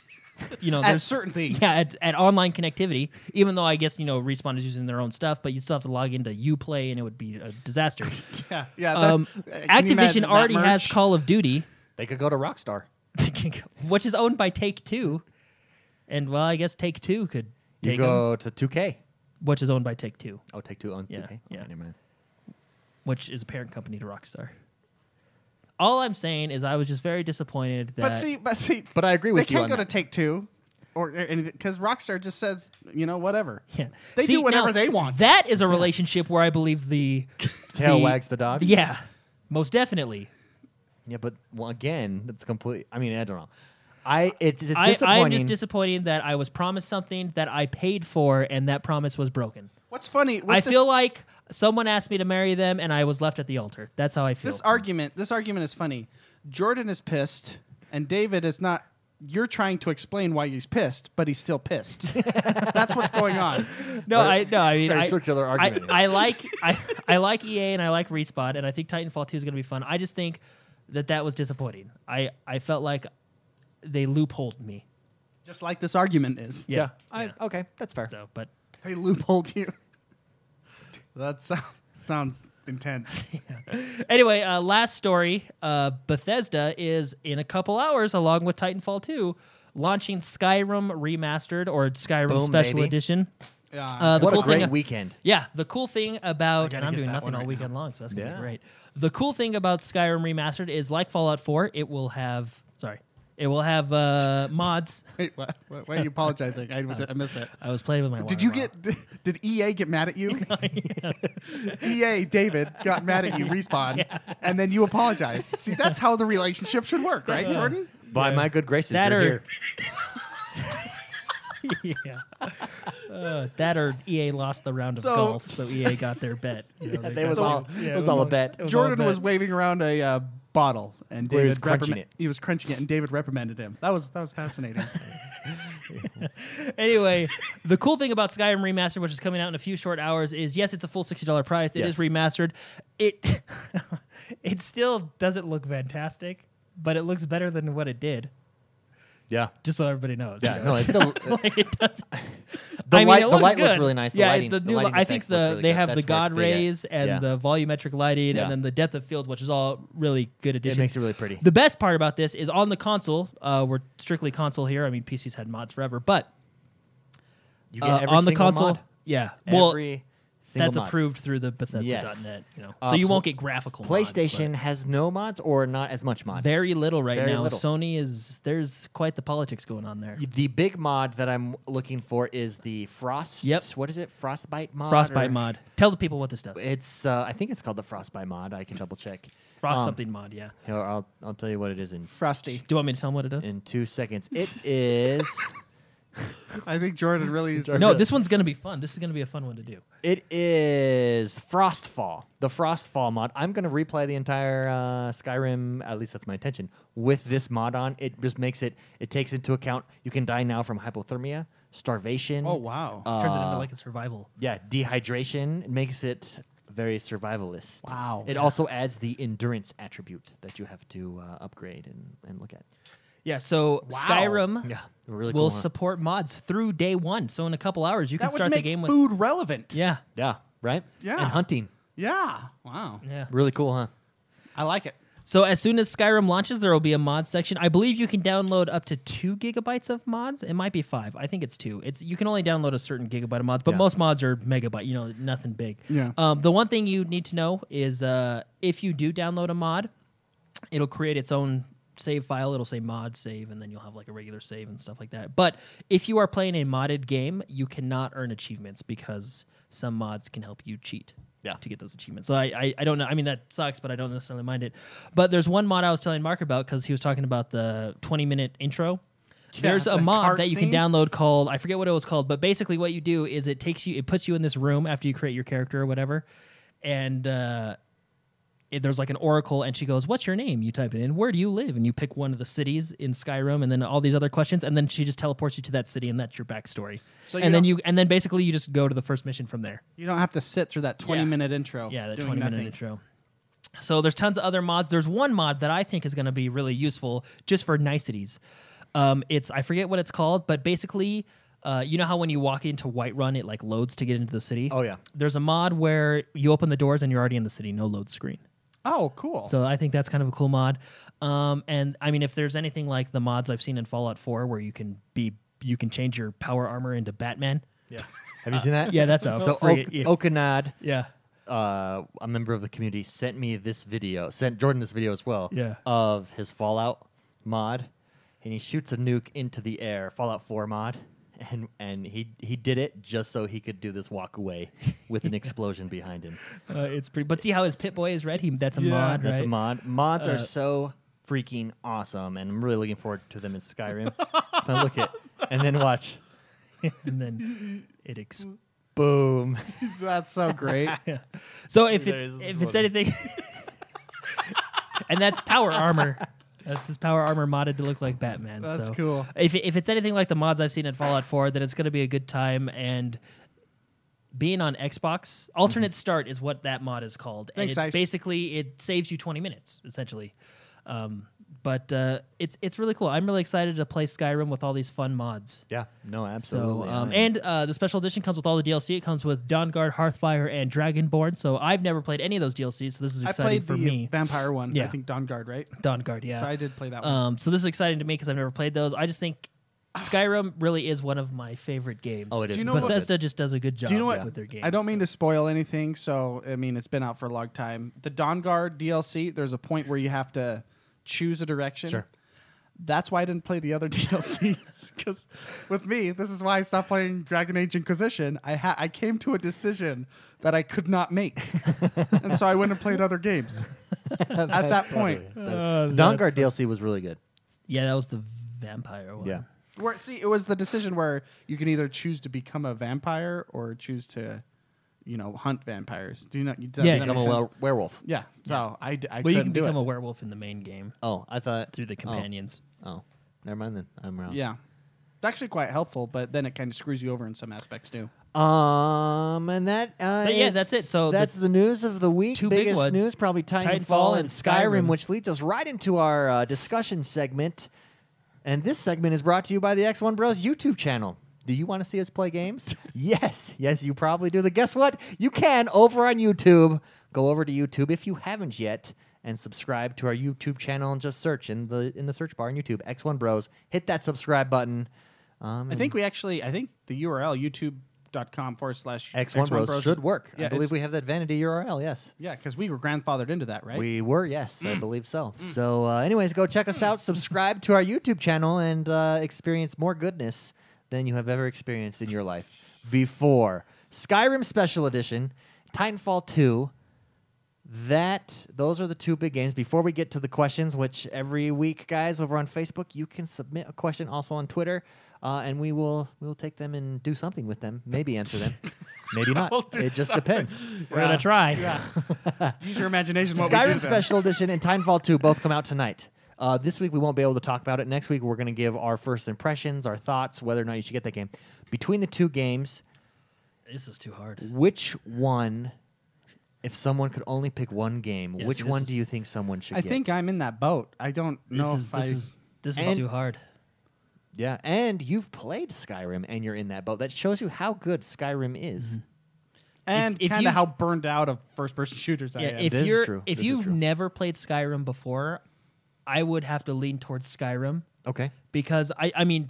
S3: you know,
S2: at
S3: there's
S2: certain things.
S3: yeah, at, at online connectivity. Even though I guess you know Respawn is using their own stuff, but you still have to log into UPlay, and it would be a disaster.
S2: yeah, yeah. that-
S3: um,
S2: uh, can you imagine
S3: Activision
S2: that
S3: already has
S2: merch?
S3: Call of Duty,
S1: They could go to Rockstar.
S3: which is owned by Take Two, and well, I guess Take Two could
S1: You
S3: take 'em,
S1: go to 2K.
S3: which is owned by Take Two,
S1: Oh, take two on
S3: Yeah,
S1: 2K.
S3: yeah.
S1: Okay, never mind.
S3: which is a parent company to Rockstar. All I'm saying is I was just very disappointed that.
S2: But see, but see,
S1: But I agree with
S2: they
S1: you
S2: can't
S1: on
S2: go
S1: that.
S2: to Take Two, or because Rockstar just says you know whatever.
S3: yeah.
S2: they
S3: See,
S2: do whatever
S3: now,
S2: they want.
S3: That is a relationship where I believe the
S1: Tail
S3: the-
S1: wags the dog.
S3: Yeah, most definitely.
S1: Yeah, but well, again, that's complete. I mean, I don't know. I it's, it's
S3: I,
S1: disappointing.
S3: I'm just disappointed that I was promised something that I paid for and that promise was broken.
S2: What's funny? with
S3: I
S2: this,
S3: feel like someone asked me to marry them and I was left at the altar. That's how I feel.
S2: this argument. This argument is funny. Jordan is pissed, and David is not. You're trying to explain why he's pissed, but he's still pissed. That's what's going on.
S3: no, I no, I mean
S1: Very
S3: I,
S1: circular
S3: I-
S1: argument.
S3: I, like I, I like EA and I like Respawn and I think Titanfall 2 is going to be fun. I just think that that was disappointing. I I felt like they loopholed me.
S2: Just like this argument is.
S3: Yeah.
S1: I,
S3: Yeah.
S1: okay, that's fair.
S3: So, but
S2: They loopholed you. That sound, sounds intense.
S3: Uh, Anyway, uh, last story uh, Bethesda is in a couple hours, along with Titanfall 2, launching Skyrim Remastered or Skyrim
S1: Boom,
S3: Special
S1: baby.
S3: Edition.
S2: Yeah.
S3: Uh, the
S1: what
S3: cool
S1: a great
S3: thing,
S1: weekend.
S3: Yeah, the cool thing about,
S2: gotta
S3: and I'm
S2: get
S3: doing
S2: that
S3: nothing
S2: one
S3: all
S2: right
S3: weekend long, so that's going to
S1: Yeah.
S3: be great. The cool thing about Skyrim Remastered is like Fallout 4, it will have, sorry, it will have uh, mods.
S2: Wait, what, what- why are you apologizing? I, I missed it.
S3: I was playing with my water
S2: Did you
S3: bottle.
S2: get? Did, EA get mad at you? EA David got mad at you. Respawn, and then you apologized. See, that's how the relationship should work, right, Jordan?
S1: By my good graces,
S3: that
S1: you're
S3: or
S1: here.
S3: yeah, Uh, that or EA lost the round of
S2: So-
S3: golf, so EA got their bet. You know,
S1: Yeah,
S3: they
S1: they
S3: got
S1: was
S3: their-
S1: all
S3: yeah,
S1: it was all a bet.
S3: was all
S2: Jordan
S3: bad.
S2: was waving around a uh, bottle, and
S1: Well,
S2: David
S1: he was crunching
S2: repriman-
S1: it.
S2: He was crunching it, and David reprimanded him. That was that was fascinating.
S3: anyway, the cool thing about Skyrim Remastered, which is coming out in a few short hours, is yes, it's a full sixty dollar price. It is
S1: Yes.
S3: remastered. It it still doesn't look fantastic, but it looks better than what it did.
S1: Yeah,
S3: Just so everybody knows.
S1: yeah.
S3: you know,
S1: No, it's still
S3: it's like it does.
S1: the
S3: I mean,
S1: light.
S3: it
S1: the light looks
S3: good.
S1: really nice. The
S3: yeah,
S1: lighting,
S3: the new.
S1: lighting
S3: I think
S1: effects
S3: the
S1: look really
S3: they
S1: good.
S3: have
S1: That's
S3: the
S1: where it's
S3: god
S1: big at.
S3: rays and
S1: Yeah.
S3: the volumetric lighting,
S1: Yeah.
S3: and then the depth of field, which is all really good
S1: It
S3: additions.
S1: makes it really pretty.
S3: The best part about this is on the console. Uh, we're strictly console here. I mean, PCs had mods forever, but
S1: You
S3: uh,
S1: get every
S3: on the
S1: single
S3: console,
S1: mod.
S3: yeah. well,
S1: Every single
S3: that's
S1: mod.
S3: approved through the Bethesda.net.
S1: Yes.
S3: You know,
S1: Uh,
S3: so you
S1: pl-
S3: won't get graphical. mods, but
S1: PlayStation has no mods or not as much mods.
S3: very little right
S1: Very
S3: now.
S1: little.
S3: Sony is there's quite the politics going on there.
S1: The big mod that I'm looking for is the frost.
S3: Yep.
S1: What is it? Frostbite mod.
S3: Frostbite
S1: or-
S3: mod. Tell the people what this does.
S1: It's. Uh, I think it's called the frostbite mod. I can double check.
S3: Frost
S1: um,
S3: something mod. Yeah.
S1: Here, I'll I'll tell you what it is in
S2: Frosty.
S3: Do you want me to tell them what it does?
S1: in two seconds. It is.
S2: I think Jordan really is.
S3: No, this one's gonna be fun. This is gonna be a fun one to do.
S1: It is Frostfall, the Frostfall mod. I'm going to replay the entire uh, Skyrim, at least that's my intention, with this mod on. It just makes it, it takes into account you can die now from hypothermia, starvation.
S2: Oh wow.
S3: Turns it into
S1: Uh,
S3: like a survival.
S1: Yeah, dehydration. It makes it very survivalist.
S2: Wow.
S1: It
S2: Yeah.
S1: also adds the endurance attribute that you have to uh, upgrade and, and look at.
S3: Yeah. So
S2: Wow.
S3: Skyrim
S1: Yeah, really
S3: will
S1: cool. huh?
S3: support mods through day one. So in a couple hours, you
S2: that
S3: can
S2: would
S3: start
S2: make
S3: the game with.
S2: food relevant.
S3: Yeah.
S1: yeah, right?
S2: Yeah.
S1: And hunting.
S2: Yeah. Wow.
S3: Yeah.
S1: Really cool, huh?
S2: I like it.
S3: So as soon as Skyrim launches, there will be a mod section. I believe you can download up to two gigabytes of mods. It might be five. I think it's two. It's you can only download a certain gigabyte of mods, but
S1: Yeah.
S3: most mods are megabyte. You know, nothing big.
S2: Yeah.
S3: Um, the one thing you need to know is uh, if you do download a mod, it'll create its own save file. It'll say mod save, and then you'll have like a regular save and stuff like that. But if you are playing a modded game, you cannot earn achievements because some mods can help you cheat.
S1: Yeah.
S3: To get those achievements. So I, I, I don't know. I mean, that sucks, but I don't necessarily mind it. But there's one mod I was telling Mark about because he was talking about the 20 minute intro. there's a
S2: the
S3: mod
S2: cart
S3: that you can
S2: scene.
S3: download download called I forget what it was called, but basically what you do is it takes you, it puts you in this room after you create your character or whatever, and uh, it, there's like an oracle, and she goes, "What's your name?" You type it in, "Where do you live?" and you pick one of the cities in Skyrim, and then all these other questions, and then she just teleports you to that city, and that's your backstory.
S2: So you
S3: and then
S2: don't-
S3: you, and then basically you just go to the first mission from there.
S2: You don't have to sit through that 20
S3: Yeah.
S2: minute intro.
S3: Yeah, that
S2: Oh, doing
S3: 20
S2: nothing.
S3: minute intro. So there's tons of other mods. There's one mod that I think is going to be really useful just for niceties. Um, it's I forget what it's called, but basically, uh, you know how when you walk into Whiterun, it like loads to get into the city.
S1: Oh, yeah.
S3: There's a mod where you open the doors and you're already in the city, no load screen.
S2: Oh, cool.
S3: So I think that's kind of a cool mod. Um, and I mean, if there's anything like the mods I've seen in Fallout 4, where you can be you can change your power armor into Batman.
S1: Yeah. Have you seen that?
S3: Yeah, that's a
S1: So
S3: free-
S1: Ok-
S3: yeah.
S1: Okanad,
S3: Yeah.
S1: uh, a member of the community, sent me this video, sent Jordan this video as well,
S3: Yeah.
S1: of his Fallout mod, and he shoots a nuke into the air, Fallout 4 mod, and and he he did it just so he could do this walk away with an explosion behind him.
S3: Uh, it's pretty. But see how his Pit Boy is red? He that's a
S2: Yeah,
S3: mod,
S1: That's
S3: right?
S1: a mod. Mods
S3: Uh,
S1: are so freaking awesome, and I'm really looking forward to them in Skyrim. now look at, and then watch,
S3: And then it ex-
S1: boom.
S2: That's so great.
S3: So if
S1: There
S3: it's
S1: is
S3: if
S1: one.
S3: it's anything, and that's power armor. That's his power armor modded to look like Batman.
S2: That's
S3: so.
S2: cool.
S3: If if it's anything like the mods I've seen in Fallout 4, then it's going to be a good time. And being on Xbox, alternate start is what that mod is called,
S2: Mm-hmm. Thanks,
S3: and
S2: Ice.
S3: it's basically it saves you 20 minutes essentially. Um, but uh, it's it's really cool. I'm really excited to play Skyrim with all these fun mods.
S1: Yeah, no,
S3: So,
S1: absolutely.
S3: um,
S1: I-
S3: and uh, the special edition comes with all the DLC. It comes with Dawn Guard, Hearthfire, and Dragonborn. So I've never played any of those DLCs. So this is
S2: I
S3: exciting
S2: played
S3: for
S2: the
S3: me.
S2: vampire one. I
S3: Yeah.
S2: think Dawn Guard, right?
S3: Dawn Guard, yeah.
S2: So I did play that one.
S3: Um, so this is exciting to me because I've never played those. I just think Skyrim really is one of my favorite games.
S1: Oh, it is.
S2: you know
S1: It's so
S2: what-
S1: good.
S3: Bethesda just does a good job
S2: Do you know what?
S3: with their games.
S2: I don't mean to spoil anything. So I mean, it's been out for a long time. The Dawn Guard DLC. There's a point where you have to choose a direction.
S1: Sure.
S2: That's why I didn't play the other DLCs because with me, this is why I stopped playing Dragon Age Inquisition. I ha- I came to a decision that I could not make, and so I went and played other games.
S1: at
S2: that point.
S3: Uh, that's
S1: Dawnguard DLC was really good.
S3: Yeah, that was the vampire one.
S1: Yeah.
S2: Where see, it was the decision where you can either choose to become a vampire or choose to, you know, hunt vampires. Do you know? does that
S3: Yeah,
S2: make
S1: Become a
S2: sense?
S1: wel- werewolf.
S2: Yeah. So I, d- I
S3: Well, you
S2: couldn't
S3: can
S2: do
S3: become
S2: it.
S3: a werewolf in the main game
S1: Oh, I thought
S3: through the
S1: oh,
S3: companions.
S1: Oh, never mind then. I'm wrong.
S2: Yeah. It's actually quite helpful, but then it kind of screws you over in some aspects too.
S1: Um, and that. Uh,
S3: But yeah,
S1: is-
S3: that's it. So
S1: that's
S3: the-
S1: the, news of the week.
S3: two big
S1: Biggest
S3: ones,
S1: news probably Titanfall,
S3: Titanfall
S1: and
S3: and
S1: Skyrim,
S3: Skyrim.
S1: which leads us right into our uh, discussion segment. And this segment is brought to you by the X1 Bros YouTube channel. Do you want to see us play games? yes, yes, you probably do. Then guess what? You can over on YouTube. Go over to YouTube if you haven't yet and subscribe to our YouTube channel and just search in the in the search bar on YouTube X1 Bros. Hit that subscribe button. Um,
S2: I think we actually, I think the URL youtube.com forward slash
S1: X1 Bros, should work.
S2: Yeah,
S1: I believe
S2: it's-
S1: we have that vanity URL. Yes.
S2: Yeah, because we were grandfathered into that, right? Mm.
S1: We were, yes, I believe so. So, uh, anyways, go check us out, subscribe to our YouTube channel, and uh, experience more goodness than you have ever experienced in your life before. Skyrim Special Edition, Titanfall 2. That those are the two big games. Before we get to the questions, which every week, guys, over on Facebook, you can submit a question. Also on Twitter, uh, and we will we will take them and do something with them. Maybe answer them, maybe not.
S2: We'll do
S1: It just depends.
S3: We're gonna try.
S2: Use your imagination. What we do
S1: Skyrim
S2: then.
S1: Special Edition and Titanfall 2 both come out tonight. Uh, this week we won't be able to talk about it. Next week we're going to give our first impressions, our thoughts, whether or not you should get that game. Between the two games,
S3: This is too hard.
S1: which one, if someone could only pick one game,
S3: Yeah,
S1: which
S3: see, this
S1: one
S3: is-
S1: do you think someone should
S2: I
S1: get?
S2: think I'm in that boat. I don't know
S3: this is
S2: if
S3: this
S2: I.
S3: is this is
S1: And-
S3: too hard.
S1: yeah, and you've played Skyrim and you're in that boat. That shows you how good Skyrim is.
S3: Mm-hmm.
S2: and
S3: if- if
S2: kind of
S3: you've-
S2: how burned out of first person shooters I
S3: Yeah,
S2: am.
S3: if
S1: This is
S3: you're
S1: true.
S3: if
S1: This is
S3: you've
S1: true.
S3: never played Skyrim before, I would have to lean towards Skyrim
S1: Okay.
S3: because I I mean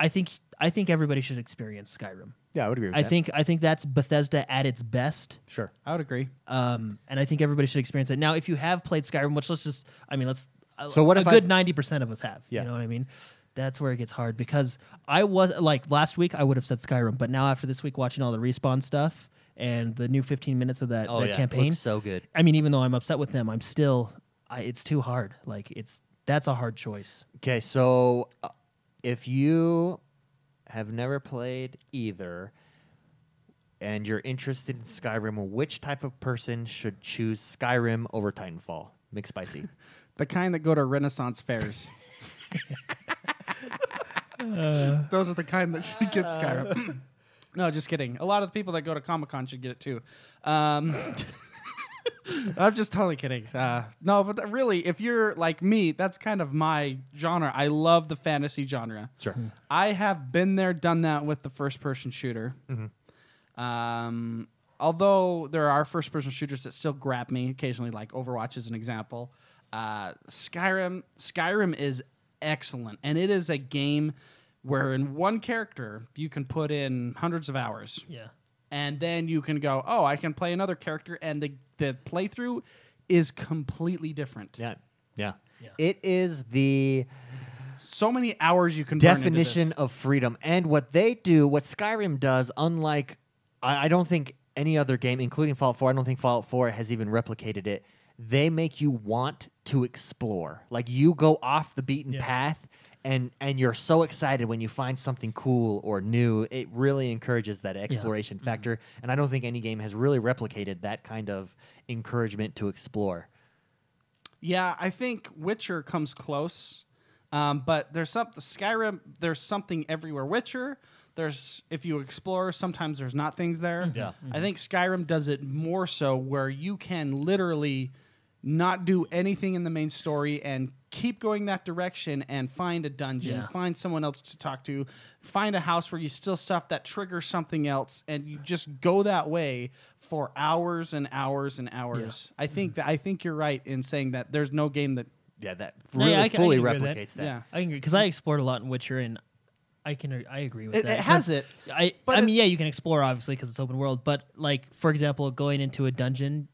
S3: I think I think everybody should experience Skyrim.
S1: Yeah, I would agree with
S3: I
S1: that.
S3: think I think that's Bethesda at its best.
S1: Sure.
S2: I would agree.
S3: Um, and I think everybody should experience it. Now, if you have played Skyrim, which let's just, I mean, let's. a-
S1: So what
S3: a
S1: if I
S3: good
S1: f-
S3: ninety percent of us have?
S1: Yeah.
S3: You know what I mean? That's where it gets hard because I was like last week I would have said Skyrim, but now after this week watching all the respawn stuff and the new fifteen minutes of that,
S1: Oh,
S3: that
S1: yeah.
S3: campaign,
S1: Looks so good.
S3: I mean, even though I'm upset with them, I'm still, I, it's too hard. Like it's that's a hard choice.
S1: Okay, so uh, if you have never played either and you're interested in Skyrim, which type of person should choose Skyrim over Titanfall? McSpicy.
S2: The kind that go to Renaissance fairs. Those are the kind that should get Skyrim. no, just kidding. A lot of the people that go to Comic Con should get it too. Um, I'm just totally kidding. Uh, no, but th- really, if you're like me, that's kind of my genre. I love the fantasy genre.
S1: Sure.
S2: I have been there, done that with the first person shooter. Um, although there are first person shooters that still grab me occasionally, like Overwatch is an example. Uh, Skyrim, Skyrim is excellent, and it is a game where in one character you can put in hundreds of hours
S3: Yeah.
S2: and then you can go, oh, I can play another character, and the the playthrough is completely different.
S1: Yeah. Yeah.
S3: Yeah.
S1: It is the
S2: So many hours you can burn into this.
S1: definition of freedom. And what they do, what Skyrim does, unlike I, I don't think any other game, including Fallout 4, I don't think Fallout 4 has even replicated it. They make you want to explore. Like you go off the beaten
S3: Yeah.
S1: path and and you're so excited when you find something cool or new. It really encourages that exploration
S3: Mm-hmm.
S1: factor. And I don't think any game has really replicated that kind of encouragement to explore.
S2: Yeah, I think Witcher comes close, um, but there's some Skyrim. There's something everywhere. Witcher. There's if you explore, sometimes there's not things there.
S1: Yeah.
S2: I think Skyrim does it more so where you can literally not do anything in the main story and keep going that direction and find a dungeon,
S3: Yeah.
S2: find someone else to talk to, find a house where you steal stuff that triggers something else, and you just go that way for hours and hours and hours. I think
S3: Mm-hmm.
S2: that I think you're right in saying that there's no game that
S1: Yeah, that
S3: No,
S1: really
S3: yeah, I can- I
S1: fully
S3: can agree with that.
S1: replicates that.
S2: yeah.
S3: I agree because I explored a lot in Witcher, and I can I agree with
S2: It,
S3: that.
S2: it has
S3: 'cause
S2: it.
S3: I
S2: but
S3: I
S2: it-
S3: mean, yeah, you can explore obviously because it's open world, but like for example, going into a dungeon,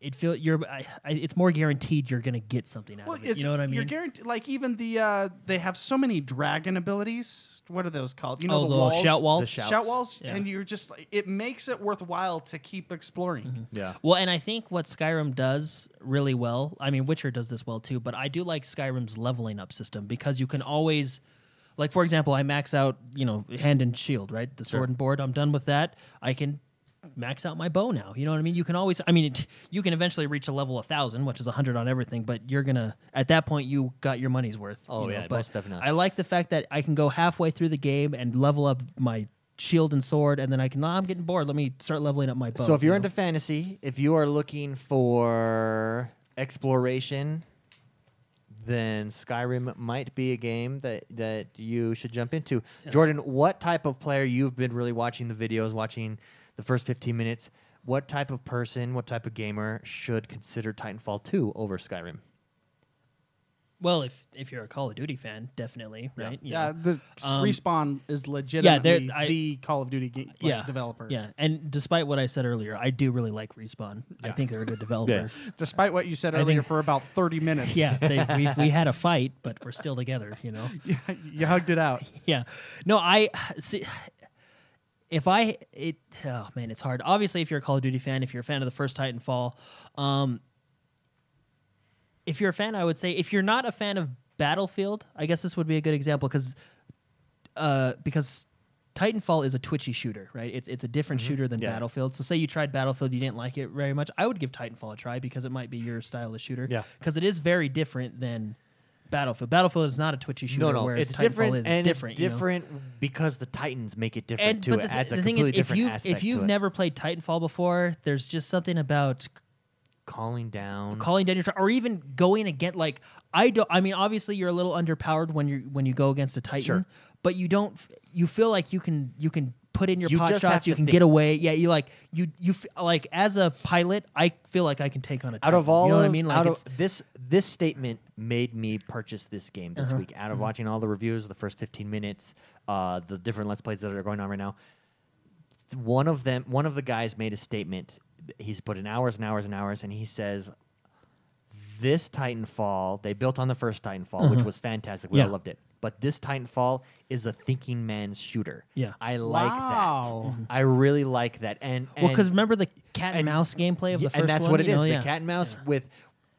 S3: it feel you're I, I, it's more guaranteed you're gonna get something out
S2: Well,
S3: of it.
S2: it's,
S3: You know what I mean?
S2: You're guaranteed. Like even the uh, they have so many dragon abilities. What are those called? You know
S3: oh,
S2: the,
S3: the
S2: walls,
S3: shout walls.
S1: The shouts.
S2: shout walls,
S3: Yeah.
S2: and you're just like it makes it worthwhile to keep exploring.
S3: Mm-hmm.
S1: Yeah.
S3: Well, and I think what Skyrim does really well, I mean, Witcher does this well too, but I do like Skyrim's leveling up system because you can always, like, for example, I max out, you know, hand and shield, right? The sword
S1: Sure.
S3: and board. I'm done with that. I can max out my bow now. You know what I mean? You can always, I mean, it, you can eventually reach a level 1,000, which is 100 on everything, but you're going to, at that point, you got your money's worth.
S1: Oh,
S3: you know,
S1: yeah,
S3: but
S1: most definitely.
S3: I like the fact that I can go halfway through the game and level up my shield and sword, and then I can, "Nah, I'm getting bored. Let me start leveling up my bow.
S1: So if
S3: you
S1: you're
S3: know?
S1: into fantasy, if you are looking for exploration, then Skyrim might be a game that that you should jump into. Jordan, what type of player you've been really watching the videos, watching the first 15 minutes? What type of person, what type of gamer should consider Titanfall 2 over Skyrim?
S3: Well, if if you're a Call of Duty fan, definitely,
S1: Yeah.
S3: right? You
S2: Yeah,
S3: know.
S2: the
S3: Um,
S2: respawn is legitimately
S3: I-
S2: the Call of Duty game, like, developer.
S3: Yeah, and despite what I said earlier, I do really like Respawn. I think they're a good developer.
S2: Despite what you said
S3: I
S2: earlier,
S3: think-
S2: for about thirty minutes.
S3: yeah, they, we we had a fight, but we're still together. You know.
S2: Yeah, you hugged it out.
S3: Yeah. No, I see. If I it oh man, it's hard. Obviously, if you're a Call of Duty fan, if you're a fan of the first Titanfall, um, if you're a fan, I would say if you're not a fan of Battlefield, I guess this would be a good example because uh, because Titanfall is a twitchy shooter, right? It's it's a different shooter than
S1: Mm-hmm. Yeah.
S3: Battlefield. So say you tried Battlefield, you didn't like it very much. I would give Titanfall a try because it might be your style of shooter.
S1: Yeah.
S3: because it is very different than Battlefield. Battlefield is not a twitchy shooter.
S1: No, no,
S3: whereas
S1: it's
S3: Titanfall
S1: different,
S3: is It's
S1: and
S3: different.
S1: it's
S3: you know?
S1: different because the Titans make it different
S3: and
S1: too.
S3: but
S1: it
S3: the, thi-
S1: adds a
S3: the thing
S1: completely
S3: is, if
S1: different
S3: you
S1: aspect
S3: if you've
S1: to it.
S3: never played Titanfall before, there's just something about c-
S1: calling down,
S3: calling down your tra- or even going against. Like I don't. I mean, obviously you're a little underpowered when you when you go against a Titan,
S1: Sure.
S3: but you don't. f- You feel like you can you can put in your
S1: You
S3: pot
S1: just have
S3: shots. You
S1: to
S3: can
S1: think.
S3: get away. Yeah, you like you you f- like as a pilot, I feel like I can take on a
S1: out
S3: Titan.
S1: of all
S3: you know what I
S1: of-
S3: mean? Like
S1: out
S3: it's,
S1: of this this statement made me purchase this game
S3: Uh-huh.
S1: this week
S3: Mm-hmm.
S1: out of watching all the reviews the first 15 minutes uh, the different let's plays that are going on right now one of them one of the guys made a statement he's put in hours and hours and hours and he says this Titanfall they built on the first Titanfall which was fantastic we all
S3: Uh-huh. Yeah.
S1: loved it but this Titanfall is a thinking man's shooter
S3: Yeah.
S1: I like
S2: Wow.
S1: that I really like that and,
S3: well,
S1: and-
S3: because remember the cat and,
S1: and-
S3: mouse gameplay of the
S1: yeah,
S3: first
S1: and that's
S3: one,
S1: what it
S3: you
S1: is
S3: know?
S1: the
S3: Yeah.
S1: cat and mouse with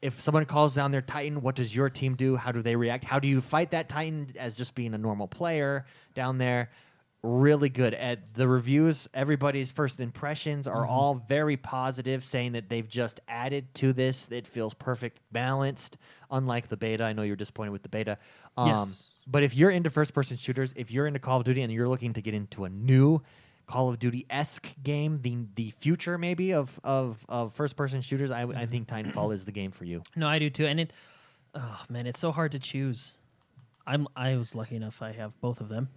S1: if someone calls down their titan what does your team do how do they react how do you fight that titan as just being a normal player down there really good at the reviews everybody's first impressions
S3: Mm-hmm.
S1: are all very positive saying that they've just added to this it feels perfect balanced unlike the beta i know you're disappointed with the beta um,
S3: Yes.
S1: but if you're into first person shooters if you're into call of duty and you're looking to get into a new Call of Duty esque game, the the future maybe of of, of first person shooters, I,
S3: Mm-hmm.
S1: I think Titanfall is the game for you.
S3: No, I do too. And it, oh man, it's so hard to choose. I'm I was lucky enough I have both of them,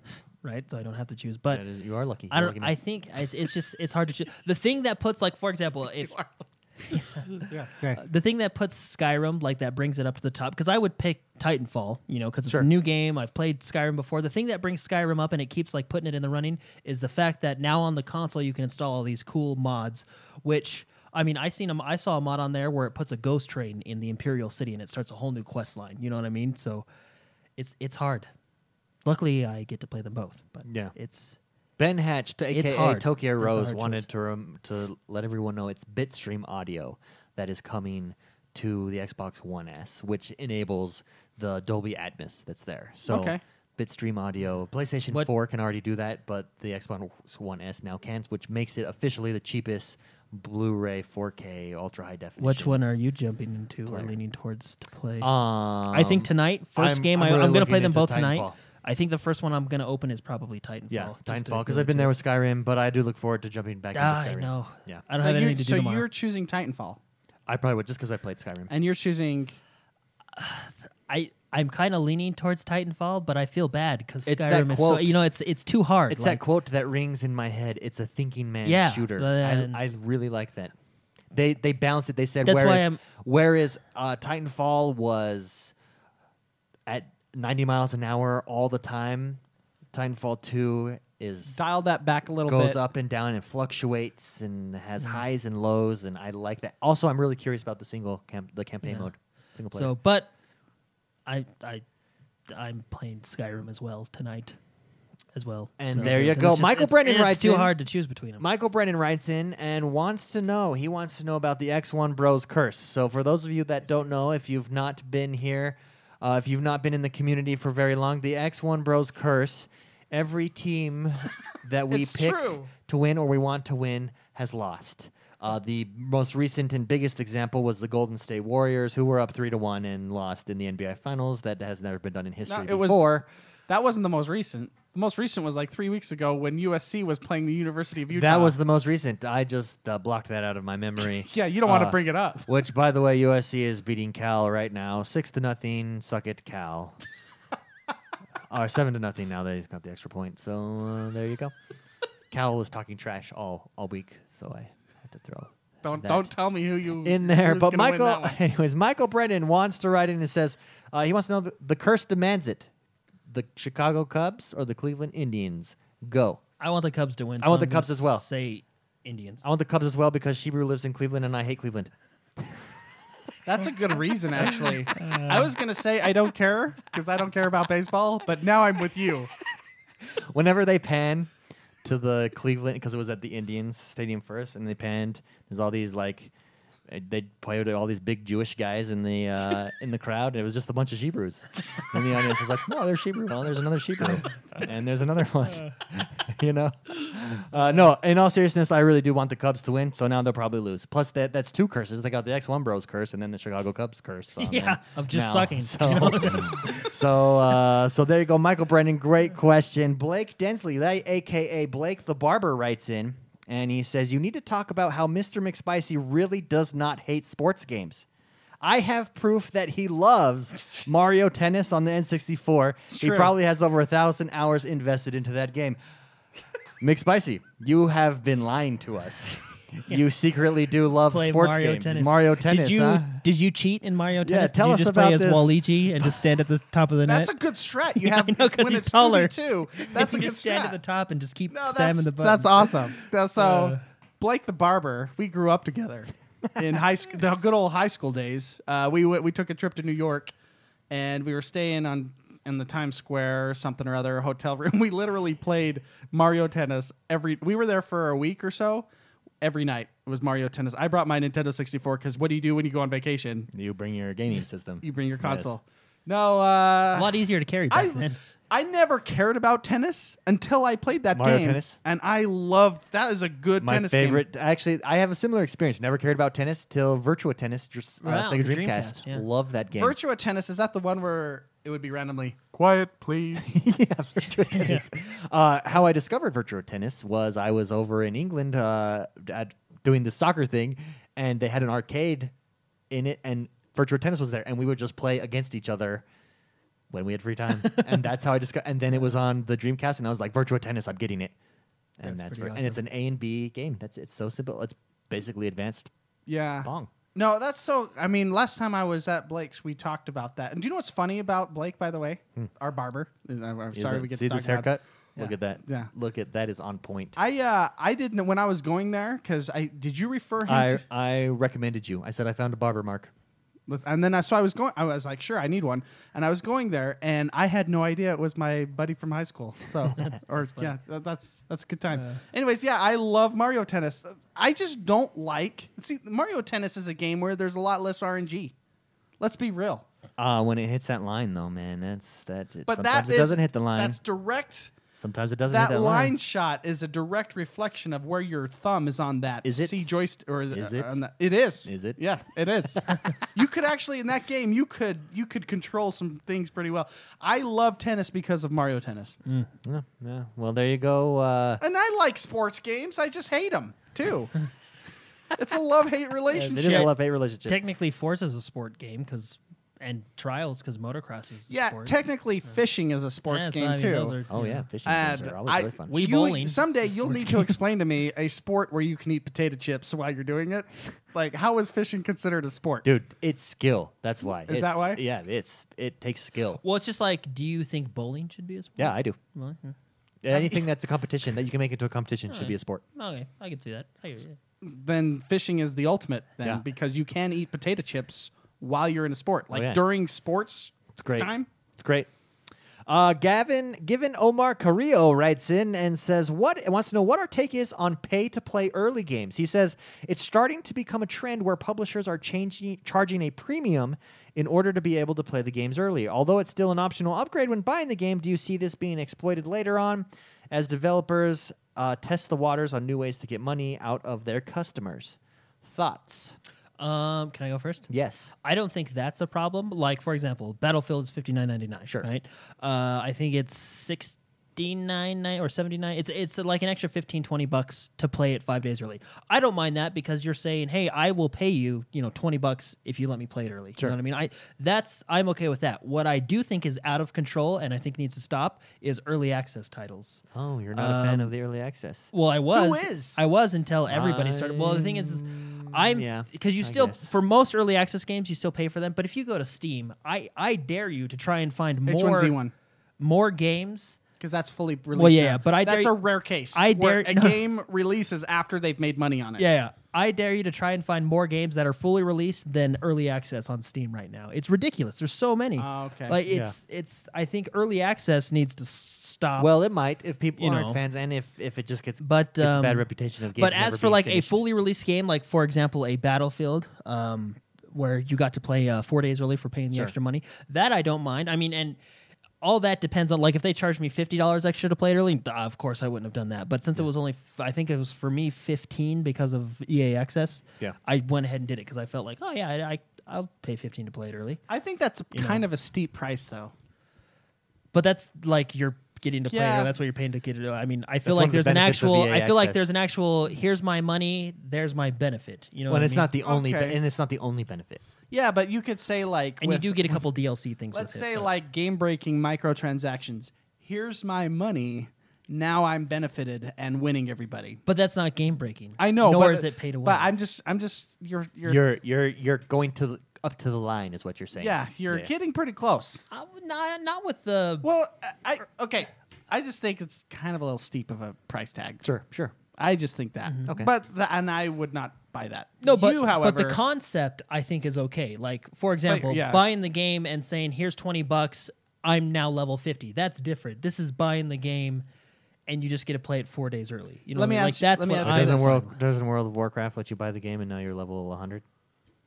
S3: right? So I don't have to choose. But
S1: That is, you are lucky.
S3: I
S1: You're
S3: don't.
S1: lucky
S3: I
S1: man.
S3: think it's, it's just it's hard to choose. The thing that puts like for example, if Uh,
S4: Yeah. Okay.
S3: the thing that puts Skyrim like that brings it up to the top because I would pick Titanfall, you know, because it's
S1: Sure.
S3: a new game. I've played Skyrim before. The thing that brings Skyrim up and it keeps like putting it in the running is the fact that now on the console you can install all these cool mods, which. I mean, I seen 'em- I saw a mod on there where it puts a ghost train in the Imperial City and it starts a whole new quest line. You know what I mean? So, it's it's hard. Luckily, I get to play them both. But
S1: Yeah.
S3: it's
S1: Ben Hatch, to
S3: It's
S1: aka
S3: hard.
S1: Tokyo
S3: It's a
S1: Rose,
S3: hard
S1: wanted
S3: choice.
S1: to rem- to let everyone know it's Bitstream Audio that is coming to the Xbox One S, which enables the Dolby Atmos that's there. So
S2: Okay.
S1: Bitstream Audio, PlayStation
S3: What-
S1: 4 can already do that, but the Xbox One S now can, which makes it officially the cheapest Blu-ray 4K ultra high definition.
S3: which one are you jumping into
S1: Player.
S3: or leaning towards to play?
S1: Um,
S3: I think tonight, 1st
S1: I'm-
S3: game,
S1: I'm
S3: I'm, I,
S1: really
S3: am going
S1: looking
S3: to play them
S1: into
S3: both tonight.
S1: Titanfall.
S3: I think the first one I'm going to open is probably Titanfall.
S1: Yeah,
S3: just to
S1: Titanfall, because
S3: go
S1: I've been
S3: into
S1: there
S3: it.
S1: with Skyrim, but I do look forward to jumping back
S3: Ah,
S1: into
S3: I
S1: Skyrim.
S3: know.
S1: Yeah,
S3: I don't
S2: so
S3: have
S2: you're,
S3: anything to do
S2: so
S3: tomorrow.
S2: you're choosing Titanfall,
S1: I probably would just because I played Skyrim.
S2: and you're choosing.
S3: I, I'm kind of leaning towards Titanfall, but I feel bad because
S1: It's
S3: Skyrim
S1: that
S3: is so,
S1: quote.
S3: you know, it's it's too hard.
S1: It's
S3: like,
S1: that quote that rings in my head. It's a thinking man
S3: Yeah,
S1: shooter.
S3: but then-
S1: I, I really like that. They they balanced it. They said
S3: That's why
S1: whereas
S3: I'm-
S1: whereas uh, Titanfall was at 90 miles an hour all the time. Titanfall 2 is
S2: Dial that back a little
S1: goes
S2: bit.
S1: up and down and fluctuates and has
S3: Mm-hmm.
S1: highs and lows and I like that. Also, I'm really curious about the single camp the campaign
S3: Yeah.
S1: mode. Single player.
S3: So, but I, I, I'm playing Skyrim as well tonight, as well.
S1: And
S3: So,
S1: there you
S3: 'cause it's
S1: go.
S3: just-
S1: Michael
S3: it's-
S1: Brennan
S3: it's
S1: writes
S3: too
S1: in-
S3: hard to choose between them.
S1: Michael Brennan writes in and wants to know. He wants to know about the X1 Bros curse. So, for those of you that don't know, if you've not been here, uh, if you've not been in the community for very long, the X1 Bros curse every team that we
S2: It's
S1: pick
S2: true.
S1: to win or we want to win has lost. Uh, the most recent and biggest example was the Golden State Warriors, who were up three to one and lost in the NBA Finals. That has never been done in history
S2: it was-
S1: before.
S2: that wasn't the most recent. The most recent was like three weeks ago when USC was playing the University of Utah.
S1: that was the most recent. I just uh, blocked that out of my memory.
S2: yeah. You don't want to
S1: Uh,
S2: bring it up.
S1: Which, by the way, USC is beating Cal right now, six to nothing. Suck it, Cal. or seven to nothing now that he's got the extra point. So uh, there you go. Cal was talking trash all all week, so I had to throw
S2: Don't
S1: that
S2: don't tell me who you
S1: in there.
S2: who's
S1: But
S2: gonna win that
S1: Michael,
S2: one.
S1: anyways, Michael Brennan wants to write in and says uh, he wants to know the, the curse demands it: the Chicago Cubs or the Cleveland Indians. Go.
S3: I want the Cubs to win.
S1: I
S3: so
S1: want
S3: I'm
S1: the Cubs
S3: gonna
S1: as well.
S3: Say Indians.
S1: I want the Cubs as well because Shebrew lives in Cleveland and I hate Cleveland.
S2: That's a good reason, actually. I was gonna say I don't care because I don't care about baseball, but now I'm with you.
S1: whenever they pan to the Cleveland because it was at the Indians stadium first, and they panned. There's all these like eh, they played all these big Jewish guys in the uh, in the crowd, and it was just a bunch of Hebrews. And the audience was like, "No, there's Hebrew. Oh, there's another Hebrew, and there's another one." you know, uh, no. In all seriousness, I really do want the Cubs to win, so now they'll probably lose. Plus, that that's two curses. They got the X1 Bros curse, and then the Chicago Cubs curse. on
S3: Yeah,
S1: them
S3: of just
S1: now.
S3: sucking.
S1: So, so, uh, so there you go, Michael Brennan. Great question. Blake Densley, that- aka Blake the Barber, writes in and he says, "You need to talk about how Mr. McSpicy really does not hate sports games." I have proof that he loves Mario Tennis on the N64. He
S2: true.
S1: probably has over a thousand hours invested into that game. McSpicy, you have been lying to us. You secretly do love
S3: play
S1: sports
S3: Mario
S1: games.
S3: Tennis.
S1: Mario Tennis,
S3: Did you
S1: huh?
S3: did you cheat in Mario Tennis?
S1: tell
S3: did you
S1: us
S3: just
S1: about
S3: play
S1: this.
S3: as Waluigi and just stand at the top of the net.
S2: That's a good strat. You have
S3: I know, 'cause
S2: when
S3: he's
S2: it's
S3: taller.
S2: Two,
S3: And
S2: that's a
S3: you
S2: good
S3: just stand
S2: strat.
S3: at the top and just keep
S2: No, that's
S3: spamming the button.
S2: that's awesome. That's so
S3: Uh.
S2: Blake the barber. We grew up together in high school, the good old high school days. Uh, we went, we took a trip to New York, and we were staying on in the Times Square or something or other hotel room. We literally played Mario Tennis every. We were there for a week or so. Every night it was Mario Tennis. I brought my Nintendo 64 because what do you do when you go on vacation?
S1: You bring your gaming system.
S2: You bring your
S1: Yes.
S2: console. No, uh,
S3: A lot easier to carry back
S2: I
S3: then.
S2: I never cared about tennis until I played that
S1: Mario
S2: game.
S1: Tennis?
S2: And I loved that is a good
S1: My
S2: tennis
S1: favorite.
S2: game.
S1: Actually, I have a similar experience. Never cared about tennis till Virtua Tennis, just, uh,
S3: Wow,
S1: Sega
S3: the
S1: Dreamcast.
S3: Dreamcast, yeah.
S1: Love that game.
S2: Virtua Tennis is that the one where it would be randomly
S4: Quiet, please.
S1: yeah, virtual tennis. Uh, how I discovered virtual tennis was I was over in England uh, at doing the soccer thing, and they had an arcade in it, and virtual tennis was there, and we would just play against each other when we had free time, and that's how I discovered. And then it was on the Dreamcast, and I was like, virtual tennis, I'm getting it, and
S3: That's
S1: that's,
S3: pretty
S1: where- and it's an A and B game. That's it's so simple. It's basically advanced
S2: Yeah.
S1: pong.
S2: No, that's so. I mean, last time I was at Blake's, we talked about that. And do you know what's funny about Blake, by the way? Our barber. I'm, I'm
S1: Hmm. Is
S2: sorry
S1: it-
S2: we get
S1: see
S2: to talk
S1: this
S2: about it.
S1: haircut. Look
S2: Yeah.
S1: at that.
S2: Yeah.
S1: Look at that is on point.
S2: I uh, I didn't when I was going there because I did you refer him
S1: I
S2: to
S1: I recommended you. I said I found a barber mark.
S2: With- And then I so I was going. I was like, sure, I need one. And I was going there, and I had no idea it was my buddy from high school. So, or yeah, that, that's that's a good time. Anyways, yeah, I love Mario Tennis. I just don't like. See, Mario Tennis is a game where there's a lot less RNG. Let's be real.
S1: Uh, when it hits that line, though, man, that's that. It,
S2: But
S1: sometimes
S2: that
S1: it
S2: is-
S1: doesn't hit the line.
S2: That's direct.
S1: Sometimes it doesn't
S2: That,
S1: hit that
S2: line,
S1: line.
S2: shot is a direct reflection of where your thumb is on that
S1: Is it?
S2: C joystick or the, uh,
S1: Is it?
S2: on the- it is.
S1: Is it?
S2: Yeah, it is. you could actually in that game you could you could control some things pretty well. I love tennis because of Mario Tennis.
S1: Yeah, yeah. Well, there you go. Uh,
S2: And I like sports games. I just hate them too. it's a love-hate
S1: it
S2: relationship.
S1: is a love hate relationship.
S3: Technically, Forza is a sport game because and trials because motocross is a
S2: yeah,
S3: sport.
S2: technically fishing is a sports
S3: Yeah, so,
S2: game
S3: I mean,
S2: too.
S3: those are,
S1: oh
S3: you
S1: yeah,
S3: know,
S1: fishing games
S2: And
S1: are always
S2: Um, I-
S1: really fun.
S3: We
S2: you-
S3: bowling.
S2: Someday you'll need to explain to me a sport where you can eat potato chips while you're doing it. Like, how is fishing considered a sport?
S1: Dude, it's skill. That's why.
S2: that
S1: It's-
S2: why?
S1: Yeah, it's it takes skill.
S3: Well, it's just like, do you think bowling should be a sport?
S1: Yeah, I do.
S3: Really? Yeah.
S1: Anything that's a competition that you can make into a competition should be a sport.
S3: Okay, I can see that. I can-
S2: Then fishing is the ultimate then
S1: Yeah. Oh,
S2: because you can eat potato chips while you're in a sport. Like
S1: yeah.
S2: during sports
S1: It's great.
S2: time.
S1: It's great. Uh, Gavin, given Omar Carrillo writes in and says, "What wants to know what our take is on pay to play early games?" He says it's starting to become a trend where publishers are changing charging a premium in order to be able to play the games early. Although it's still an optional upgrade when buying the game, do you see this being exploited later on as developers uh, test the waters on new ways to get money out of their customers? Thoughts?
S3: Um, can I go first?
S1: Yes.
S3: I don't think that's a problem. Like for example, Battlefield is fifty nine ninety nine.
S1: Sure.
S3: Right. Uh, I think it's sixty nine nine or seventy nine. It's it's like an extra 15, 20 bucks to play it five days early. I don't mind that because you're saying, hey, I will pay you, you know, twenty bucks if you let me play it early.
S1: Sure.
S3: You know what I mean? I that's I'm okay with that. What I do think is out of control and I think needs to stop is early access titles.
S1: Oh, you're not a fan
S3: Um,
S1: of the early access.
S3: Well, I was.
S2: is?
S3: I was until everybody started. Well, the thing is, is I'm
S1: Um, yeah,
S3: because you
S1: I
S3: still
S1: guess.
S3: for most early access games you still pay for them. But if you go to Steam, I I dare you to try and find more
S2: H1Z1.
S3: more games.
S2: Because that's fully released.
S3: yeah,
S2: now.
S3: but I
S2: that's
S3: dare-
S2: a rare case.
S3: I
S2: where
S3: dare-
S2: a
S3: no.
S2: game releases after they've made money on it.
S3: Yeah, yeah, I dare you to try and find more games that are fully released than early access on Steam right now. It's ridiculous. There's so many.
S2: Oh, okay.
S3: Like it's it's. I think early access needs to stop.
S1: Well, it might if people
S3: you
S1: aren't
S3: know.
S1: fans, and if if it just gets
S3: But,
S1: gets a bad
S3: um,
S1: reputation of games.
S3: But
S1: never
S3: as for
S1: being
S3: like
S1: finished.
S3: a fully released game, like for example, a Battlefield, um, where you got to play uh, four days early for paying the
S1: Sure.
S3: extra money, that I don't mind. I mean, and all that depends on like if they charged me fifty dollars extra to play it early, uh, of course I wouldn't have done that. But since it was only, f- I think it was for me fifteen because of EA access.
S1: Yeah.
S3: I went ahead and did it because I felt like, oh yeah, I, I I'll pay fifteen to play it early.
S2: I think that's kind of a steep price though.
S3: But that's like you're getting to play.
S2: Yeah.
S3: Or that's what you're paying to get it. I mean, I feel
S1: That's one
S3: like
S1: of the
S3: there's an
S1: benefits of
S3: actual.
S1: EA
S3: I feel like
S1: access.
S3: there's an actual. Here's my money. There's my benefit. You know,
S1: when
S3: what
S1: it's
S3: I mean?
S1: not the only, be-
S2: Okay.
S1: and it's not the only benefit.
S2: Yeah, but you could say like
S3: and
S2: with,
S3: you do get a couple DLC things.
S2: let's
S3: with
S2: say
S3: it, but-
S2: like game breaking microtransactions. Here's my money. Now I'm benefited and winning everybody.
S3: but that's not game breaking.
S2: I know,
S3: nor
S2: but,
S3: is it pay to win.
S2: But I'm just, I'm just, you're, you're,
S1: You're you're you're going to the, up to the line, is what you're saying.
S2: yeah, you're getting pretty close.
S3: I would not not with the.
S2: Well, I, I- okay, I just think it's kind of a little steep of a price tag.
S1: Sure, sure.
S2: I just think that.
S1: Okay.
S2: but the, and I would not buy that.
S3: Mm-hmm. no, but
S2: you, however,
S3: but the concept I think is okay. Like for example,
S2: yeah.
S3: buying the game and saying here's twenty bucks, I'm now level fifty. That's different. This is buying the game, and you just get to play it four days early. You know,
S2: Let
S3: what
S2: me
S3: I mean? like
S2: ask-
S3: that's
S2: let me
S3: what
S2: ask
S3: I
S2: you
S1: Doesn't
S2: this.
S1: World doesn't World of Warcraft let you buy the game and now you're level 100?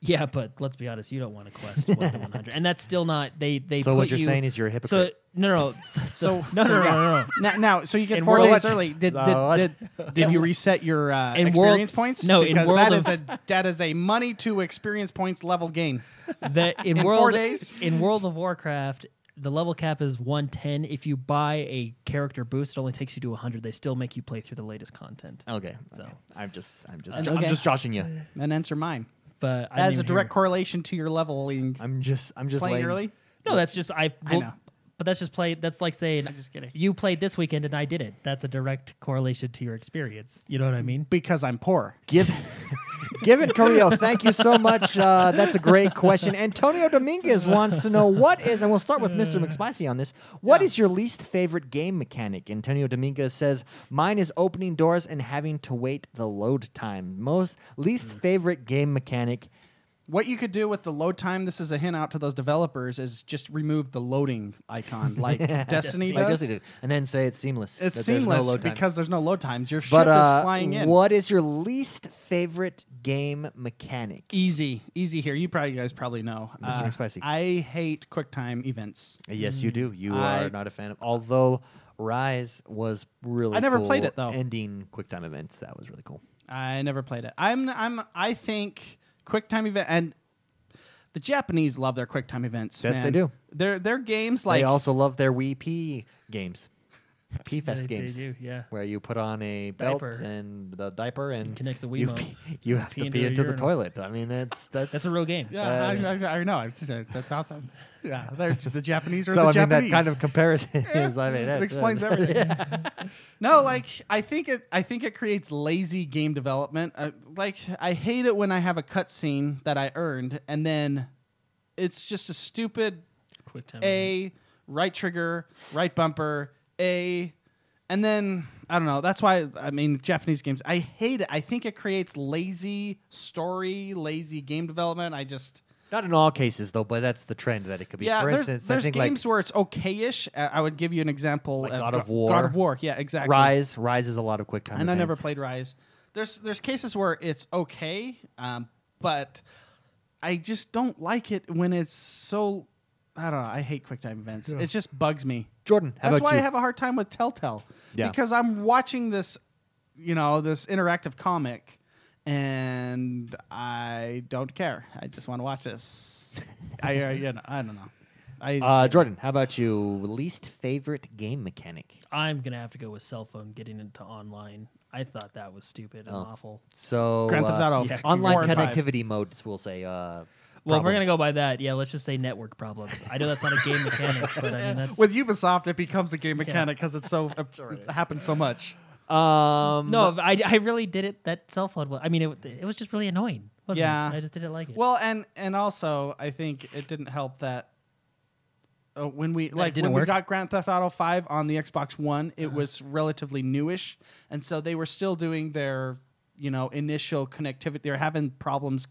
S3: Yeah, but let's be honest, you don't want to quest one to one hundred, and that's still not they they.
S1: So what
S3: put
S1: you're
S3: you-
S1: saying is you're a
S3: So
S1: hypocrite.
S3: no, no,
S2: so
S3: no,
S2: so
S3: no, no,
S2: yeah.
S3: no, no.
S2: Now, now, so you get
S1: In
S2: four
S1: World
S2: days
S1: of-
S2: early. Did did,
S1: No,
S2: did, did you reset your uh,
S3: In
S2: experience
S3: World-
S2: points?
S3: no, in
S2: because
S3: World
S2: that
S3: of-
S2: is a that is a money to experience points level gain.
S3: that in,
S2: In
S3: world
S2: four days?
S3: in World of Warcraft, the level cap is 110. If you buy a character boost, it only takes you to 100. They still make you play through the latest content.
S2: Oh.
S1: Okay. So
S3: So-
S1: I'm just I'm just
S3: And-
S1: I'm
S3: okay.
S1: just joshing you.
S2: And answer mine.
S3: But
S2: That
S3: I didn't
S2: is a
S3: even hear-
S2: direct correlation to your leveling.
S1: I'm just I'm just
S2: Playing
S1: laying-
S2: early?
S3: No, that's just I.
S2: I
S3: Well,
S2: know.
S3: But that's just play. That's like saying
S2: I'm just kidding.
S3: you played this weekend and I did it. That's a direct correlation to your experience. You know what I mean?
S2: Because I'm poor.
S1: Give, given Carrillo, thank you so much. Uh, that's a great question. Antonio Dominguez wants to know what is, and we'll start with Mr. McSpicy on this. What is your least favorite game mechanic? Antonio Dominguez says, "Mine is opening doors and having to wait the load time. Most least favorite game mechanic."
S2: What you could do with the load time, this is a hint out to those developers, is just remove the loading icon like Destiny
S1: like
S2: does.
S1: Destiny did, and then say it's seamless.
S2: It's
S1: that there's no
S2: seamless
S1: load times.
S2: because there's no load times. Your ship
S1: But uh,
S2: is flying in.
S1: what is your least favorite game mechanic?
S2: Easy, easy here. You probably you guys probably know. Uh,
S1: Mr. McSpicy.
S2: I hate QuickTime events.
S1: Uh, Yes, you do. You
S2: Mm. I-
S1: are not a fan of. Although Rise was really,
S2: I never played
S1: cool
S2: it, though.
S1: Ending QuickTime events that was really cool.
S2: I never played it. I'm I'm I think QuickTime event and the Japanese love their QuickTime events.
S1: Yes, they
S2: man.
S1: do.
S2: Their their games
S1: Like,
S2: like
S1: they also love their Wii P games, P Fest
S3: They- they
S1: games,
S3: do, yeah.
S1: where you put on a belt
S3: Diaper.
S1: and the diaper and
S3: connect the
S1: you,
S3: Wiimote.
S1: pee- you have to
S3: into
S1: pee
S3: the
S1: into the
S3: urinal.
S1: toilet. I mean, that's that's
S3: That's a real game.
S2: yeah,
S1: Uh,
S2: I, I, I know. It's- uh, That's awesome. Yeah, they're just the Japanese or
S1: So I
S2: the
S1: mean,
S2: Japanese.
S1: that kind of comparison is. I mean,
S2: it
S1: that's- uh,
S2: explains everything. uh, No, like I think it. I think it creates lazy game development. Uh, like I hate it when I have a cutscene that I earned and then it's just a stupid
S3: Quick time.
S2: a right trigger, right bumper, a, and then I don't know. That's why I mean Japanese games. I hate it. I think it creates lazy story, lazy game development. I just
S1: Not in all cases though, but that's the trend that it could be.
S2: yeah.
S1: For
S2: there's
S1: instance,
S2: there's
S1: I think like
S2: games where it's okayish. Uh, I would give you an example.
S1: Like
S2: of
S1: God
S2: Go-
S1: of War.
S2: God of War. Yeah, exactly.
S1: Rise, Rise is a lot of quick time.
S2: And I never
S1: events.
S2: played Rise. There's there's cases where it's okay, um, but I just don't like it when it's so. I don't know. I hate QuickTime events. It just bugs me.
S1: Jordan, how
S2: That's
S1: about
S2: why
S1: you?
S2: I have a hard time with Telltale.
S1: Yeah.
S2: Because I'm watching this, you know, this interactive comic, and I don't care. I just want to watch this. I, uh, you know, I don't know. I just-
S1: Uh, Jordan, how about you? Least favorite game mechanic.
S3: I'm gonna have to go with cell phone getting into online. I thought that was stupid and
S1: Oh.
S3: awful.
S1: So
S2: Grand Theft
S1: uh,
S2: Auto
S1: yeah,
S2: four
S1: online
S2: and five.
S1: connectivity modes, we'll say. Uh,
S3: Well, if we're
S1: problems.
S3: gonna go by that, yeah, let's just say network problems. I know that's not a game mechanic, but I mean that's
S2: with Ubisoft, it becomes a game mechanic because it's so it happens so much.
S1: Um,
S3: no. I, I really did it. That cell phone was. I mean, it, it was just really annoying. Wasn't
S2: Yeah.
S3: it? I just didn't like it.
S2: Well, and and also I think it didn't help that uh, when we like
S3: didn't
S2: when we
S3: work? Uh-huh.
S2: got Grand Theft Auto Five on the Xbox One, it was relatively newish, and so they were still doing their you know initial connectivity. They're having problems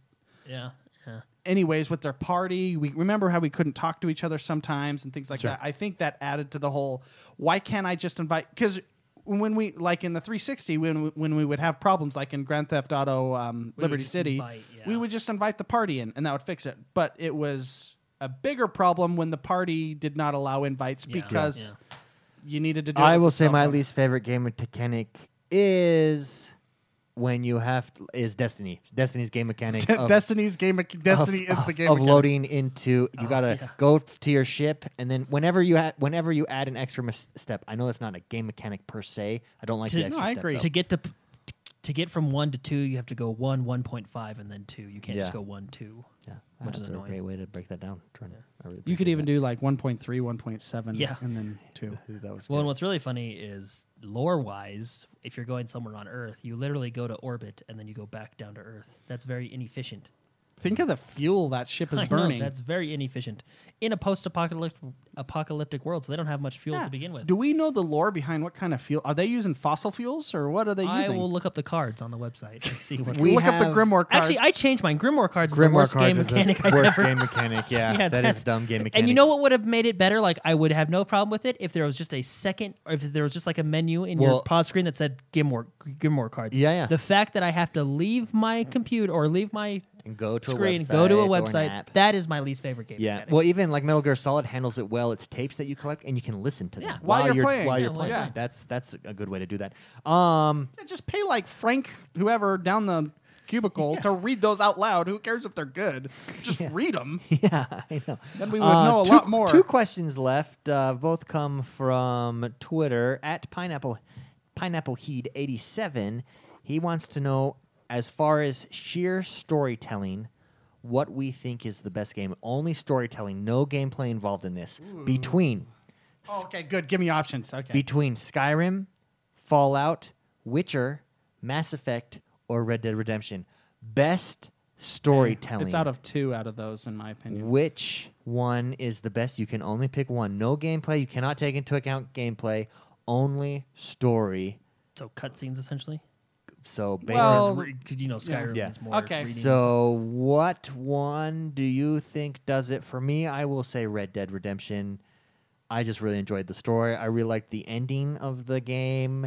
S3: yeah, yeah.
S2: anyways with their party. We remember how we couldn't talk to each other sometimes and things like that. I think that added to the whole why can't I just invite because when we like in the 360 when we, when we would have problems like in Grand Theft Auto um,
S3: We would
S2: Liberty
S3: just
S2: City,
S3: invite,
S2: we
S3: yeah.
S2: would just invite the party in and that would fix it. But it was a bigger problem when the party did not allow invites
S3: Yeah. Yeah.
S2: because you needed to do. it
S1: I
S2: with
S1: will
S2: the
S1: say
S2: cell
S1: my
S2: phone.
S1: least favorite game mechanic is when you have to, is Destiny. Destiny's game mechanic. of,
S2: Destiny's game. mecha- Destiny
S1: of,
S2: is the game
S1: of
S2: mechanic.
S1: loading into. You gotta
S3: yeah.
S1: go f- to your ship, and then whenever you ha- whenever you add an extra mis- step, I know that's not a game mechanic per se. I don't like
S3: To-
S1: the
S3: No,
S1: extra
S2: I
S1: step,
S2: agree.
S1: though.
S3: to get to p- to get from one to two, you have to go one, one point five, and then two. You can't
S1: Yeah.
S3: just go one, two.
S1: Yeah,
S3: Which
S1: that's
S3: is
S1: a
S3: annoying.
S1: great way to break that down. Jordan. I really
S2: You
S1: appreciate
S2: could even
S1: that.
S2: do like 1.3, 1.7,
S3: Yeah.
S2: and then two.
S1: That was
S3: Well, and
S1: good.
S3: what's really funny is lore wise, if you're going somewhere on Earth, you literally go to orbit and then you go back down to Earth. That's very inefficient.
S2: Think of the fuel that ship is
S3: I know,
S2: burning.
S3: that's very inefficient in a post-apocalyptic apocalyptic world. So they don't have much fuel
S2: Yeah.
S3: to begin with.
S2: Do we know the lore behind what kind of fuel? Are they using fossil fuels or what are they
S3: I
S2: using?
S3: will look up the cards on the website and see what.
S1: We
S2: look up
S1: have-
S2: the Grimoire cards.
S3: Actually, I changed mine. Grimoire cards. is the
S1: Grimoire
S3: worst
S1: cards
S3: game
S1: is
S3: mechanic.
S1: the
S3: I've
S1: worst
S3: ever-
S1: game mechanic. Yeah,
S3: Yeah,
S1: that
S3: that's-
S1: is dumb game mechanic.
S3: And you know what would have made it better? Like I would have no problem with it if there was just a second, or if there was just like a menu in
S1: Well-
S3: your pause screen that said Gilmore Gilmore cards.
S1: Yeah, yeah.
S3: The fact that I have to leave my computer or leave my
S1: And go to
S3: screen,
S1: a website
S3: go to a
S1: or an
S3: website,
S1: app.
S3: that is my least favorite game.
S1: yeah.
S3: mechanic.
S1: Well, even like Metal Gear Solid handles it well. It's tapes that you collect, and you can listen to them
S3: Yeah,
S2: while you're playing.
S1: While
S2: Yeah,
S1: you're
S3: while
S1: playing,
S2: you're
S1: yeah.
S2: playing.
S1: that's that's a good way to do that. Um,
S2: Yeah, just pay like Frank, whoever down the cubicle to read those out loud. Who cares if they're good? Just read them.
S1: Yeah, I know.
S2: Then we would
S1: Uh,
S2: know a
S1: two,
S2: lot more.
S1: Two questions left. Uh, both come from Twitter at pineapple pineapple heed eighty seven. He wants to know, as far as sheer storytelling, what we think is the best game. Only storytelling, no gameplay involved in this. Between
S2: Oh, okay, good. Give me options. Okay.
S1: between Skyrim, Fallout, Witcher, Mass Effect, or Red Dead Redemption. Best storytelling.
S2: It's out of two out of those, in my opinion.
S1: Which one is the best? You can only pick one. No gameplay. You cannot take into account gameplay. Only story.
S3: So cutscenes essentially.
S1: So based
S2: Well,
S1: on-
S3: Or re- 'cause, you know Skyrim
S1: Yeah.
S3: is more
S2: Okay.
S3: reading.
S1: so what one do you think does it for me? I will say Red Dead Redemption. I just really enjoyed the story. I really liked the ending of the game.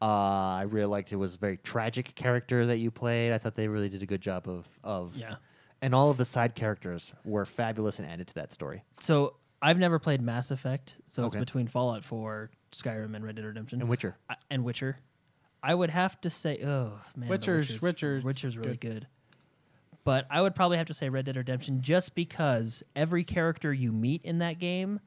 S1: Uh, I really liked it was a very tragic character that you played. I thought they really did a good job of of
S3: Yeah.
S1: And all of the side characters were fabulous and added to that story.
S3: So I've never played Mass Effect, so it's
S1: Okay.
S3: between Fallout 4, Skyrim, and Red Dead Redemption,
S1: And Witcher.
S3: I- and Witcher. I would have to say, oh man, but
S2: Witcher's-
S3: Witcher's
S2: Witcher's
S3: Witcher's really good. But I would probably have to say Red Dead Redemption just because every character you meet in that game,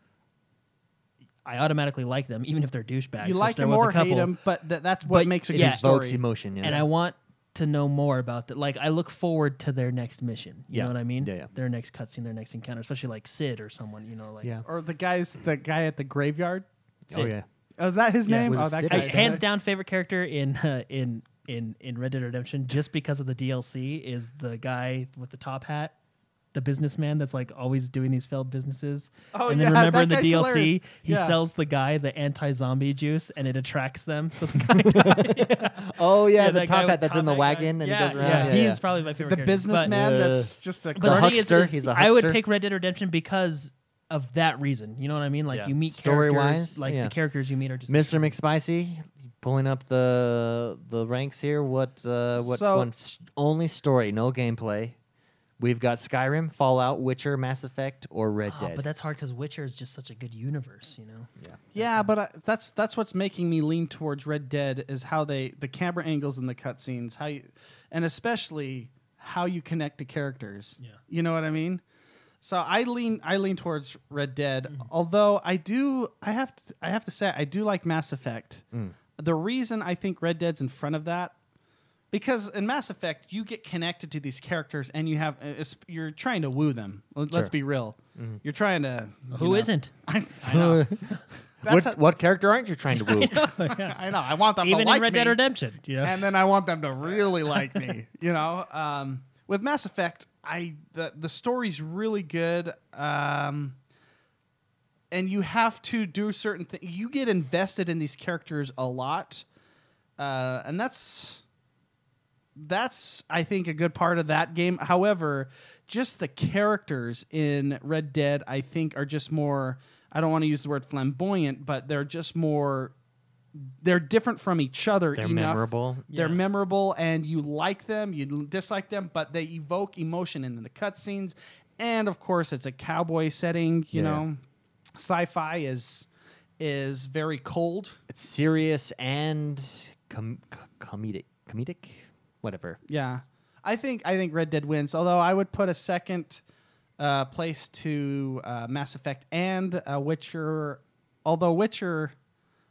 S3: I automatically like them, even if they're douchebags.
S2: You
S3: which
S2: like
S3: there
S2: him
S3: was
S2: or
S3: a couple.
S2: hate him, but th- that's what
S3: But
S2: makes a
S3: it
S2: good
S3: Yeah.
S1: Evokes
S2: story.
S1: emotion. Yeah.
S3: and I want to know more about that. Like, I look forward to their next mission. You
S1: Yeah.
S3: know what I mean?
S1: Yeah, yeah.
S3: Their next cutscene, their next encounter, especially like Sid or someone. You know, like
S1: Yeah.
S2: or the guys, the guy at the graveyard.
S1: Oh
S3: Sid.
S1: yeah.
S2: Oh, is that his
S1: Yeah,
S2: name?
S1: was
S2: oh,
S1: it
S2: that
S1: Sid
S2: guy.
S1: or
S3: I,
S1: Right.
S3: hands down favorite character in uh, in in in Red Dead Redemption just because of the DLC is the guy with the top hat, the businessman that's like always doing these failed businesses.
S2: Oh,
S3: and then
S2: yeah,
S3: remember
S2: that
S3: in the
S2: guy's
S3: DLC
S2: hilarious.
S3: he
S2: Yeah.
S3: sells the guy the anti-zombie juice and it attracts them. So the guy,
S1: Oh yeah, the
S3: that guy
S1: top
S3: with
S1: hat that's in the
S3: hat guy.
S1: wagon and
S3: yeah,
S1: he goes around.
S3: Yeah,
S1: Yeah,
S3: he
S1: yeah.
S3: is probably my favorite.
S2: The
S3: character. But- uh,
S2: businessman
S1: Yeah.
S2: that's just
S1: The
S2: a
S3: the
S2: crook.
S3: thing is-
S1: huckster,
S3: is
S1: he's a
S3: I would
S1: huckster.
S3: pick Red Dead Redemption because of that reason. You know what I mean? Like
S1: Yeah.
S3: you meet characters,
S1: Story-wise,
S3: like
S1: yeah.
S3: the characters you meet are just
S1: Mr. McSpicy, pulling up the the ranks here. What uh, what
S2: So-
S1: one s- only story, no gameplay. We've got Skyrim, Fallout, Witcher, Mass Effect, or Red
S3: Oh,
S1: Dead.
S3: but that's hard because Witcher is just such a good universe, you know.
S1: yeah.
S2: Yeah, but I, that's that's what's making me lean towards Red Dead is how they the camera angles and the cutscenes, how you, and especially how you connect to characters.
S3: Yeah.
S2: you know what I mean. So I lean I lean towards Red Dead,
S3: Mm-hmm.
S2: although I do I have to I have to say I do like Mass Effect. The reason I think Red Dead's in front of that because in Mass Effect you get connected to these characters and you have uh, it's- you're trying to woo them. Let's
S1: Sure.
S2: be real. You're trying to
S3: Who
S2: you know.
S3: not
S2: I, I know.
S1: what,
S2: That's how-
S1: what character aren't you trying to woo?
S2: I know. I want them
S3: Even
S2: to
S3: in
S2: like
S3: Red
S2: me,
S3: Dead Redemption, you know.
S2: and then I want them to really like me. You know, um, with Mass Effect, I the the story's really good, um, and you have to do certain things. You get invested in these characters a lot, uh, and that's that's I think a good part of that game. However, just the characters in Red Dead I think are just more I don't want to use the word flamboyant, but they're just more they're different from each other
S1: They're
S2: enough.
S1: memorable.
S2: They're
S3: Yeah.
S2: memorable and you like them, you l- dislike them, but they evoke emotion in the cutscenes. And of course, it's a cowboy setting,
S1: Yeah.
S2: you know. Sci-fi is is very cold.
S1: It's serious and com- c- comedic. Comedic? Whatever.
S2: Yeah, I think I think Red Dead wins. Although I would put a second uh, place to uh, Mass Effect and uh, Witcher. Although Witcher,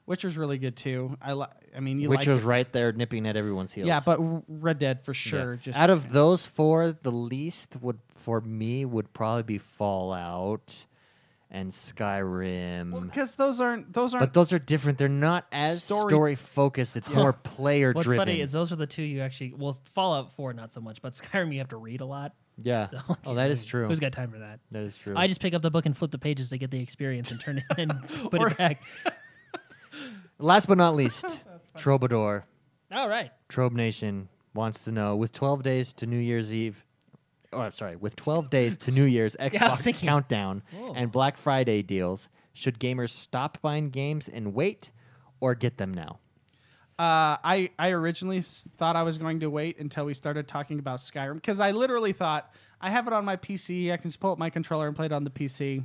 S2: Witcher's really good too. I li- I mean, you
S1: Witcher's
S2: like
S1: right there nipping at everyone's heels.
S2: yeah, but Red Dead for
S1: Yeah.
S2: sure. Just
S1: out of those four, the least would for me would probably be Fallout and Skyrim.
S2: because those aren't those aren't
S1: but those are different. They're not as
S2: uh, Story-
S1: story, focused. It's more player
S3: What's
S1: driven.
S3: funny is those are the two you actually well Fallout Four not so much, but Skyrim you have to read a lot.
S1: yeah.
S3: So,
S1: Oh, that is true.
S3: Who's got time for that?
S1: That is true.
S3: I just pick up the book and flip the pages to get the experience and turn it and put
S2: Or-
S3: it back.
S1: Last but not least, Troubadour,
S3: All right.
S1: Trobe Nation wants to know with 12 days to New Year's Eve. Oh, I'm sorry. With 12 days to New Year's Xbox
S3: thinking. Oh.
S1: countdown
S3: Whoa.
S1: and Black Friday deals, should gamers stop buying games and wait, or get them now?
S2: Uh, I I originally s- thought I was going to wait until we started talking about Skyrim because I literally thought I have it on my PC. I can just pull up my controller and play it on the PC.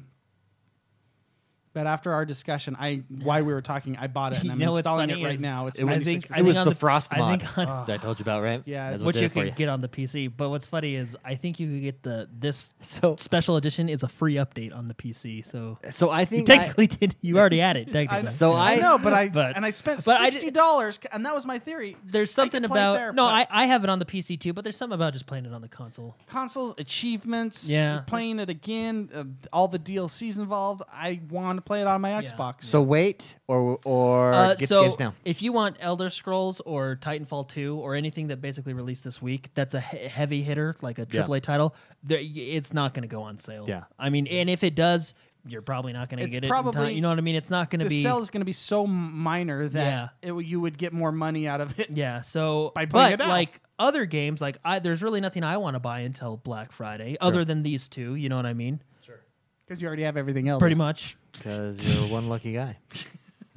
S2: But after our discussion, I why we were talking, I bought it and
S3: You
S2: I'm
S3: know what's
S2: installing it
S3: funny
S2: right
S3: is-
S2: now. It's
S1: It was-
S2: I
S3: I think
S1: it was
S3: on
S1: the,
S3: the-
S1: frost
S3: I
S1: mod
S3: think on-
S1: that I told you about, right?
S2: Yeah,
S1: That's
S2: it's-
S1: what
S3: Which
S1: did
S3: you
S1: it for
S3: could
S1: you.
S3: get on the PC, but what's funny is I think you could get the this
S1: So-
S3: special edition is a free update on the PC. So
S1: So I
S3: you
S1: think I-
S3: technically did you already had it
S2: I,
S3: technically.
S1: So
S2: I
S1: I-
S2: know, but I
S3: but-
S2: and I spent
S3: but I did-
S2: sixty dollars, and that was my theory.
S3: there's
S2: I could
S3: something
S2: play it
S3: about
S2: there,
S3: no,
S2: but
S3: I, I have it on the PC too, but there's something about just playing it on the console.
S2: consoles achievements,
S3: Yeah.
S2: playing it again, uh, all the DLCs involved. I want to play it on my
S3: Yeah.
S2: Xbox.
S1: so wait or or
S3: Uh,
S1: get
S3: so
S1: the games now.
S3: if you want Elder Scrolls or Titanfall 2 or anything that basically released this week, that's a he- heavy hitter like a AAA title. There, y- it's not going to go on sale.
S1: Yeah.
S3: I mean, and if it does, you're probably not going to
S2: It's
S3: get it. in time.
S2: probably-
S3: You know what I mean? It's not going to
S2: the
S3: be
S2: sell is going to be so minor that it, w- you would get more money out of it.
S3: Yeah. So,
S2: By putting it
S3: but
S2: out.
S3: like other games, like I, there's really nothing I want to buy until Black Friday, other than these two. You know what I mean?
S2: Because you already have everything else.
S3: Pretty much.
S1: Because you're one lucky guy.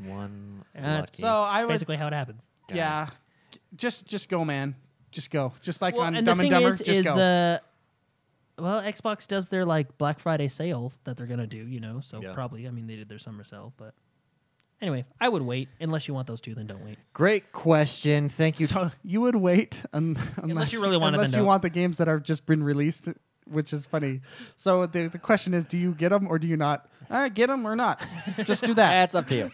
S1: One
S3: Uh,
S1: lucky.
S2: So I was,
S3: Basically, how it happens.
S1: guy.
S2: yeah. J- Just, just go, man. Just go. Just like on
S3: and
S2: Dumb
S3: the
S2: and
S3: thing
S2: Dumber.
S3: is,
S2: just
S3: is
S2: go.
S3: uh, well, Xbox does their like Black Friday sale that they're gonna do. You know, so
S1: Yeah.
S3: probably. I mean, they did their summer sale, but anyway, I would wait unless you want those two. Then don't wait.
S1: great question. Thank you.
S2: so you would wait un- unless,
S3: you really wanted
S2: unless
S3: them
S2: you
S3: to.
S2: want the games that have just been released, which is funny. So the, the question is, do you get them or do you not? Uh, get them or not? Just do that.
S1: That's up to you.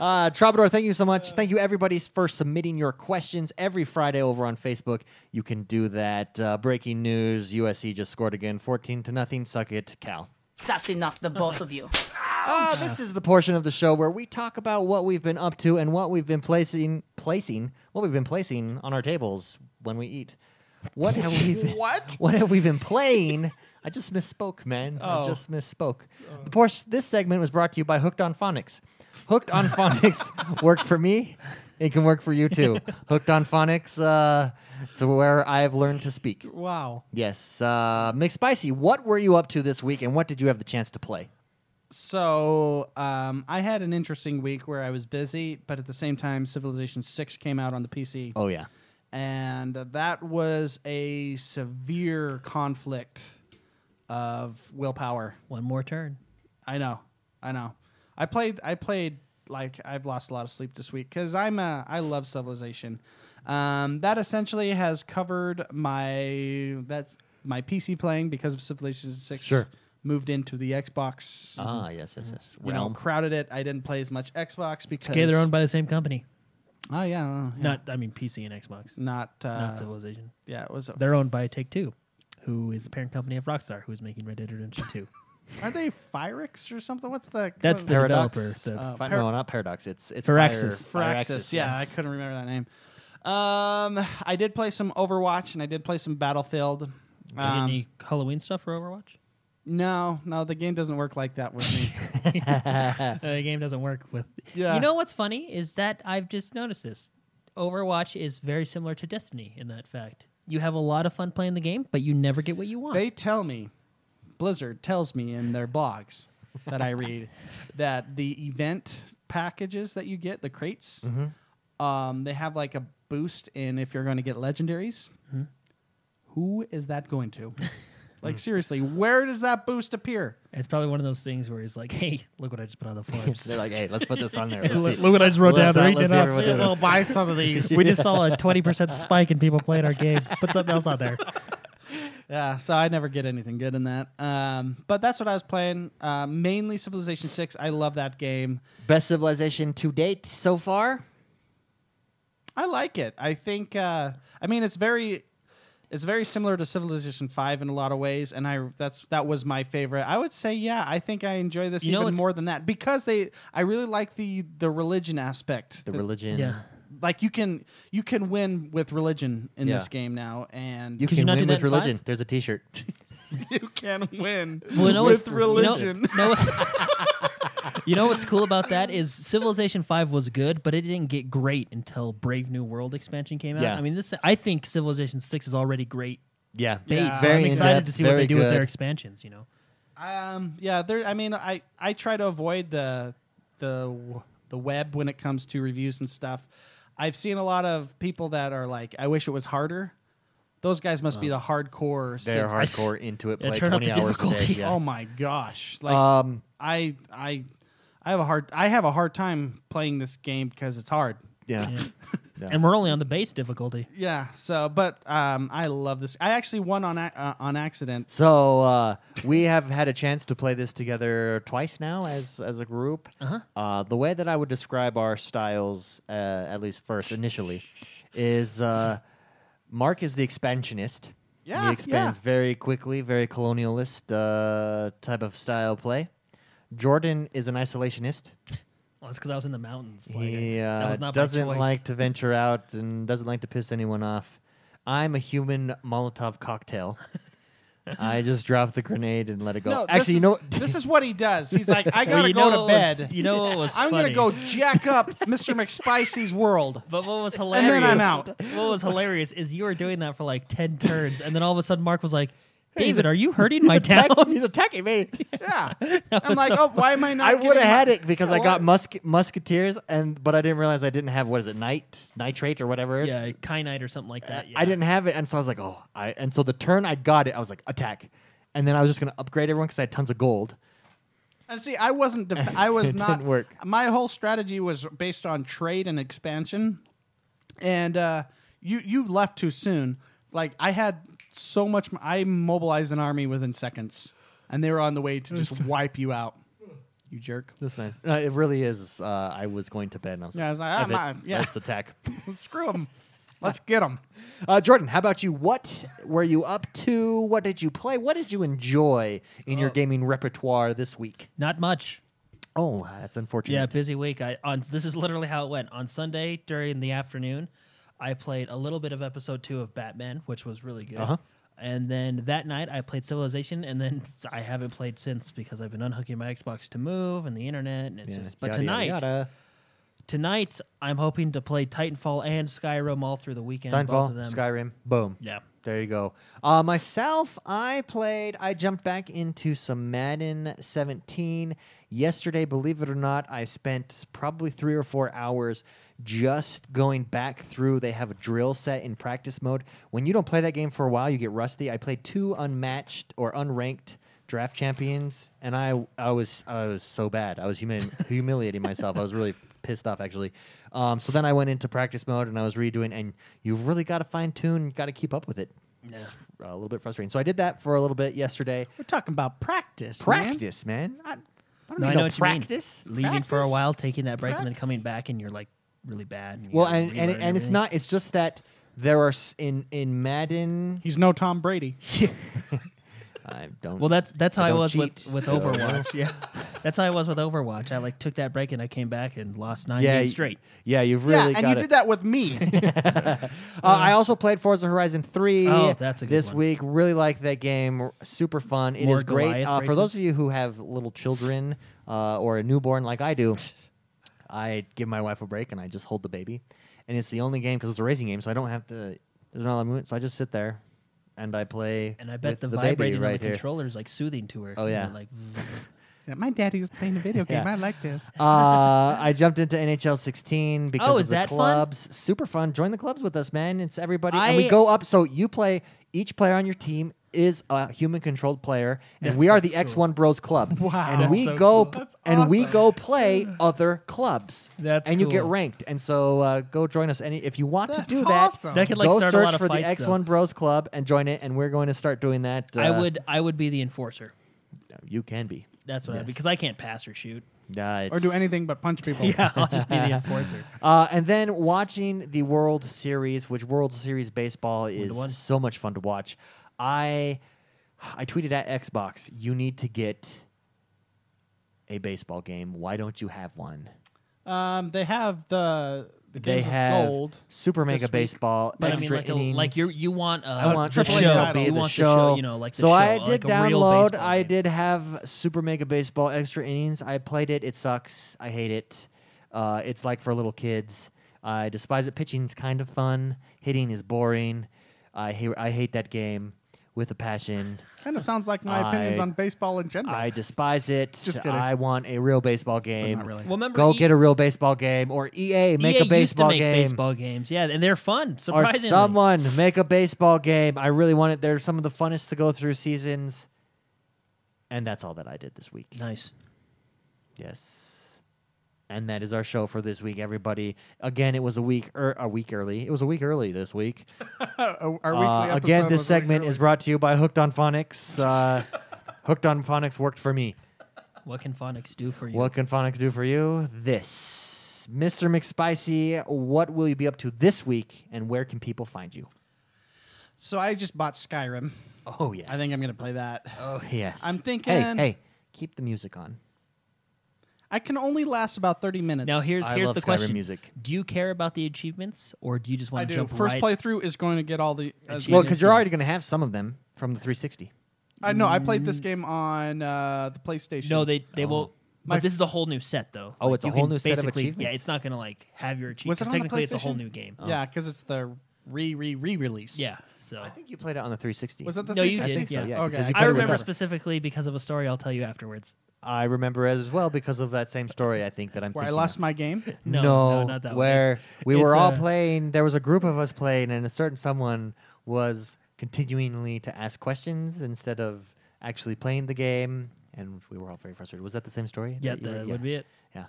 S1: uh, Troubadour, thank you so much. Thank you, everybody, for submitting your questions every Friday over on Facebook. You can do that. Uh, breaking news: USC just scored again, fourteen to nothing. Suck it, Cal.
S5: That's enough, the both of you.
S1: Oh, this is the portion of the show where we talk about what we've been up to and what we've been placing, placing, what we've been placing on our tables when we eat. What have we? Been,
S2: What?
S1: What have we been playing? I just misspoke, man. I
S2: Oh.
S1: just misspoke. Of course, this segment was brought to you by Hooked on Phonics. Hooked on Phonics worked for me. It can work for you too. Hooked on Phonics uh, to where I've learned to speak.
S2: Wow.
S1: Yes, uh, McSpicy. What were you up to this week, and what did you have the chance to play?
S2: So um, I had an interesting week where I was busy, but at the same time, Civilization Six came out on the PC,
S1: Oh yeah.
S2: and that was a severe conflict of willpower.
S3: One more turn.
S2: I know, I know. I played. I played like I've lost a lot of sleep this week because I'm a. I love Civilization. Um, that essentially has covered my that's my PC playing because of Civilization Six.
S1: Sure.
S2: Moved into the Xbox
S3: Uh,
S1: Ah, yes, yes, yes.
S2: you know, crowded it. I didn't play as much Xbox because
S3: Okay, they're owned by the same company.
S2: Oh yeah, well, yeah.
S3: Not, I mean, PC and Xbox,
S2: not uh,
S3: not Civilization.
S2: yeah. It was.
S3: They're owned by Take Two, who is the parent company of Rockstar, who is making Red Dead Redemption Two.
S2: Are they Phyrix or something? What's the?
S3: That's
S2: what-
S3: the
S1: Paradox.
S3: developer. The
S2: Uh,
S1: Fi-
S2: Par-
S1: no, not paradox. It's it's
S3: Firaxis.
S1: Fire-
S2: Firaxis.
S1: Firaxis,
S2: Yeah,
S1: yes.
S2: I couldn't remember that name. Um, I did play some Overwatch and I did play some Battlefield.
S3: Did you get
S2: Um,
S3: any Halloween stuff for Overwatch?
S2: no, no, the game doesn't work like that with me.
S3: Uh, the game doesn't work with.
S2: Yeah.
S3: You know what's funny is that I've just noticed this. Overwatch is very similar to Destiny in that fact. You have a lot of fun playing the game, but you never get what you want.
S2: they tell me, Blizzard tells me in their blogs that I read that the event packages that you get, the crates, um, they have like a boost in if you're going to get legendaries. Who is that going to? like seriously, where does that boost appear?
S3: it's probably one of those things where it's like, "Hey, look what I just put on the forums.
S1: They're like, hey, let's put this on there. Let's see.
S3: look, look what I just wrote
S1: Let's,
S3: down.
S1: uh,
S3: Read
S1: let's
S3: it
S1: see
S3: out.
S1: everyone do
S3: We'll
S1: this.
S3: "Oh, buy some of these. we just saw a twenty percent spike in people playing our game. Put something else on there.
S2: Yeah, so I never get anything good in that. Um, but that's what I was playing. Uh, mainly Civilization Six. I love that game.
S1: Best civilization to date so far.
S2: I like it. I think. Uh, I mean, it's very, it's very similar to Civilization Five in a lot of ways, and I that's that was my favorite. I would say, yeah, I think I enjoy this
S3: You know,
S2: even
S3: it's-
S2: more than that because they. I really like the the religion aspect.
S1: The
S2: That-
S1: religion.
S3: Yeah.
S2: Like you can you can win with religion in
S1: Yeah.
S2: this game now, and
S1: You
S3: Could
S1: can
S3: you not
S1: win
S3: do that
S1: with
S3: in
S1: religion. There's a T-shirt.
S2: you can win
S3: Well, you know
S2: with
S3: what's-
S2: religion.
S3: You know, know what- you know what's cool about that is Civilization Five was good, but it didn't get great until Brave New World expansion came out.
S1: Yeah.
S3: I mean, this I think Civilization Six is already great
S1: yeah,
S3: base.
S2: Yeah.
S3: So
S1: Very
S3: I'm excited
S1: in-depth,
S3: to see what
S1: very
S3: they do with
S1: good.
S3: their expansions. You know,
S2: Um, yeah, there. I mean, I I try to avoid the the the web when it comes to reviews and stuff. I've seen a lot of people that are like, "I wish it was harder." Those guys must be the hardcore. Oh
S1: They're
S2: civ-
S1: hardcore into it.
S3: Yeah,
S1: Play
S3: turn up
S1: 20 hours
S3: the
S1: a day.
S3: difficulty.
S1: Yeah.
S2: Oh my gosh! Like
S1: Um,
S2: I I I have a hard I have a hard time playing this game because it's hard.
S1: Yeah. Yeah.
S3: And we're only on the base difficulty.
S2: Yeah. So, but um, I love this. I actually won on ac- uh, on accident.
S1: So uh, we have had a chance to play this together twice now as as a group. Uh-huh. the way that I would describe our styles, uh, at least first initially, is uh, Mark is the expansionist.
S2: Yeah,
S1: he expands
S2: yeah.
S1: very quickly, very colonialist uh, type of style play. Jordan is an isolationist.
S3: Well, it's because I was in the mountains. Like,
S1: he
S3: I- that
S1: uh,
S3: was not by
S1: doesn't
S3: choice.
S1: like to venture out and doesn't like to piss anyone off. I'm a human Molotov cocktail. I just drop the grenade and let it go.
S2: this
S1: Actually, you
S2: is-
S1: know,
S2: this is what he does. He's like, I
S3: Well,
S2: gotta
S3: you
S2: go
S3: know
S2: to
S3: what was-
S2: bed.
S3: you know what was
S2: I'm
S3: funny?
S2: gonna go jack up Mr. McSpicy's world.
S3: But what was hilarious?
S2: And then I'm out.
S3: What was hilarious is you were doing that for like ten turns, and then all of a sudden Mark was like, "David, are you hurting my town?"
S1: attack- he's attacking me.
S2: Yeah. I'm like, oh, why am I not?
S1: I would
S2: getting
S1: have had
S2: my-
S1: it because I got musket musketeers, and but I didn't realize I didn't have what is it, night nitrate or whatever.
S3: yeah, kyanite or something like that. Yeah.
S1: I didn't have it, and so I was like, oh, I. And so the turn I got it, I was like, attack, and then I was just gonna upgrade everyone because I had tons of gold.
S2: And see, I wasn't. Def- I was
S1: It
S2: not.
S1: didn't work.
S2: My whole strategy was based on trade and expansion, and uh, you you left too soon. Like I had so much. m- I mobilized an army within seconds, and they were on the way to just wipe you out. You jerk.
S1: That's nice. No, it really is. Uh, I was going to bed, and I was
S2: Yeah, I was
S1: like,
S2: like,
S1: "F
S2: ah,
S1: it,
S2: my- yeah."
S1: let's attack.
S2: Screw them. Let's get them.
S1: Uh, Jordan, how about you? What were you up to? What did you play? What did you enjoy in your gaming repertoire this week?
S3: Not much.
S1: Oh, that's unfortunate.
S3: Yeah, busy week. I on this is literally how it went. On Sunday during the afternoon, I played a little bit of episode two of Batman, which was really good.
S1: Uh-huh.
S3: And then that night I played Civilization, and then I haven't played since because I've been unhooking my Xbox to move and the internet, and it's
S1: Yeah,
S3: just. But
S1: yada, yada,
S3: tonight,
S1: yada.
S3: tonight I'm hoping to play Titanfall and Skyrim all through the weekend. both of
S1: Titanfall,
S3: them.
S1: Skyrim, boom.
S3: Yeah.
S1: There you go. Uh, myself, I played, I jumped back into some Madden 17. Yesterday, believe it or not, I spent probably three or four hours just going back through. They have a drill set in practice mode. When you don't play that game for a while, you get rusty. I played two unmatched or unranked draft champions, and I I was I was so bad. I was humi- humiliating myself. I was really pissed off actually. Um, so then I went into practice mode and I was redoing. And you've really got to fine tune. Got to keep up with it. It's uh, a little bit frustrating. So I did that for a little bit yesterday.
S2: We're talking about practice. Man.
S1: Practice, man. I, I don't
S3: No,
S1: need
S3: I
S1: no
S3: know what
S1: practice.
S3: you mean. Leaving for a
S2: Practice?
S3: while, taking that break, and then
S2: Practice.
S3: coming back, and you're like really bad. you
S1: Well,
S3: gotta
S1: and and,
S3: relearn
S1: and it's
S3: everything.
S1: not. It's just that there are s- in in Madden.
S2: He's no Tom Brady.
S1: I don't.
S3: Well, that's that's how
S1: I
S3: I,
S1: don't
S3: was with,
S1: cheat,
S3: with
S1: so-
S3: Overwatch. yeah, that's how I was with Overwatch. I like took that break and I came back and lost nine
S1: yeah,
S3: games
S1: y-
S3: straight.
S1: Yeah, you've really
S2: yeah,
S1: got
S2: and you
S1: it.
S2: did that with me.
S1: Uh, I also played Forza Horizon 3
S3: Oh, that's a good
S1: this
S3: one.
S1: week. Really like that game. R- Super fun. It is
S3: More
S1: great.
S3: Goliath
S1: Uh, for those
S3: races?
S1: of you who have little children uh, or a newborn like I do, I give my wife a break and I just hold the baby. And it's the only game because it's a racing game, so I don't have to. There's not a lot of movement, so I just sit there and I play.
S3: And I bet
S1: with
S3: the,
S1: the baby
S3: vibrating on
S1: right
S3: the
S1: here.
S3: controller is like soothing to her.
S1: Oh,
S3: you know,
S1: yeah.
S3: like
S2: Yeah, My daddy was playing a video game.
S1: Yeah.
S2: I like this.
S1: uh, I jumped into NHL 16 because
S3: Oh,
S1: of
S3: is
S1: the
S3: that fun?
S1: clubs. Super fun. Join the clubs with us, man. It's everybody, and we
S3: I-
S1: go up. So you play. Each player on your team is a human-controlled player, and
S3: That's
S1: we are
S3: so
S1: the
S3: cool.
S1: X1 Bros Club.
S2: Wow.
S1: And
S2: That's
S1: we
S3: so
S1: go
S3: cool.
S1: p-
S2: That's
S1: and we
S2: awesome.
S1: go play other clubs.
S3: That's
S1: and you get
S3: cool.
S1: ranked. And so uh, go join us. Any if you want
S2: That's
S1: to do that,
S2: awesome.
S3: that could like
S1: go
S3: start
S1: search
S3: a lot of
S1: for
S3: fights.
S1: the
S3: though.
S1: X1 Bros Club and join it. And we're going to start doing that. Uh,
S3: I would I would be the enforcer.
S1: You can be.
S3: That's what I
S1: Yes.
S3: because I can't pass or shoot.
S1: Uh,
S2: Or do anything but punch people.
S3: Yeah, I'll just be the enforcer.
S1: Uh, and then watching the World Series, which World Series baseball is
S3: one.
S1: so much fun to watch. I I tweeted at Xbox, you need to get a baseball game. Why don't you have one?
S2: Um, they have the the
S1: they
S2: games
S1: have
S2: of gold.
S1: Super
S2: this
S1: Mega
S2: week.
S1: Baseball,
S3: But I mean,
S1: extra
S3: like, a,
S1: innings.
S3: like you you want a,
S1: I
S2: Uh,
S1: want the
S3: triple
S1: show,
S2: A
S3: show.
S2: title.
S1: be
S3: you
S1: the
S3: want
S1: show.
S3: the show, you know, like the
S1: so
S3: show,
S1: I
S3: like
S1: did
S3: a real
S1: download.
S3: baseball
S1: I
S3: game.
S1: did have Super Mega Baseball extra innings. I played it. It sucks. I hate it. Uh, it's like for little kids. I despise it. Pitching's kind of fun. Hitting is boring. I hate. I hate that game with a passion.
S2: Kind of sounds like my opinions
S1: I-
S2: on baseball in general.
S1: I despise it.
S2: Just kidding.
S1: I want a real baseball game.
S2: not really.
S3: Well, remember
S1: Go
S3: E-
S1: get a real baseball game or EA make
S3: EA
S1: a baseball
S3: used to
S1: game.
S3: make baseball games. Yeah, and they're fun.
S1: or
S3: Surprisingly,
S1: someone make a baseball game. I really want it. They're some of the funnest to go through seasons. And that's all that I did this week.
S3: nice.
S1: Yes. And that is our show for this week, everybody. Again, it was a week er, a week early. It was a week early this week.
S4: Our
S1: Uh, again,
S4: weekly episode
S1: this
S4: was really
S1: segment
S4: early.
S1: is brought to you by Hooked on Phonics. Uh, Hooked on Phonics worked for me.
S3: What can phonics do for you?
S1: What can phonics do for you? This. Mr. McSpicy, what will you be up to this week and where can people find you?
S2: So I just bought Skyrim.
S1: Oh, yes.
S2: I think I'm gonna play that.
S1: Oh, yes.
S2: I'm
S1: Hey,
S2: thinking-
S1: hey, keep the music on.
S2: I can only last about 30 minutes.
S3: Now here's
S1: I
S3: here's
S1: love
S3: the
S1: Skyrim
S3: question:
S1: music.
S3: Do you care about the achievements, or do you just
S2: I
S3: want to
S2: do.
S3: jump
S2: First
S3: right?
S2: playthrough is going to get all the. as
S1: Well,
S2: many
S1: because
S2: as
S1: you're
S2: you-
S1: already going to have some of them from the 360.
S2: I know. I played this game on uh, the PlayStation.
S3: No, they they won't.
S2: My
S3: But this is a whole new set, though.
S1: Oh, it's a
S3: you
S1: whole
S3: can
S1: new set of
S3: basically-
S1: achievements.
S3: Yeah, it's not gonna like have your
S2: Was
S3: achievements.
S2: it on the
S3: Technically, it's a whole
S2: PlayStation?
S3: new game.
S2: Yeah, because it's the re re re release.
S3: Yeah. So
S1: I think you played it on the 360.
S2: Was that the
S3: No, you
S2: 360?
S1: I think so,
S3: did,
S1: yeah.
S3: yeah.
S1: because you
S2: Okay. I
S1: played
S3: I
S1: it with
S3: remember
S1: us.
S3: specifically because of a story I'll tell you afterwards.
S1: I remember as well because of that same story, I think, that I'm
S2: Where I
S1: thinking
S2: lost
S1: of.
S2: my game.
S3: No,
S1: no,
S3: no, not that one.
S1: Where
S3: It's-
S1: we
S3: it's,
S1: were all
S3: uh,
S1: playing, there was a group of us playing, and a certain someone was continually to ask questions instead of actually playing the game, and we were all very frustrated. Was that the same story?
S3: Yeah,
S1: that you
S3: that
S1: were-
S3: would be it.
S1: Yeah.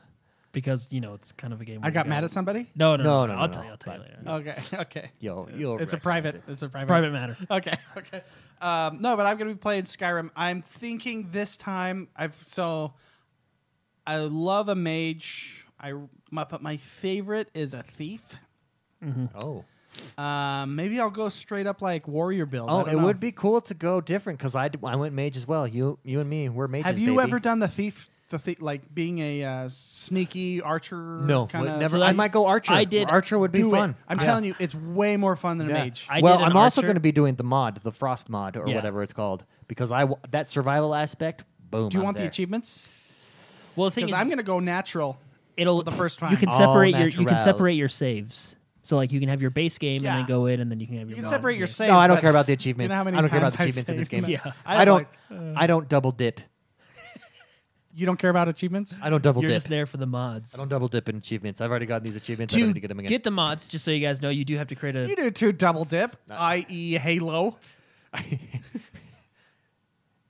S3: Because you know it's kind of a game.
S1: Oh
S2: I
S3: where
S2: got
S3: you
S2: mad
S3: gotta-
S2: at somebody.
S3: No,
S1: No,
S3: no, no.
S1: no,
S3: no,
S1: no,
S3: I'll
S1: no,
S3: tell you. I'll tell you
S1: but-
S3: later.
S2: Okay. Okay.
S1: You'll, you'll
S2: it's a
S1: recognize
S2: private.
S1: it.
S2: It's a private.
S3: Private matter.
S2: Okay. Okay. Um, no, but I'm gonna be playing Skyrim. I'm thinking this time. I've so. I love a mage. I my, but my favorite is a thief.
S1: Oh.
S2: Um, maybe I'll go straight up like warrior build. I
S1: Oh,
S2: don't
S1: it
S2: know.
S1: would be cool to go different because I, d- I went mage as well. You you and me, we're mages.
S2: Have you
S1: baby.
S2: ever done the thief? The thief, like being a uh, sneaky archer.
S1: No,
S2: kind
S1: wait,
S2: of.
S1: never.
S3: So
S1: I
S3: that's-
S1: might go archer.
S3: I did
S1: Archer would be
S2: Do it.
S1: fun.
S2: I'm
S1: Yeah.
S2: telling you, it's way more fun than a
S1: Yeah.
S2: mage.
S3: I
S1: well,
S3: did an
S1: I'm also
S3: archer.
S1: going to be doing the mod, the frost mod or
S3: Yeah.
S1: whatever it's called, because I w- that survival aspect. Boom.
S2: Do you
S1: I'm
S2: want
S1: there.
S2: the achievements?
S3: Well, the thing
S2: Because
S3: is,
S2: I'm gonna go natural.
S3: it'll
S2: the first time.
S3: You can
S1: All
S3: separate your you
S1: natural.
S3: can separate your saves. So like you can have your base game and
S2: Yeah.
S3: then go in and then you can have
S2: You
S3: your.
S2: can
S3: mod.
S2: separate your
S3: Yeah.
S2: saves.
S1: no, I don't
S2: but
S1: care about the
S2: do you
S1: achievements.
S2: know how many
S1: I don't care about
S2: times
S1: the
S2: I've
S1: achievements in this game.
S2: saved?
S3: Yeah.
S1: I,
S2: I
S1: don't.
S2: like-
S1: I don't double dip.
S2: You don't care about achievements?
S1: I don't double
S3: You're
S1: dip.
S3: just there for the mods.
S1: I don't double dip in achievements. I've already gotten these achievements. I don't
S3: to
S1: need to get them again.
S3: get the mods, just so you guys know, you do have to create a.
S2: You do too, double dip, i.e., Halo.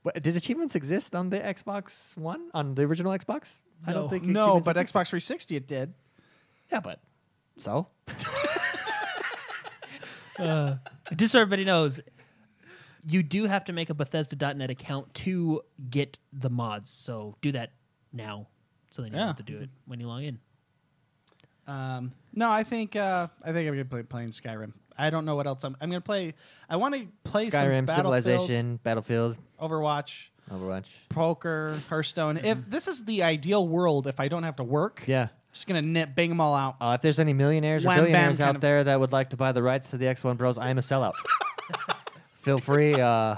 S1: But did achievements exist on the Xbox One on the original Xbox? I don't
S3: No.
S1: think
S2: No,
S1: achievements
S2: but
S1: exist.
S2: Xbox 360 it did.
S1: Yeah, but so
S3: Just so everybody knows, you do have to make a Bethesda.net account to get the mods. So do that now, so then you
S2: Yeah.
S3: don't have to do it when you log in.
S2: Um, no, I think uh, I think I'm gonna play playing Skyrim. I don't know what else I'm. I'm gonna play. I want to play some
S1: Skyrim,
S2: Battlefield,
S1: Civilization, Battlefield,
S2: Overwatch,
S1: Overwatch.
S2: poker, Hearthstone. If this is the ideal world, if I don't have to work,
S1: Mm-hmm. Yeah.
S2: just gonna nip, bang them all out.
S1: Uh, if there's any millionaires or
S2: Wham, bam,
S1: billionaires
S2: kind
S1: out
S2: of-
S1: there that would like to buy the rights to the X1 Bros, I am a sellout. feel free. Uh,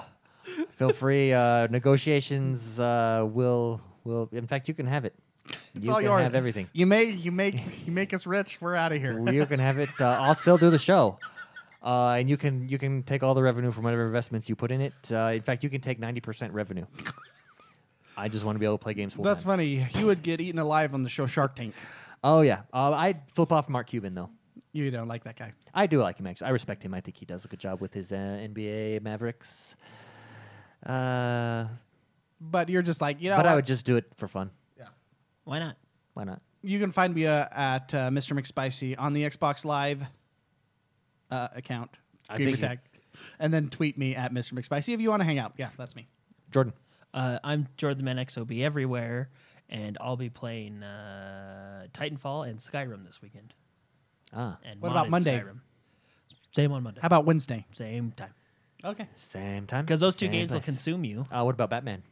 S1: feel free. Uh, negotiations uh, will will. In fact, you can have it.
S2: It's
S1: you
S2: all
S1: can
S2: yours.
S1: have everything.
S2: You make you make you make us rich. We're out of here.
S1: you can have it. Uh, I'll still do the show. Uh, and you can you can take all the revenue from whatever investments you put in it. Uh, in fact, you can take ninety percent revenue. I just want to be able to play games full
S2: That's
S1: time.
S2: funny. You would get eaten alive on the show Shark Tank.
S1: Oh yeah, uh, I flip off Mark Cuban though.
S2: You don't like that guy.
S1: I do like him actually. I respect him. I think he does a good job with his uh, NBA Mavericks. Uh,
S2: But you're just like, you know
S1: but I
S2: what?
S1: would just do it for fun.
S3: Why not?
S1: Why not?
S2: you can find me uh, at uh, Mr. McSpicy on the Xbox Live uh, account,
S1: I
S2: gamer
S1: think you-
S2: tag, and then tweet me at Mr. McSpicy if you want to hang out. Yeah, that's me.
S1: Jordan,
S3: Uh, I'm Jordan the Man XOB everywhere, and I'll be playing uh, Titanfall and Skyrim this weekend.
S1: ah,
S3: And
S2: What about
S3: modded
S2: Monday?
S3: Skyrim. Same on Monday.
S2: How about Wednesday?
S3: Same time.
S2: Okay.
S1: same time
S3: Because those two
S1: same
S3: games will
S1: place.
S3: consume you.
S1: Uh, what about Batman?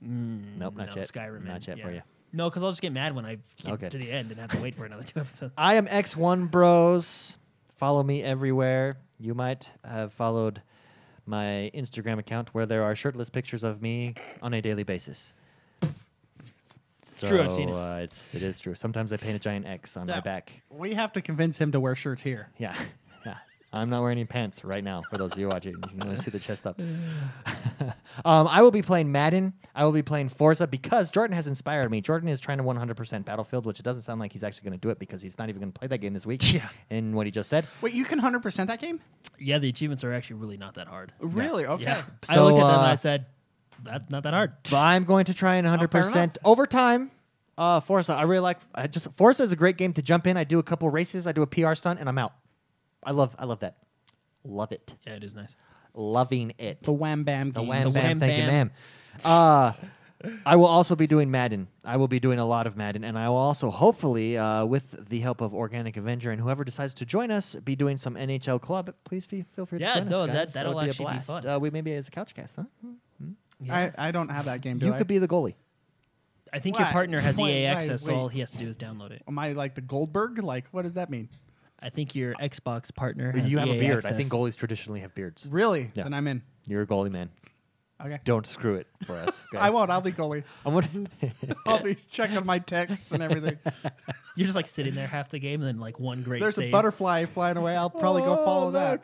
S1: nope, not
S3: no,
S1: yet.
S3: Skyrim.
S1: not
S3: and-
S1: yet for
S3: yeah.
S1: you.
S3: No, because I'll just get mad when I get
S1: Okay.
S3: to the end and have to wait for another two episodes.
S1: I am X1 Bros. Follow me everywhere. You might have followed my Instagram account where there are shirtless pictures of me on a daily basis. It's
S3: true, I've seen it.
S1: Uh, it's, it is true. Sometimes I paint a giant X on my
S2: Yeah.
S1: back.
S2: We have to convince him to wear shirts here.
S1: Yeah. Yeah. I'm not wearing any pants right now for those of you watching. You can only see the chest up. um, I will be playing Madden. I will be playing Forza because Jordan has inspired me. Jordan is trying to 100% Battlefield, which it doesn't sound like he's actually going to do it because he's not even going to play that game this week.
S3: Yeah.
S1: And what he just said.
S2: Wait, you can 100% that game?
S3: yeah, the achievements are actually really not that hard.
S2: Really? Okay.
S3: Yeah.
S1: So,
S3: I looked at them and
S1: uh,
S3: I said, that's not that hard.
S1: Oh, But I'm going to try and 100%
S2: enough.
S1: overtime Uh, Forza, I really like. I just Forza is a great game to jump in. I do a couple races, I do a PR stunt, and I'm out. I love, I love that. Love it,
S3: Yeah, it is nice.
S1: loving it.
S2: The wham bam
S1: The
S2: games.
S1: wham,
S3: The
S1: bam,
S3: wham,
S1: thank you,
S3: bam.
S1: ma'am. Uh, I will also be doing Madden. I will be doing a lot of Madden, and I will also, hopefully, uh, with the help of Organic Avenger and whoever decides to join us, be doing some NHL Club. Please fe- feel free
S3: Yeah,
S1: to join
S3: no,
S1: us, guys.
S3: that- that'll
S1: would be a
S3: actually be
S1: blast.
S3: fun.
S1: Uh, we maybe as a couch cast, huh?
S2: I, I don't have that game. Do
S1: you
S2: I?
S1: could be the goalie.
S3: I think
S2: Why?
S3: your partner has
S2: Why-
S3: EA
S2: why-
S3: access, so
S2: wait.
S3: all he has to do is download it.
S2: Am I like the Goldberg? Like, what does that mean?
S3: I think your Xbox partner. Has
S1: You have a
S3: EA
S1: beard. I
S3: access.
S1: think goalies traditionally have beards.
S2: Really?
S1: Yeah.
S2: Then I'm in.
S1: You're a goalie man.
S2: Okay.
S1: Don't screw it for us. okay?
S2: I won't. I'll be goalie.
S1: I'm gonna-
S2: I'll be checking my texts and everything.
S3: You're just like sitting there half the game, and then like one great.
S2: There's a
S3: save.
S2: butterfly flying away. I'll probably go follow that.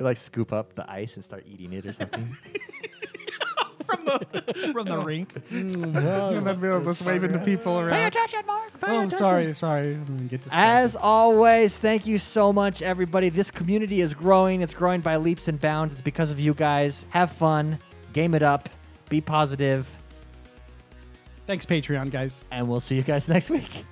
S1: like scoop up the ice and start eating it or something.
S3: from the rink.
S2: in the middle, just waving to people around.
S4: Oh, sorry, sorry. I'm gonna get distracted.
S1: As always, thank you so much, everybody. This community is growing. It's growing by leaps and bounds. It's because of you guys. Have fun, game it up, be positive,
S2: Thanks, Patreon guys.
S1: and we'll see you guys next week.